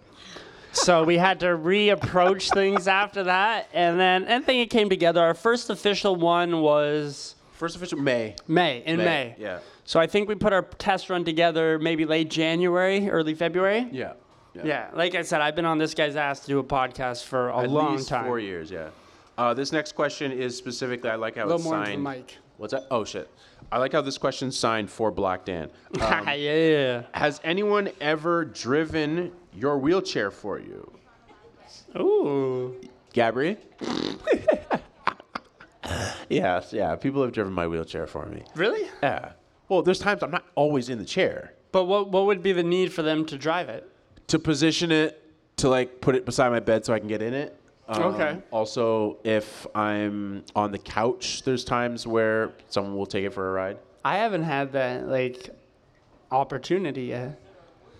[SPEAKER 2] So we had to reapproach things after that, and then and then it came together. Our first official one was
[SPEAKER 1] First official May.
[SPEAKER 2] May in May.
[SPEAKER 1] Yeah.
[SPEAKER 2] So I think we put our test run together maybe late January, early February.
[SPEAKER 1] Yeah.
[SPEAKER 2] Yeah, like I said, I've been on this guy's ass to do a podcast for a
[SPEAKER 1] At
[SPEAKER 2] long
[SPEAKER 1] least
[SPEAKER 2] time.
[SPEAKER 1] four years. Yeah. Uh, this next question is specifically. I like how
[SPEAKER 2] little
[SPEAKER 1] it's
[SPEAKER 2] more into the
[SPEAKER 1] signed.
[SPEAKER 2] mic.
[SPEAKER 1] What's that? Oh shit. I like how this question's signed for Black Dan. Um,
[SPEAKER 2] yeah.
[SPEAKER 1] Has anyone ever driven your wheelchair for you?
[SPEAKER 2] Ooh.
[SPEAKER 1] Gabri? yes, yeah. People have driven my wheelchair for me.
[SPEAKER 2] Really?
[SPEAKER 1] Yeah. Well, there's times I'm not always in the chair.
[SPEAKER 2] But what what would be the need for them to drive it?
[SPEAKER 1] To position it, to like put it beside my bed so I can get in it. Um,
[SPEAKER 2] Okay.
[SPEAKER 1] Also, if I'm on the couch, there's times where someone will take it for a ride.
[SPEAKER 2] I haven't had that like opportunity yet.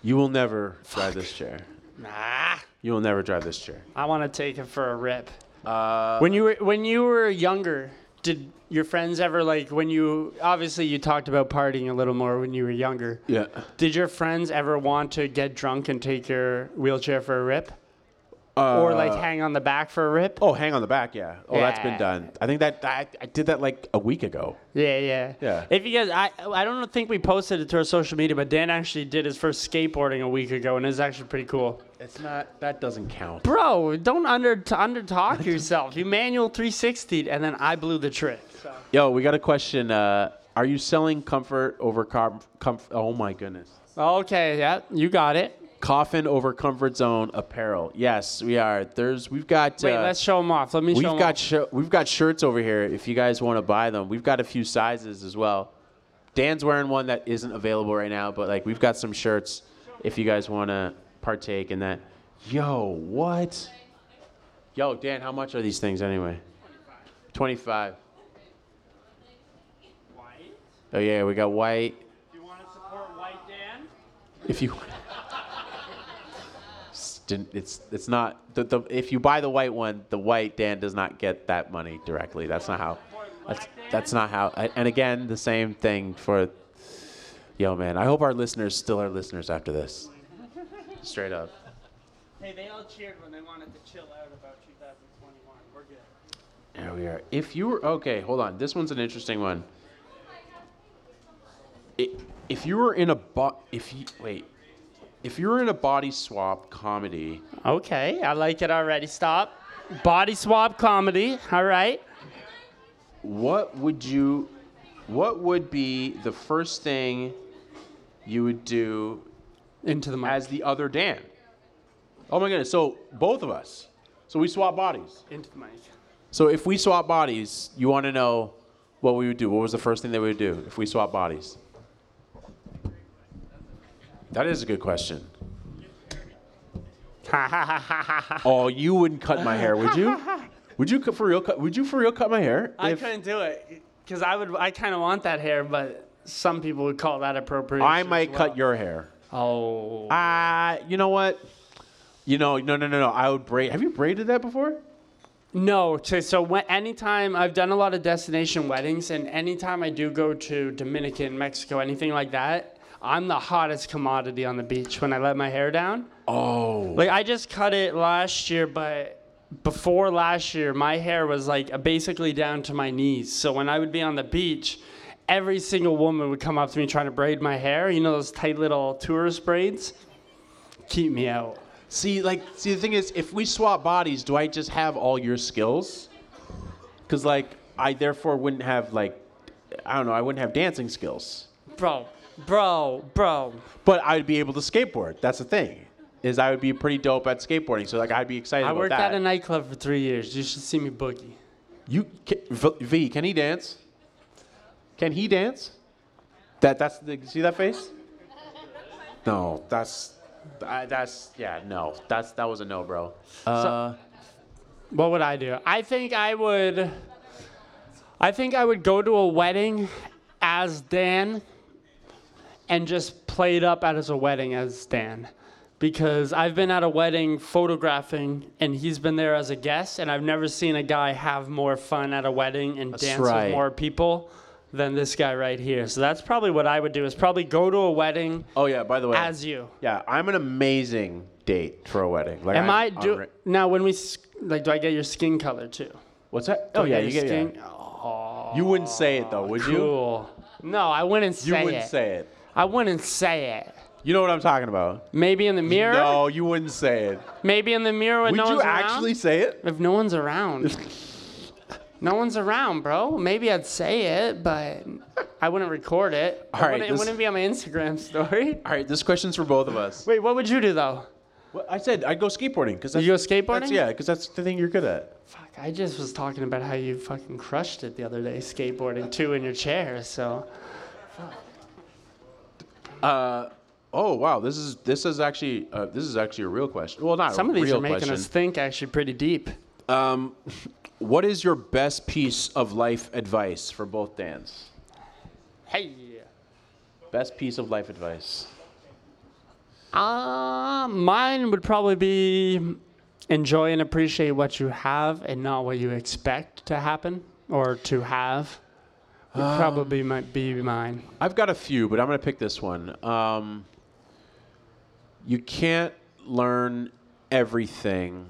[SPEAKER 1] You will never drive this chair.
[SPEAKER 2] Nah.
[SPEAKER 1] You will never drive this chair.
[SPEAKER 2] I want to take it for a rip. when you were when you were younger, did your friends ever like when you obviously you talked about partying a little more when you were younger?
[SPEAKER 1] Yeah.
[SPEAKER 2] Did your friends ever want to get drunk and take your wheelchair for a rip, or like hang on the back for a rip?
[SPEAKER 1] Uh, Oh, hang on the back, yeah. Oh, that's been
[SPEAKER 2] Yeah.
[SPEAKER 1] done. I think that I, I did that like a week ago.
[SPEAKER 2] Yeah, yeah,
[SPEAKER 1] Yeah.
[SPEAKER 2] If you guys, I I don't think we posted it to our social media, but Dan actually did his first skateboarding a week ago, and it's actually pretty cool.
[SPEAKER 1] It's not. That doesn't count.
[SPEAKER 2] Bro, don't under t- under talk yourself. You manual 360, and then I blew the trick.
[SPEAKER 1] Yo, we got a question. Uh, are you selling comfort over com- comf- Oh my goodness.
[SPEAKER 2] Okay, yeah, you got it.
[SPEAKER 1] Coffin over comfort zone apparel. Yes, we are. There's. We've got.
[SPEAKER 2] Wait,
[SPEAKER 1] uh,
[SPEAKER 2] let's show them off. Let me
[SPEAKER 1] We've
[SPEAKER 2] show 'em
[SPEAKER 1] got
[SPEAKER 2] off.
[SPEAKER 1] shir- we've got shirts over here. If you guys want to buy them, we've got a few sizes as well. Dan's wearing one that isn't available right now, but like we've got some shirts. If you guys want to partake in that, yo, what? Yo, Dan, how much are these things anyway? Twenty-five. Oh yeah, we got white.
[SPEAKER 2] Do you want to support White Dan?
[SPEAKER 1] If you It's- didn't- it's it's not the, the if you buy the white one, the white Dan does not get that money directly. That's not how. That's that's not how. I, and again, the same thing for. Yo, man, I hope our listeners still are listeners after this. Straight up.
[SPEAKER 2] Hey, they all cheered when they wanted to chill out about 2021. We're good.
[SPEAKER 1] There we are. If you were okay, hold on. This one's an interesting one. I- If you were in a bo- if you wait, if you were in a body swap comedy,
[SPEAKER 2] Okay, I like it already. Stop. Body swap comedy. All right.
[SPEAKER 1] What would you what would be the first thing you would do
[SPEAKER 2] Into the mic.
[SPEAKER 1] as the other Dan? Oh my goodness. So both of us. So we swap bodies.
[SPEAKER 2] Into the mic.
[SPEAKER 1] So if we swap bodies, you want to know what we would do. What was the first thing that we would do if we swap bodies? That is a good question. oh, you wouldn't cut my hair, would you? Would you cut- for real cut? Would you for real cut my hair?
[SPEAKER 2] I
[SPEAKER 1] if-
[SPEAKER 2] couldn't do it because I would. I kind of want that hair, but some people would call that appropriate.
[SPEAKER 1] I might cut your hair.
[SPEAKER 2] Oh.
[SPEAKER 1] Uh, you know what? You know, no, no, no, no. I would braid. Have you braided that before?
[SPEAKER 2] No, so, so when, anytime I've done a lot of destination weddings, and anytime I do go to Dominican, Mexico, anything like that, I'm the hottest commodity on the beach when I let my hair down.
[SPEAKER 1] Oh.
[SPEAKER 2] Like I just cut it last year, but before last year, my hair was like basically down to my knees. So when I would be on the beach, every single woman would come up to me trying to braid my hair. You know those tight little tourist braids? Keep me out.
[SPEAKER 1] See, like, see, the thing is, if we swap bodies, do I just have all your skills? Because, like, I therefore wouldn't have, like, I don't know, I wouldn't have dancing skills.
[SPEAKER 2] Bro, bro, bro.
[SPEAKER 1] But I'd be able to skateboard. That's the thing. Is I would be pretty dope at skateboarding. So like I'd be excited
[SPEAKER 2] I
[SPEAKER 1] about
[SPEAKER 2] worked
[SPEAKER 1] that.
[SPEAKER 2] at a nightclub for three years. You should see me boogie.
[SPEAKER 1] you can, V- V, can he dance? Can he dance? That that's the, see that face? No, that's I, that's yeah, no. That's that was a no, bro. Uh,
[SPEAKER 2] What would I do? I think I would. I think I would go to a wedding as Dan and just play it up as a wedding as Dan. Because I've been at a wedding photographing and he's been there as a guest, and I've never seen a guy have more fun at a wedding and dance
[SPEAKER 1] right.
[SPEAKER 2] with more people than this guy right here. So that's probably what I would do is probably go to a wedding
[SPEAKER 1] oh yeah, by the way.
[SPEAKER 2] as you.
[SPEAKER 1] yeah, I'm an amazing date for a wedding. Like I'm,
[SPEAKER 2] Am I do
[SPEAKER 1] unre-
[SPEAKER 2] now when we s- like do I get your skin color too?
[SPEAKER 1] What's that?
[SPEAKER 2] Do
[SPEAKER 1] Oh
[SPEAKER 2] I
[SPEAKER 1] yeah, you
[SPEAKER 2] your
[SPEAKER 1] get yeah.
[SPEAKER 2] skin. Oh.
[SPEAKER 1] You wouldn't say it though, would you?
[SPEAKER 2] Cool. No, I wouldn't say
[SPEAKER 1] You wouldn't
[SPEAKER 2] it.
[SPEAKER 1] say it.
[SPEAKER 2] I wouldn't say it.
[SPEAKER 1] You know what I'm talking about.
[SPEAKER 2] Maybe in the mirror.
[SPEAKER 1] No, you wouldn't say it.
[SPEAKER 2] Maybe in the mirror when
[SPEAKER 1] Would
[SPEAKER 2] no
[SPEAKER 1] you
[SPEAKER 2] one's
[SPEAKER 1] actually say it?
[SPEAKER 2] around. If no one's around. no one's around, bro. Maybe I'd say it, but I wouldn't record it.
[SPEAKER 1] All
[SPEAKER 2] All
[SPEAKER 1] right,
[SPEAKER 2] It
[SPEAKER 1] this-
[SPEAKER 2] wouldn't be on my Instagram story.
[SPEAKER 1] All right, this question's for both of us.
[SPEAKER 2] Wait, what would you do though?
[SPEAKER 1] Well, I said I'd go skateboarding because
[SPEAKER 2] You go skateboarding?
[SPEAKER 1] That's, yeah, because that's the thing you're good at.
[SPEAKER 2] Fuck, I just was talking about how you fucking crushed it the other day, skateboarding two in your chair. So
[SPEAKER 1] Oh wow, this is this is actually uh, this is actually a real question. Well, not
[SPEAKER 2] some
[SPEAKER 1] a
[SPEAKER 2] of these
[SPEAKER 1] real
[SPEAKER 2] are making
[SPEAKER 1] question.
[SPEAKER 2] us think actually pretty deep.
[SPEAKER 1] um, what is your best piece of life advice for both Dan's?
[SPEAKER 2] Hey.
[SPEAKER 1] Best piece of life advice.
[SPEAKER 2] Uh, mine would probably be enjoy and appreciate what you have and not what you expect to happen or to have. Would
[SPEAKER 1] Um,
[SPEAKER 2] probably might be mine.
[SPEAKER 1] I've got a few, but I'm going to pick this one. Um, you can't learn everything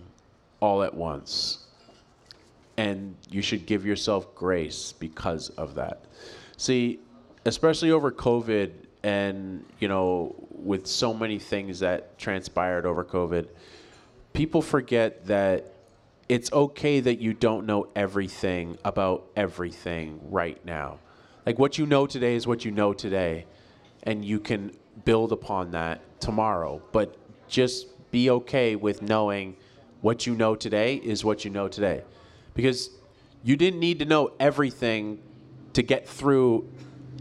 [SPEAKER 1] all at once. And you should give yourself grace because of that. See, especially over COVID and, you know, with so many things that transpired over COVID, people forget that it's okay that you don't know everything about everything right now. Like what you know today is what you know today, and you can build upon that tomorrow. But just be okay with knowing what you know today is what you know today. Because you didn't need to know everything to get through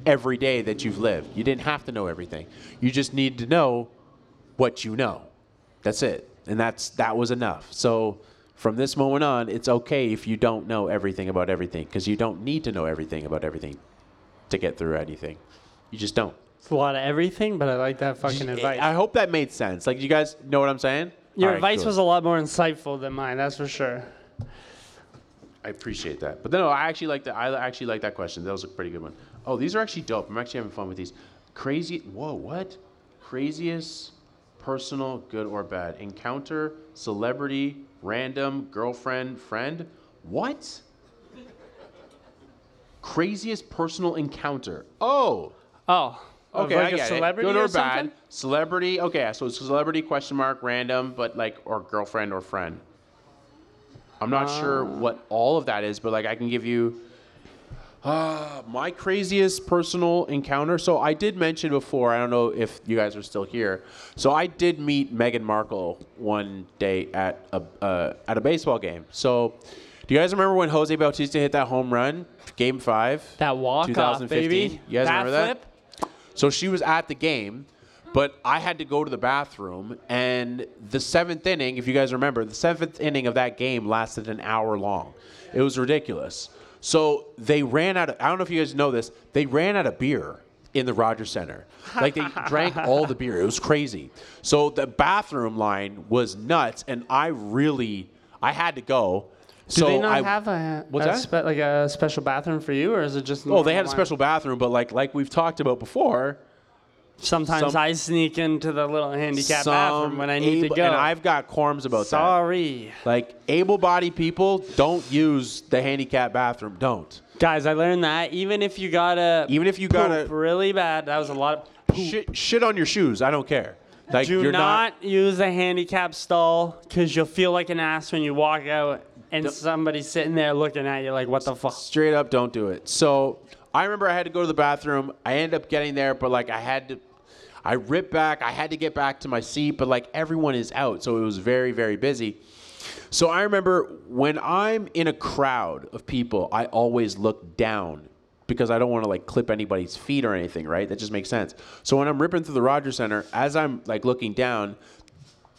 [SPEAKER 1] every day that you've lived. You didn't have to know everything. You just need to know what you know. That's it. And that's that was enough. So from this moment on, it's okay if you don't know everything about everything because you don't need to know everything about everything to get through anything. You just don't.
[SPEAKER 2] It's a lot of everything, but I like that fucking advice.
[SPEAKER 1] eh, I hope that made sense. Like you guys know what I'm saying? All
[SPEAKER 2] Your
[SPEAKER 1] right,
[SPEAKER 2] advice
[SPEAKER 1] cool.
[SPEAKER 2] was a lot more insightful than mine, that's for sure.
[SPEAKER 1] I appreciate that. But no, I actually like that. I actually like that question. That was a pretty good one. Oh, these are actually dope. I'm actually having fun with these. Crazy. Whoa, what? Craziest personal, good or bad encounter, celebrity, random girlfriend, friend. What? Craziest personal encounter. Oh.
[SPEAKER 2] Oh, of
[SPEAKER 1] Okay,
[SPEAKER 2] like
[SPEAKER 1] I
[SPEAKER 2] a
[SPEAKER 1] get
[SPEAKER 2] celebrity
[SPEAKER 1] it. Good or,
[SPEAKER 2] or
[SPEAKER 1] bad?
[SPEAKER 2] something?
[SPEAKER 1] Celebrity. Okay, so it's celebrity question mark random, but like or girlfriend or friend. I'm not
[SPEAKER 2] Ah.
[SPEAKER 1] sure what all of that is, but like I can give you uh, my craziest personal encounter. So I did mention before. I don't know if you guys are still here. So I did meet Meghan Markle one day at a uh, at a baseball game. So. Do you guys remember when Jose Bautista hit that home run, Game Five?
[SPEAKER 2] That walk off,
[SPEAKER 1] 2015?
[SPEAKER 2] baby.
[SPEAKER 1] You guys remember that?
[SPEAKER 2] flip?
[SPEAKER 1] So she was at the game, but I had to go to the bathroom. And the seventh inning, if you guys remember, the seventh inning of that game lasted an hour long. It was ridiculous. So they ran out of, I don't know if you guys know this, they ran out of beer in the Rogers Center. Like they drank all the beer. It was crazy. So the bathroom line was nuts. And I really, I had to go.
[SPEAKER 2] Do
[SPEAKER 1] so
[SPEAKER 2] they not
[SPEAKER 1] I,
[SPEAKER 2] have a,
[SPEAKER 1] What's
[SPEAKER 2] a
[SPEAKER 1] that?
[SPEAKER 2] spe- like a special bathroom for you, or is it just?
[SPEAKER 1] Oh, they had a
[SPEAKER 2] normal line?
[SPEAKER 1] special bathroom, but like like we've talked about before,
[SPEAKER 2] Sometimes
[SPEAKER 1] Some-
[SPEAKER 2] I sneak into the little handicap bathroom
[SPEAKER 1] some
[SPEAKER 2] when I need
[SPEAKER 1] able-
[SPEAKER 2] to go.
[SPEAKER 1] And I've got qualms about that.
[SPEAKER 2] Sorry.
[SPEAKER 1] Like able-bodied people don't use the handicapped bathroom. Don't.
[SPEAKER 2] Guys, I learned that even if you gotta
[SPEAKER 1] Even if you
[SPEAKER 2] poop
[SPEAKER 1] gotta-
[SPEAKER 2] really bad, that was a lot of poop.
[SPEAKER 1] Shit, shit on your shoes. I don't care. Like
[SPEAKER 2] Do
[SPEAKER 1] you're
[SPEAKER 2] not, use a handicap stall because you'll feel like an ass when you walk out and somebody's sitting there looking at you like, "What the fuck?"
[SPEAKER 1] straight up. Don't do it. So I remember I had to go to the bathroom. I ended up getting there, but like I had to, I ripped back. I had to get back to my seat, but like everyone is out, so it was very very busy. So I remember when I'm in a crowd of people, I always look down because I don't want to like clip anybody's feet or anything, right? That just makes sense. So when I'm ripping through the Rogers Center, as I'm like looking down,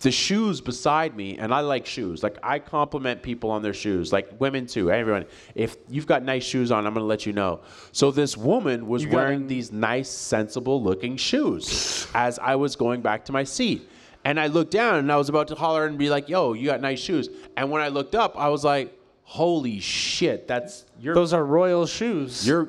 [SPEAKER 1] the shoes beside me, and I like shoes. Like I compliment people on their shoes, like women too. Everyone, if you've got nice shoes on, I'm gonna let you know. So this woman was
[SPEAKER 2] got
[SPEAKER 1] wearing
[SPEAKER 2] an-
[SPEAKER 1] these nice, sensible-looking shoes as I was going back to my seat, and I looked down and I was about to holler and be like, "Yo, you got nice shoes." And when I looked up, I was like, "Holy shit, that's your
[SPEAKER 5] Those are royal shoes.
[SPEAKER 1] you're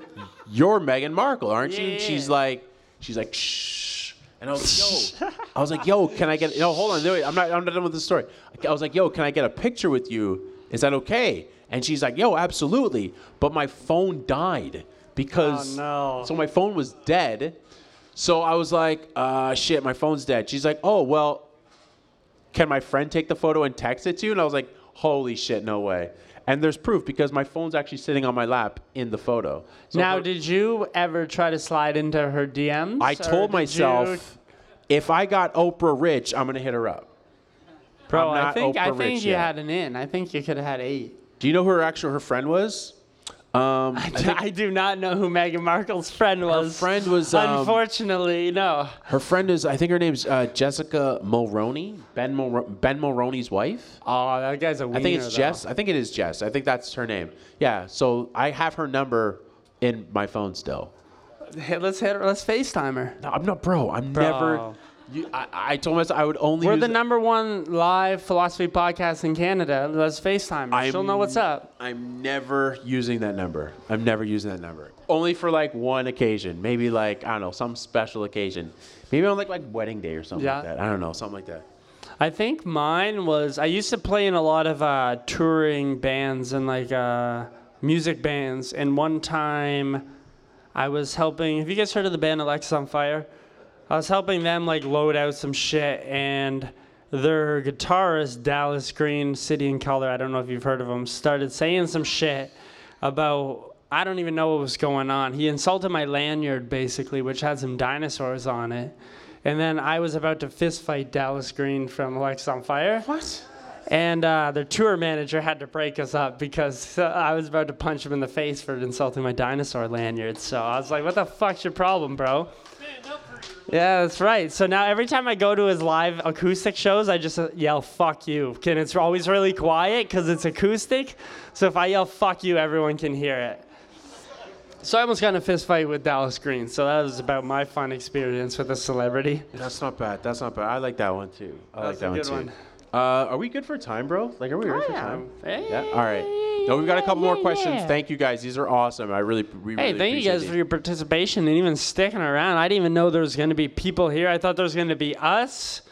[SPEAKER 1] you're Meghan Markle, aren't you?
[SPEAKER 2] Yeah.
[SPEAKER 1] And she's like, she's like, shh. And I was like, yo, I was like, yo, can I get? No, hold on, wait, I'm not, I'm not done with the story. I was like, yo, can I get a picture with you? Is that okay? And she's like, yo, absolutely. But my phone died because
[SPEAKER 5] Oh, no.
[SPEAKER 1] so my phone was dead. So I was like, uh, shit, my phone's dead. She's like, oh well, can my friend take the photo and text it to you? And I was like, holy shit, no way. And there's proof because my phone's actually sitting on my lap in the photo. So
[SPEAKER 2] now,
[SPEAKER 1] her-
[SPEAKER 2] did you ever try to slide into her DMs?
[SPEAKER 1] I
[SPEAKER 2] or
[SPEAKER 1] told
[SPEAKER 2] did
[SPEAKER 1] myself, if I got Oprah rich, I'm gonna hit her up.
[SPEAKER 2] you- bro,
[SPEAKER 1] I'm
[SPEAKER 2] I
[SPEAKER 1] not
[SPEAKER 2] think I
[SPEAKER 1] Oprah
[SPEAKER 2] think
[SPEAKER 1] rich
[SPEAKER 2] you
[SPEAKER 1] yet.
[SPEAKER 2] had an in. I think you could have had eight.
[SPEAKER 1] Do you know who her actual her friend was? Um,
[SPEAKER 2] I, do not know who Meghan Markle's friend was.
[SPEAKER 1] friend was, um,
[SPEAKER 2] unfortunately no.
[SPEAKER 1] her friend is I think her name's uh, Jessica Mulroney, Ben Mulro- Ben Mulroney's wife.
[SPEAKER 2] Oh, that guy's a wiener.
[SPEAKER 1] I think it's
[SPEAKER 2] though.
[SPEAKER 1] Jess. I think it is Jess. I think that's her name. Yeah. So I have her number in my phone still.
[SPEAKER 2] Hey, let's hit. her- Let's Facetime her.
[SPEAKER 1] No, I'm not, bro. I'm never. You, I, I told myself I would only.
[SPEAKER 2] We're
[SPEAKER 1] use
[SPEAKER 2] the number one live philosophy podcast in Canada. Let's FaceTime. her. She'll know what's up.
[SPEAKER 1] I'm never using that number. I'm never using that number. Only for like one occasion, maybe like I don't know, some special occasion. Maybe on like like wedding day or something
[SPEAKER 2] Yeah.
[SPEAKER 1] like that. I don't know, something like that.
[SPEAKER 2] I think mine was. I used to play in a lot of uh, touring bands and like uh, music bands. And one time, I was helping. Have you guys heard of the band Alexa on Fire? I was helping them like load out some shit, and their guitarist Dallas Green, City in Color. I don't know if you've heard of him. Started saying some shit about I don't even know what was going on. He insulted my lanyard basically, which had some dinosaurs on it. And then I was about to fist fight Dallas Green from Alexa on Fire.
[SPEAKER 1] What?
[SPEAKER 2] And uh, their tour manager had to break us up because uh, I was about to punch him in the face for insulting my dinosaur lanyard. So I was like, what the fuck's your problem, bro? Yeah, that's right. So now every time I go to his live acoustic shows, I just uh, yell "fuck you," and it's always really quiet because it's acoustic. So if I yell "fuck you," everyone can hear it. So I almost got in a fist fight with Dallas Green. So that was about my fun experience with a celebrity.
[SPEAKER 1] That's not bad. That's not bad. I like that one too. I
[SPEAKER 2] That's a
[SPEAKER 1] like that
[SPEAKER 2] good
[SPEAKER 1] one too.
[SPEAKER 2] one.
[SPEAKER 1] Uh, are we good for time, bro? Like, are we ready for time?
[SPEAKER 2] Hey,
[SPEAKER 1] Yeah. All right. No, we've got a couple more
[SPEAKER 2] yeah,
[SPEAKER 1] questions.
[SPEAKER 2] yeah.
[SPEAKER 1] Thank you guys. These are awesome. I really, we
[SPEAKER 2] Hey,
[SPEAKER 1] really
[SPEAKER 2] thank you
[SPEAKER 1] appreciate
[SPEAKER 2] guys
[SPEAKER 1] these.
[SPEAKER 2] for your participation and even sticking around. I didn't even know there was going to be people here. I thought there was going to be us,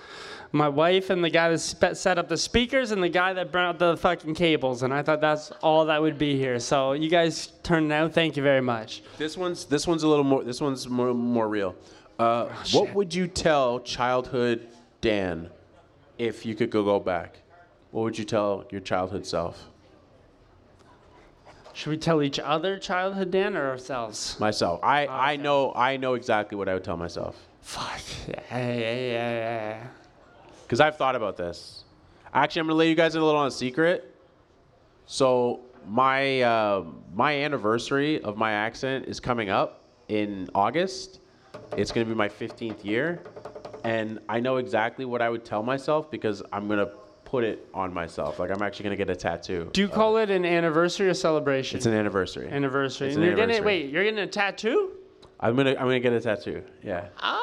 [SPEAKER 2] my wife, and the guy that spe- set up the speakers, and the guy that brought the fucking cables. And I thought that's all that would be here. So you guys turned out. Thank you very much.
[SPEAKER 1] This one's this one's a little more. This one's more more real.
[SPEAKER 2] Oh,
[SPEAKER 1] Uh, what would you tell childhood Dan if you could go go back? What would you tell your childhood self?
[SPEAKER 2] Should we tell each other childhood Dan or ourselves?
[SPEAKER 1] Myself.
[SPEAKER 2] Oh,
[SPEAKER 1] I I know I know exactly what I would tell myself
[SPEAKER 2] Fuck. Yeah, yeah, yeah, yeah. yeah.
[SPEAKER 1] because I've thought about this. Actually, I'm gonna let you guys in a little on a secret. So my uh, my anniversary of my accident is coming up in August. It's gonna be my 15th year, and I know exactly what I would tell myself because I'm gonna put it on myself. Like I'm actually gonna get a tattoo.
[SPEAKER 2] Do you call it an anniversary or celebration?
[SPEAKER 1] It's an anniversary.
[SPEAKER 2] anniversary.
[SPEAKER 1] it's
[SPEAKER 2] and
[SPEAKER 1] an
[SPEAKER 2] you're getting
[SPEAKER 1] anniversary.
[SPEAKER 2] wait, you're getting a tattoo?
[SPEAKER 1] I'm gonna I'm gonna get a tattoo. Yeah.
[SPEAKER 2] Ah.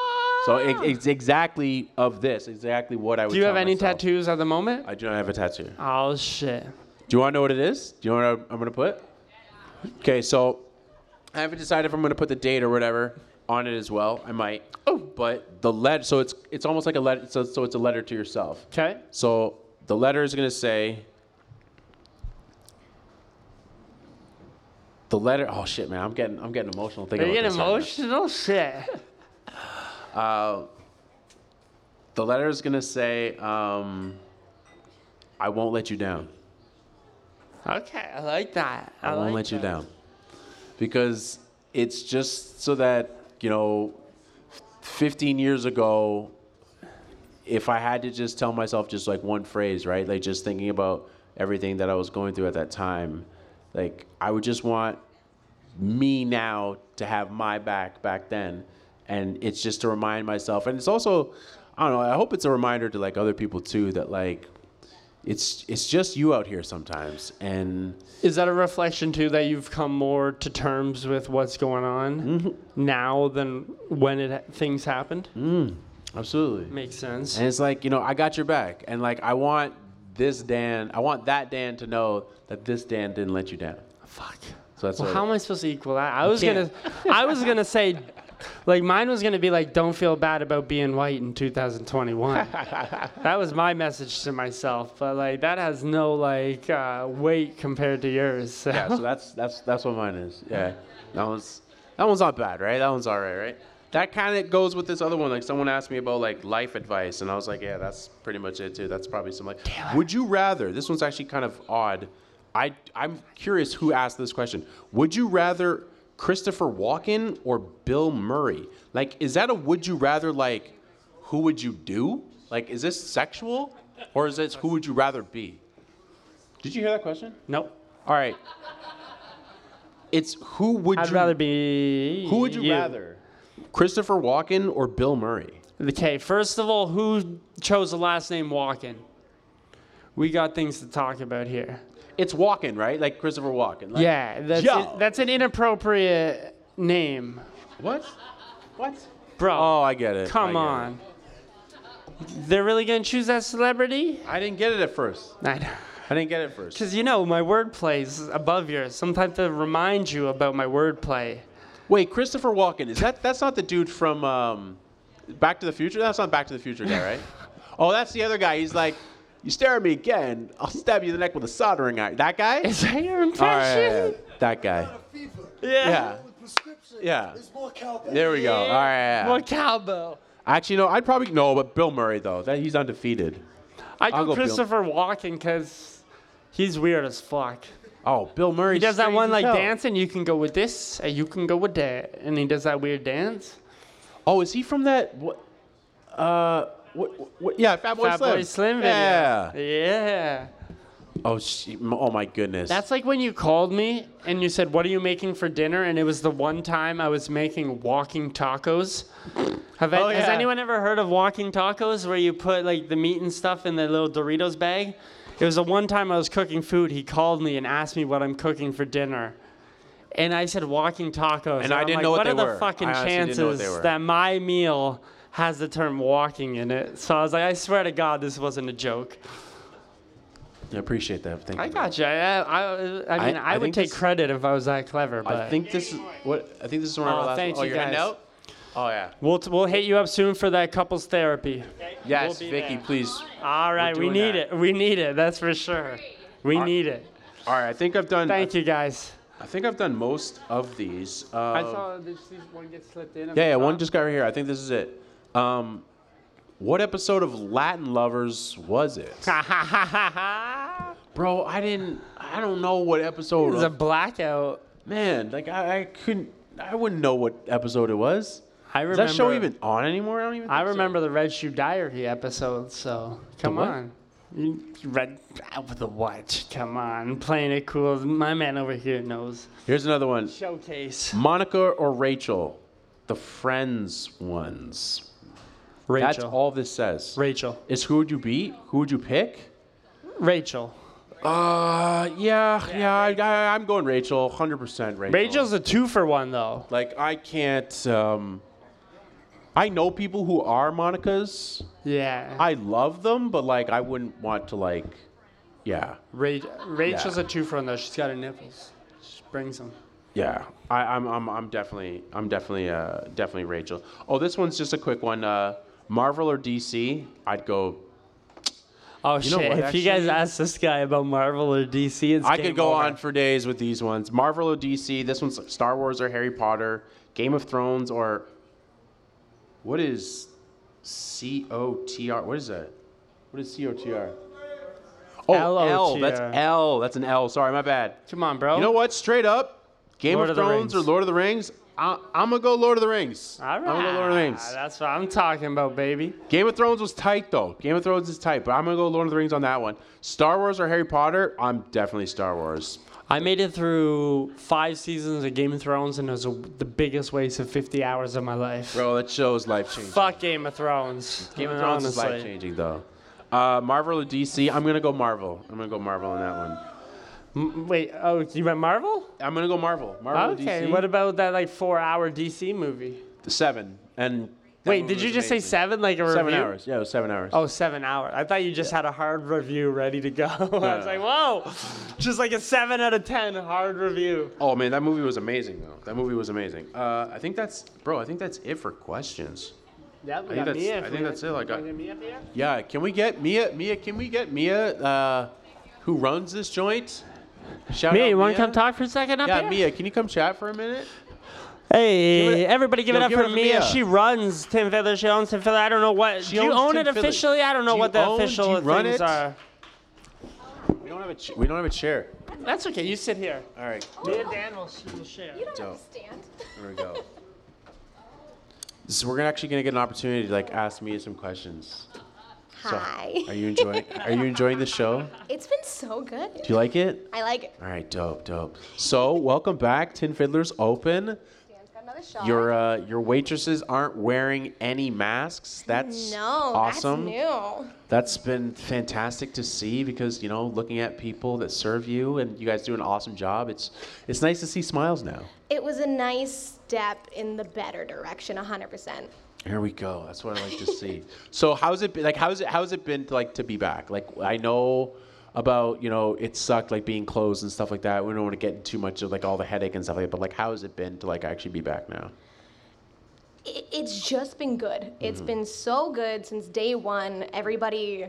[SPEAKER 1] So it, it's exactly of this. Exactly what I would.
[SPEAKER 2] Do you
[SPEAKER 1] tell
[SPEAKER 2] have any
[SPEAKER 1] myself.
[SPEAKER 2] tattoos at the moment?
[SPEAKER 1] I do not have a tattoo.
[SPEAKER 2] Oh shit.
[SPEAKER 1] Do you want to know what it is? Do you know what I'm going to put? Okay, so I haven't decided if I'm going to put the date or whatever on it as well. I might. Oh, but the letter. So it's it's almost like a letter. So, so it's a letter to yourself.
[SPEAKER 2] Okay.
[SPEAKER 1] So the letter is going to say. The letter. Oh shit, man! I'm getting I'm getting emotional
[SPEAKER 2] Are
[SPEAKER 1] thinking
[SPEAKER 2] you
[SPEAKER 1] about
[SPEAKER 2] getting
[SPEAKER 1] this right now.
[SPEAKER 2] emotional? Shit.
[SPEAKER 1] The letter is going to say, um, "I won't let you down."
[SPEAKER 2] Okay, I like that. I,
[SPEAKER 1] I won't
[SPEAKER 2] like
[SPEAKER 1] let you
[SPEAKER 2] that.
[SPEAKER 1] down. Because it's just so that you know 15 years ago if i had to just tell myself just like one phrase right like just thinking about everything that i was going through at that time like i would just want me now to have my back back then and it's just to remind myself and it's also i don't know i hope it's a reminder to like other people too that like it's it's just you out here sometimes and
[SPEAKER 2] Is that a reflection too that you've come more to terms with what's going on now than when it things happened?
[SPEAKER 1] absolutely
[SPEAKER 2] Makes sense.
[SPEAKER 1] And it's like, you know, I got your back. And like, I want this Dan, I want that Dan to know that this Dan didn't let you down.
[SPEAKER 2] Fuck.
[SPEAKER 1] So that's
[SPEAKER 2] Well,
[SPEAKER 1] what-
[SPEAKER 2] how am I supposed to equal that? I was gonna,
[SPEAKER 1] can't.
[SPEAKER 2] I was gonna say, like mine was gonna be like, don't feel bad about being white in 2021. that was my message to myself, but like that has no like uh, weight compared to yours. so.
[SPEAKER 1] yeah. So that's that's that's what mine is. Yeah, that one's that one's not bad, right? That one's all right, right? That kind of goes with this other one. Like someone asked me about like life advice, and I was like, yeah, that's pretty much it too. That's probably some like. Would you rather? This one's actually kind of odd. I I'm curious who asked this question. Would you rather Christopher Walken or Bill Murray? Like, is that a would you rather? Like, who would you do? Like, is this sexual, or is this who would you rather be? Did you hear that question?
[SPEAKER 2] Nope.
[SPEAKER 1] All right. It's who would
[SPEAKER 2] I'd
[SPEAKER 1] you
[SPEAKER 2] rather be.
[SPEAKER 1] who would you, rather? Christopher Walken or Bill Murray?
[SPEAKER 2] Okay, first of all, who chose the last name Walken? We got things to talk about here.
[SPEAKER 1] It's Walken, right? Like Christopher Walken. Like,
[SPEAKER 2] Yeah, that's
[SPEAKER 1] Yo.
[SPEAKER 2] that's an inappropriate name,
[SPEAKER 1] What? What?
[SPEAKER 2] bro.
[SPEAKER 1] Oh, I get it. I
[SPEAKER 2] Come
[SPEAKER 1] get
[SPEAKER 2] on.
[SPEAKER 1] it.
[SPEAKER 2] They're really gonna choose that celebrity?
[SPEAKER 1] I didn't get it at first.
[SPEAKER 2] I know.
[SPEAKER 1] I didn't get it first.
[SPEAKER 2] Because you know, my wordplay is above yours. Sometimes to remind you about my wordplay.
[SPEAKER 1] Wait, Christopher Walken is that? That's not the dude from um, Back to the Future. That's not Back to the Future guy, right? oh, that's the other guy. He's like, you stare at me again, I'll stab you in the neck with a soldering iron. That guy?
[SPEAKER 2] Is that your
[SPEAKER 1] All right,
[SPEAKER 2] impression?
[SPEAKER 1] yeah, yeah. that guy.
[SPEAKER 6] fever.
[SPEAKER 1] Yeah.
[SPEAKER 6] The prescription
[SPEAKER 1] Yeah.
[SPEAKER 6] is more cowbell.
[SPEAKER 1] There we go. All right. yeah.
[SPEAKER 2] What cowbell?
[SPEAKER 1] Actually, no. I'd probably no, but Bill Murray though. That he's undefeated.
[SPEAKER 2] I
[SPEAKER 1] I'll
[SPEAKER 2] go
[SPEAKER 1] go Bill.
[SPEAKER 2] Christopher Walken because he's weird as fuck.
[SPEAKER 1] Oh, Bill Murray.
[SPEAKER 2] He does that one like dancing. You can go with this, and you can go with that, and he does that weird dance.
[SPEAKER 1] Oh, is he from that? What? Uh, what? what yeah, Fat Boy
[SPEAKER 2] Fat
[SPEAKER 1] Slim.
[SPEAKER 2] Boy Slim video.
[SPEAKER 1] Yeah.
[SPEAKER 2] Yeah.
[SPEAKER 1] Oh, she, oh my goodness.
[SPEAKER 2] That's like when you called me and you said, "What are you making for dinner?" And it was the one time I was making walking tacos. Have I,
[SPEAKER 1] Oh,
[SPEAKER 2] Has
[SPEAKER 1] yeah.
[SPEAKER 2] anyone ever heard of walking tacos, where you put like the meat and stuff in the little Doritos bag? It was the one time I was cooking food. He called me and asked me what I'm cooking for dinner, and I said walking tacos.
[SPEAKER 1] And I
[SPEAKER 2] I'm
[SPEAKER 1] didn't
[SPEAKER 2] like,
[SPEAKER 1] know what
[SPEAKER 2] what
[SPEAKER 1] they
[SPEAKER 2] are
[SPEAKER 1] were.
[SPEAKER 2] the fucking
[SPEAKER 1] I honestly didn't know what they
[SPEAKER 2] chances
[SPEAKER 1] were."
[SPEAKER 2] that my meal has the term walking in it? So I was like, I swear to God, this wasn't a joke.
[SPEAKER 1] I appreciate that. Thank
[SPEAKER 2] I
[SPEAKER 1] you.
[SPEAKER 2] got you. I, I, I mean, I,
[SPEAKER 1] I
[SPEAKER 2] would
[SPEAKER 1] think
[SPEAKER 2] take
[SPEAKER 1] this-
[SPEAKER 2] credit if I was that clever. But
[SPEAKER 1] I think this is what I think this is one of
[SPEAKER 2] Oh,
[SPEAKER 1] our last.
[SPEAKER 2] thank
[SPEAKER 1] oh,
[SPEAKER 2] you
[SPEAKER 1] you're heading
[SPEAKER 2] guys.
[SPEAKER 1] out? Oh yeah.
[SPEAKER 2] we'll t- we'll hit you up soon for that couples therapy.
[SPEAKER 1] Yes,
[SPEAKER 2] be
[SPEAKER 1] Vicky,
[SPEAKER 2] there.
[SPEAKER 1] please.
[SPEAKER 2] All right, we
[SPEAKER 1] doing
[SPEAKER 2] need
[SPEAKER 1] that.
[SPEAKER 2] it. We need it. That's for sure. We need it.
[SPEAKER 1] All right, I think I've done.
[SPEAKER 2] Thank you guys.
[SPEAKER 1] I think I've done most of these. Uh,
[SPEAKER 2] this one get slipped in.
[SPEAKER 1] Yeah, yeah, one just got right here. I think this is it. Um, what episode of Latin Lovers was it? Bro, I didn't. I don't know what episode.
[SPEAKER 2] it was a
[SPEAKER 1] Of,
[SPEAKER 2] blackout.
[SPEAKER 1] man, like I, I couldn't. I wouldn't know what episode it was.
[SPEAKER 2] I
[SPEAKER 1] Is
[SPEAKER 2] remember.
[SPEAKER 1] that show even on anymore? I don't even. Think
[SPEAKER 2] I
[SPEAKER 1] so.
[SPEAKER 2] remember the Red Shoe Diary episode. So come
[SPEAKER 1] what?
[SPEAKER 2] on. You Red out with the watch. Come on, playing it cool. My man over here knows.
[SPEAKER 1] Here's another one.
[SPEAKER 2] Showcase.
[SPEAKER 1] Monica or Rachel, the Friends ones.
[SPEAKER 2] Rachel.
[SPEAKER 1] That's all this says.
[SPEAKER 2] Rachel.
[SPEAKER 1] Is who would you be? Who would you pick?
[SPEAKER 2] Rachel.
[SPEAKER 1] Uh, yeah, yeah. I, I, I'm going Rachel, hundred percent Rachel.
[SPEAKER 2] Rachel's a two for one though.
[SPEAKER 1] Like I can't. Um, I know people who are Monica's.
[SPEAKER 2] Yeah.
[SPEAKER 1] I love them, but like I wouldn't want to like. Yeah,
[SPEAKER 2] Ra- Rachel's
[SPEAKER 1] Yeah.
[SPEAKER 2] a two for one though. She's got her nipples. She brings them.
[SPEAKER 1] yeah. I, I'm, I'm, I'm definitely, I'm definitely, uh, definitely Rachel. Oh, this one's just a quick one. Uh, Marvel or DC? I'd go.
[SPEAKER 2] Oh
[SPEAKER 1] know
[SPEAKER 2] shit!
[SPEAKER 1] what,
[SPEAKER 2] if you guys
[SPEAKER 1] actually?
[SPEAKER 2] ask this guy about Marvel or DC, it's
[SPEAKER 1] I could
[SPEAKER 2] game
[SPEAKER 1] go
[SPEAKER 2] over.
[SPEAKER 1] on for days with these ones. Marvel or DC? This one's Star Wars or Harry Potter, Game of Thrones or. What is, C O T R? What is that? What is C O T R? Oh, L.
[SPEAKER 2] L-O-T-R.
[SPEAKER 1] That's L. That's an L. Sorry, my bad.
[SPEAKER 2] Come on, bro.
[SPEAKER 1] You know what? Straight up, Game
[SPEAKER 2] Lord
[SPEAKER 1] of
[SPEAKER 2] of the
[SPEAKER 1] Thrones or
[SPEAKER 2] Rings.
[SPEAKER 1] Lord of the Rings? I, I'm gonna go Lord of the Rings.
[SPEAKER 3] All right.
[SPEAKER 1] I'm gonna go Lord of the Rings.
[SPEAKER 3] That's what I'm talking about, baby.
[SPEAKER 1] Game of Thrones was tight though. Game of Thrones is tight, but I'm gonna go Lord of the Rings on that one. Star Wars or Harry Potter? I'm definitely Star Wars.
[SPEAKER 3] I made it through five seasons of Game of Thrones, and it was a, the biggest waste of 50 hours of my life.
[SPEAKER 1] Bro, that show's life changing.
[SPEAKER 3] Fuck Game of Thrones.
[SPEAKER 1] Game
[SPEAKER 3] I
[SPEAKER 1] of
[SPEAKER 3] mean,
[SPEAKER 1] Thrones is
[SPEAKER 3] honestly.
[SPEAKER 1] life changing though. Uh, Marvel or DC? I'm gonna go Marvel. I'm gonna go Marvel on that one.
[SPEAKER 3] M- Wait, oh, you meant Marvel?
[SPEAKER 1] I'm gonna go Marvel. Marvel
[SPEAKER 3] Okay,
[SPEAKER 1] DC.
[SPEAKER 3] what about that like four-hour DC movie?
[SPEAKER 1] seven and. that
[SPEAKER 3] Wait,
[SPEAKER 1] movie
[SPEAKER 3] did you
[SPEAKER 1] was
[SPEAKER 3] just say
[SPEAKER 1] amazing.
[SPEAKER 3] seven? Like a
[SPEAKER 1] Seven
[SPEAKER 3] review?
[SPEAKER 1] hours. Yeah, it was seven hours.
[SPEAKER 3] Oh, seven hours. I thought you just had a hard review ready to go. I was like, whoa, just like a seven out of ten hard review.
[SPEAKER 1] Oh man, that movie was amazing though. That movie was amazing. Uh, I think that's bro. I think that's it for questions.
[SPEAKER 3] Yep, we
[SPEAKER 1] think
[SPEAKER 3] got
[SPEAKER 1] that's-
[SPEAKER 3] Mia.
[SPEAKER 1] I think that's it, like, I-
[SPEAKER 3] I,
[SPEAKER 1] Yeah, can we get Mia? Mia, can we get Mia? Uh, who runs this joint? Shout
[SPEAKER 2] Mia,
[SPEAKER 1] out
[SPEAKER 2] you want
[SPEAKER 1] Mia.
[SPEAKER 2] to come talk for a second up
[SPEAKER 1] Yeah,
[SPEAKER 2] here?
[SPEAKER 1] Mia, can you come chat for a minute?
[SPEAKER 2] Hey,
[SPEAKER 1] Give it-
[SPEAKER 2] everybody give
[SPEAKER 1] Yo,
[SPEAKER 2] it up
[SPEAKER 1] give it
[SPEAKER 2] for
[SPEAKER 1] up for
[SPEAKER 2] Mia.
[SPEAKER 1] Mia.
[SPEAKER 2] She runs Tim Fiddler. She owns Tim Fiddler. I don't know what. do you
[SPEAKER 1] owns
[SPEAKER 2] own
[SPEAKER 1] Tim
[SPEAKER 2] it
[SPEAKER 1] Fiddler.
[SPEAKER 2] officially? I don't know
[SPEAKER 1] Do
[SPEAKER 2] what
[SPEAKER 1] you
[SPEAKER 2] the
[SPEAKER 1] own- do
[SPEAKER 2] official
[SPEAKER 1] you run
[SPEAKER 2] things
[SPEAKER 1] it?
[SPEAKER 2] are.
[SPEAKER 1] We don't have a ch- we don't have a chair.
[SPEAKER 2] That's okay. You sit here.
[SPEAKER 1] All right,
[SPEAKER 2] Me and Dan will, will share.
[SPEAKER 6] You don't
[SPEAKER 1] Dope.
[SPEAKER 6] understand.
[SPEAKER 1] there we go. So we're gonna actually gonna get an opportunity to like ask Mia some questions. So,
[SPEAKER 6] Hi.
[SPEAKER 1] Are you enjoying? Are you enjoying the show?
[SPEAKER 6] It's been so good.
[SPEAKER 1] Do you like it?
[SPEAKER 6] I like it.
[SPEAKER 1] All right, dope, dope. So welcome back, Tin Fiddlers Open.
[SPEAKER 6] Dan's got another shot.
[SPEAKER 1] Your uh, your waitresses aren't wearing any masks. That's
[SPEAKER 6] no,
[SPEAKER 1] awesome.
[SPEAKER 6] that's new.
[SPEAKER 1] That's been fantastic to see because you know, looking at people that serve you and you guys do an awesome job. It's it's nice to see smiles now.
[SPEAKER 6] It was a nice step in the better direction, 100%.
[SPEAKER 1] Here we go. That's what I like to see. so how's it been like how's it how's it been to, like to be back? Like I know about, you know, it sucked like being closed and stuff like that. We don't want to get too much of like all the headache and stuff like that, but like how has it been to like actually be back now?
[SPEAKER 6] It, it's just been good.
[SPEAKER 1] Mm-hmm.
[SPEAKER 6] It's been so good since day one. Everybody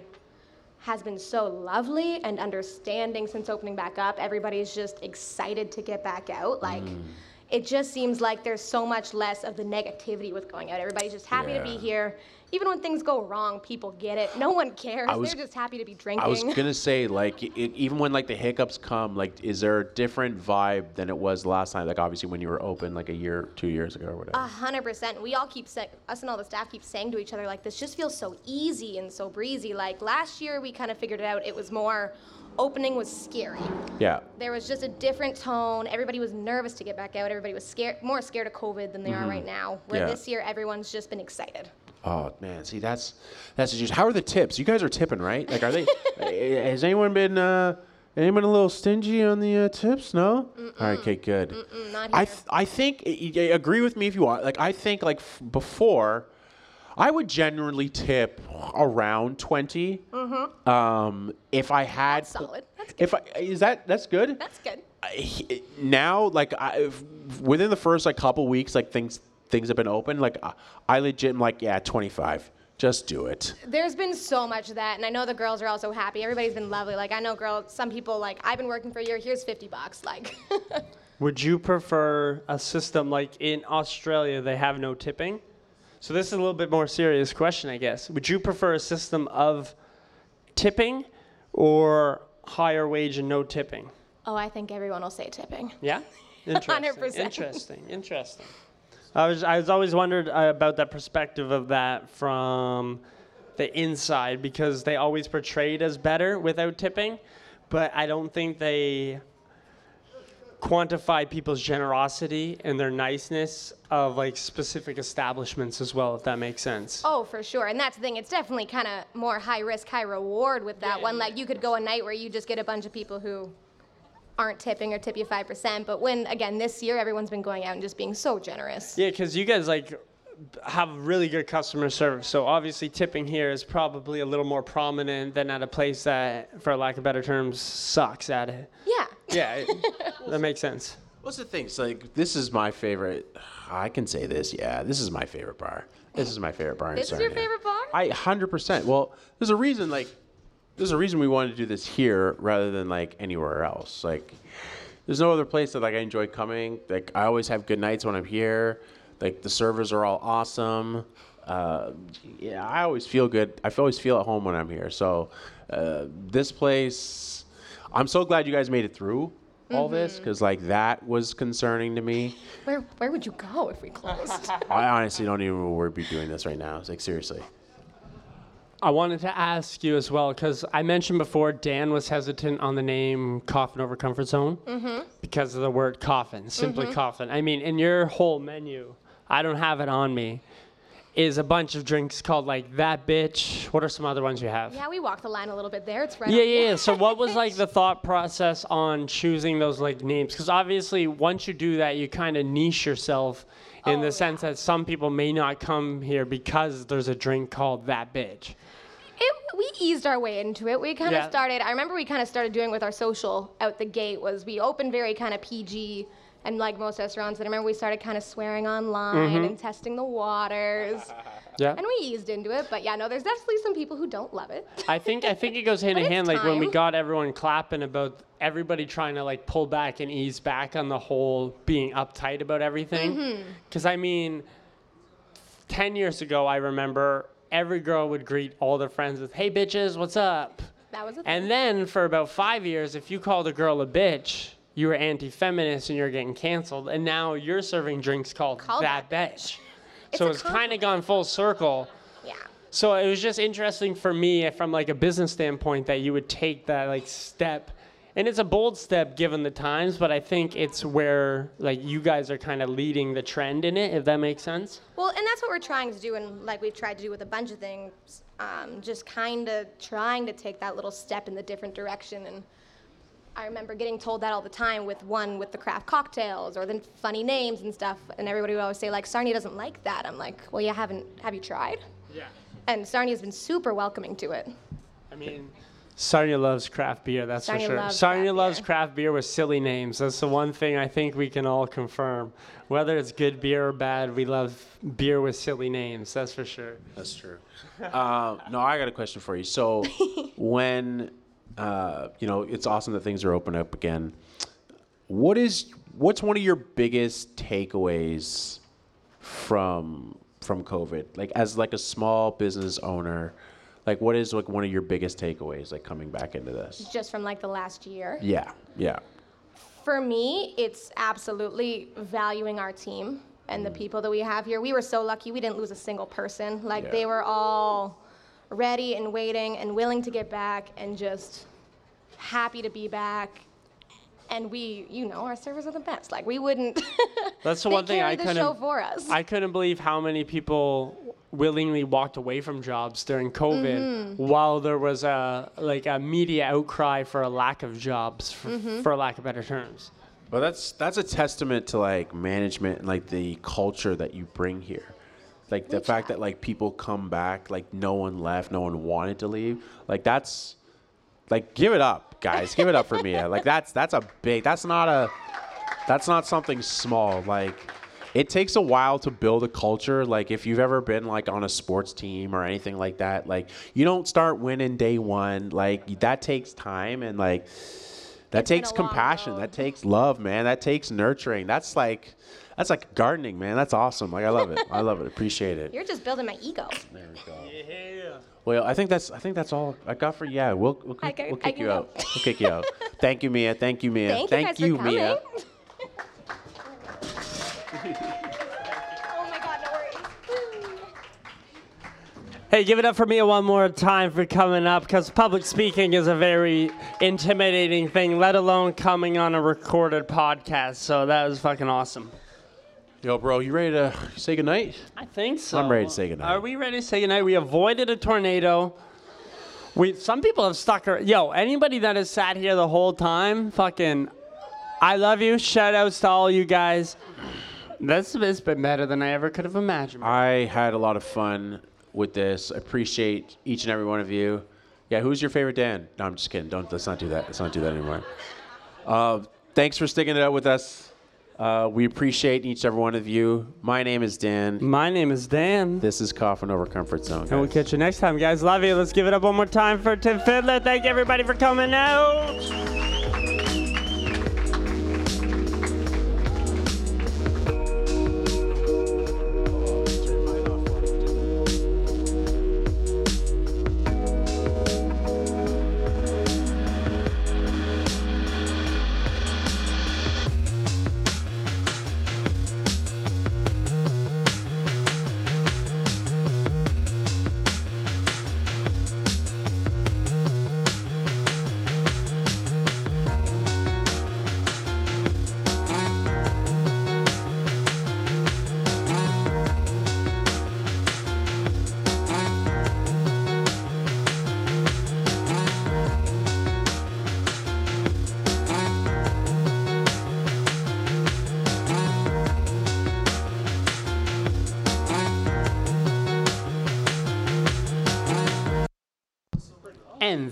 [SPEAKER 6] has been so lovely and understanding since opening back up. Everybody's just excited to get back out. Like,
[SPEAKER 1] Mm.
[SPEAKER 6] it just seems like there's so much less of the negativity with going out. Everybody's just happy to be
[SPEAKER 1] Yeah.
[SPEAKER 6] here. Even when things go wrong, people get it. No one cares.
[SPEAKER 1] I was-
[SPEAKER 6] They're just happy to be
[SPEAKER 1] I was
[SPEAKER 6] drinking.
[SPEAKER 1] gonna say, like, it, even when like the hiccups come, like, is there a different vibe than it was last time? Like, obviously, when you were open, like a year, two years ago, or whatever.
[SPEAKER 6] A hundred percent. We all keep saying, us and all the staff keep saying to each other, like, this just feels so easy and so breezy. Like last year, we kind of figured it out. It was more, opening was scary.
[SPEAKER 1] yeah,
[SPEAKER 6] There was just a different tone. Everybody was nervous to get back out. Everybody was scared, more scared of COVID than they are right now. Where
[SPEAKER 1] Yeah.
[SPEAKER 6] this year, everyone's just been excited.
[SPEAKER 1] Oh man, see that's that's just how are the tips? You guys are tipping, right? Like, are they? eh, has anyone been uh, anyone a little stingy on the uh, tips? No. All right, okay, good.
[SPEAKER 6] not
[SPEAKER 1] I
[SPEAKER 6] here.
[SPEAKER 1] th- I think eh, eh, agree with me if you want. Like, I think like f- before, I would generally tip around 20 Um, if I had
[SPEAKER 6] solid. Mm-hmm. That's
[SPEAKER 1] If I is that that's good.
[SPEAKER 6] That's good.
[SPEAKER 1] I- he- now like I, if- within the first like couple weeks like things things have been open like I, I legit am like yeah 25 just do it
[SPEAKER 6] There's been so much of that, and I know the girls are also happy. Everybody's been lovely. Like I know, girls. Some people like I've been working for a year. Here's fifty bucks. Like.
[SPEAKER 2] Would you prefer a system like in Australia they have no tipping? So this is a little bit more serious question, I guess. Would you prefer a system of tipping or higher wage and no tipping?
[SPEAKER 6] oh, I think everyone will say tipping.
[SPEAKER 2] Yeah? Interesting.
[SPEAKER 6] 100%.
[SPEAKER 2] Interesting. Interesting. I was I was always wondered uh, about that perspective of that from the inside because they always portrayed as better without tipping, but I don't think they quantify people's generosity and their niceness of like specific establishments as well if that makes sense.
[SPEAKER 6] Oh, for sure. And that's the thing. It's definitely kind of more high risk, high reward with that one. Like, you could go a night where you just get a bunch of people who aren't tipping or tip you 5%. But when, again, this year, everyone's been going out and just being so generous.
[SPEAKER 2] Yeah, because you guys like have really good customer service. So obviously, tipping here is probably a little more prominent than at a place that, for lack of better terms, sucks at it.
[SPEAKER 6] Yeah.
[SPEAKER 2] Yeah, it- that makes sense.
[SPEAKER 1] what's the thing so, like this is my favorite i can say this yeah this is my favorite bar this is my favorite bar in
[SPEAKER 6] This is your
[SPEAKER 1] Sarnia.
[SPEAKER 6] favorite bar?
[SPEAKER 1] i 100% well there's a reason like there's a reason we wanted to do this here rather than like anywhere else like there's no other place that like I enjoy coming. Like I always have good nights when I'm here. Like the servers are all awesome. Uh, yeah, I always feel good. I always feel at home when I'm here. So uh, this place, I'm so glad you guys made it through. all this? Because like that was concerning to me.
[SPEAKER 6] Where where would you go if we closed?
[SPEAKER 1] I honestly don't even know where we'd be doing this right now. It's like seriously.
[SPEAKER 2] I wanted to ask you as well because I mentioned before Dan was hesitant on the name Coffin Over Comfort Zone because of the word coffin, simply coffin. I mean, in your whole menu, I don't have it on me, is a bunch of drinks called like that bitch. What are some other ones you have?
[SPEAKER 6] yeah, we walked the line a little bit there. It's right.
[SPEAKER 2] Yeah,
[SPEAKER 6] up-
[SPEAKER 2] yeah, yeah. So, what was like the thought process on choosing those like names? Because obviously, once you do that, you kind of niche yourself in
[SPEAKER 6] Oh,
[SPEAKER 2] the sense that some people may not come here because there's a drink called that bitch.
[SPEAKER 6] It, we eased our way into it. We kind of
[SPEAKER 2] Yeah.
[SPEAKER 6] started. I remember we kind of started doing with our social out the gate was we opened very kind of PG and like most restaurants. And I remember we started kind of swearing online
[SPEAKER 2] Mm-hmm.
[SPEAKER 6] and testing the waters.
[SPEAKER 2] Yeah.
[SPEAKER 6] And we eased into it, but yeah, no, there's definitely some people who don't love it.
[SPEAKER 2] I think I think it goes hand in
[SPEAKER 6] But
[SPEAKER 2] hand.
[SPEAKER 6] it's
[SPEAKER 2] Like when we
[SPEAKER 6] time.
[SPEAKER 2] got everyone clapping about everybody trying to like pull back and ease back on the whole being uptight about
[SPEAKER 6] Mm-hmm.
[SPEAKER 2] everything. Because I mean, ten years ago, I remember every girl would greet all their friends with "Hey bitches, what's up?"
[SPEAKER 6] That was a thing.
[SPEAKER 2] And then for about five years, if you called a girl a bitch, you were anti-feminist and you're getting canceled. And now you're serving drinks called
[SPEAKER 6] Called
[SPEAKER 2] that
[SPEAKER 6] that
[SPEAKER 2] bitch.
[SPEAKER 6] It's
[SPEAKER 2] so
[SPEAKER 6] a
[SPEAKER 2] it's kind of gone full circle.
[SPEAKER 6] yeah.
[SPEAKER 2] So it was just interesting for me from like a business standpoint that you would take that like step. And it's a bold step given the times, but I think it's where like you guys are kind of leading the trend in it, if that makes sense.
[SPEAKER 6] Well, and that's what we're trying to do, and like we've tried to do with a bunch of things, um, just kind of trying to take that little step in the different direction. And I remember getting told that all the time with one with the craft cocktails or the funny names and stuff, and everybody would always say like Sarnia doesn't like that. I'm like, well, you haven't, have you tried?
[SPEAKER 2] Yeah.
[SPEAKER 6] And Sarnia's been super welcoming to it.
[SPEAKER 2] I mean, Sarnia loves craft beer, that's
[SPEAKER 6] Sarnia
[SPEAKER 2] for sure.
[SPEAKER 6] loves
[SPEAKER 2] Sarnia
[SPEAKER 6] craft
[SPEAKER 2] loves
[SPEAKER 6] beer.
[SPEAKER 2] craft beer with silly names. That's the one thing I think we can all confirm. Whether it's good beer or bad, we love beer with silly names, that's for sure.
[SPEAKER 1] That's true. um, no, I got a question for you. So, when uh, you know, it's awesome that things are open up again. What is what's one of your biggest takeaways from from COVID? Like, as like a small business owner, like what is like one of your biggest takeaways like coming back into this?
[SPEAKER 6] Just from like the last year.
[SPEAKER 1] Yeah, yeah,
[SPEAKER 6] For me, it's absolutely valuing our team and
[SPEAKER 2] Mm.
[SPEAKER 6] the people that we have here. We were so lucky we didn't lose a single person. Like
[SPEAKER 1] Yeah.
[SPEAKER 6] they were all ready and waiting and willing to get back and just happy to be back. And we, you know, our servers are the best. Like we wouldn't.
[SPEAKER 2] That's the
[SPEAKER 6] They
[SPEAKER 2] one thing I
[SPEAKER 6] carried the
[SPEAKER 2] couldn't.
[SPEAKER 6] show for us.
[SPEAKER 2] I couldn't believe how many people willingly walked away from jobs during COVID,
[SPEAKER 6] Mm-hmm.
[SPEAKER 2] while there was a like a media outcry for a lack of jobs, for,
[SPEAKER 6] Mm-hmm.
[SPEAKER 2] for lack of better terms.
[SPEAKER 1] Well, that's that's a testament to like management and like the culture that you bring here. Like the fact that like people come back, like no one left, no one wanted to leave. Like that's like give it up, guys. give it up for Mia. Like that's that's a big that's not a that's not something small. Like it takes a while to build a culture. Like if you've ever been like on a sports team or anything like that, like you don't start winning day one. Like that takes time and like that
[SPEAKER 6] been
[SPEAKER 1] takes
[SPEAKER 6] a long
[SPEAKER 1] compassion.
[SPEAKER 6] road.
[SPEAKER 1] That takes love, man. That takes nurturing. That's like that's like gardening, man. That's awesome. Like I love it. I love it. Appreciate it.
[SPEAKER 6] You're just building my ego.
[SPEAKER 1] There we go. Well, I think that's I think that's all I got for yeah. We'll we'll,
[SPEAKER 6] I
[SPEAKER 1] kick-
[SPEAKER 6] can-
[SPEAKER 1] we'll
[SPEAKER 6] I
[SPEAKER 1] kick
[SPEAKER 6] can
[SPEAKER 1] you
[SPEAKER 6] go.
[SPEAKER 1] out. We'll kick you out. Thank you, Mia. Thank you, Mia.
[SPEAKER 6] Thank, you guys for coming.
[SPEAKER 1] Mia.
[SPEAKER 6] oh my God, no worries.
[SPEAKER 2] Hey, give it up for Mia one more time for coming up because public speaking is a very intimidating thing, let alone coming on a recorded podcast. So that was fucking awesome.
[SPEAKER 1] Yo, bro, you ready to say goodnight?
[SPEAKER 2] I think so.
[SPEAKER 1] I'm ready to say goodnight.
[SPEAKER 2] Are we ready to say goodnight? We avoided a tornado. We some people have stuck. Ar- Yo, anybody that has sat here the whole time, fucking, I love you. Shout outs to all you guys. This has been better than I ever could have imagined.
[SPEAKER 1] I had a lot of fun with this. I appreciate each and every one of you. Yeah, who's your favorite Dan? No, I'm just kidding. Don't let's not do that. Let's not do that anymore. Uh, thanks for sticking it out with us. Uh, we appreciate each and every one of you. My name is Dan.
[SPEAKER 2] My name is Dan.
[SPEAKER 1] This is Coffin Over Comfort Zone.
[SPEAKER 2] And we'll
[SPEAKER 1] guys.
[SPEAKER 2] catch you next time, guys. Love you. Let's give it up one more time for Tim Fiddler. Thank everybody for coming out. And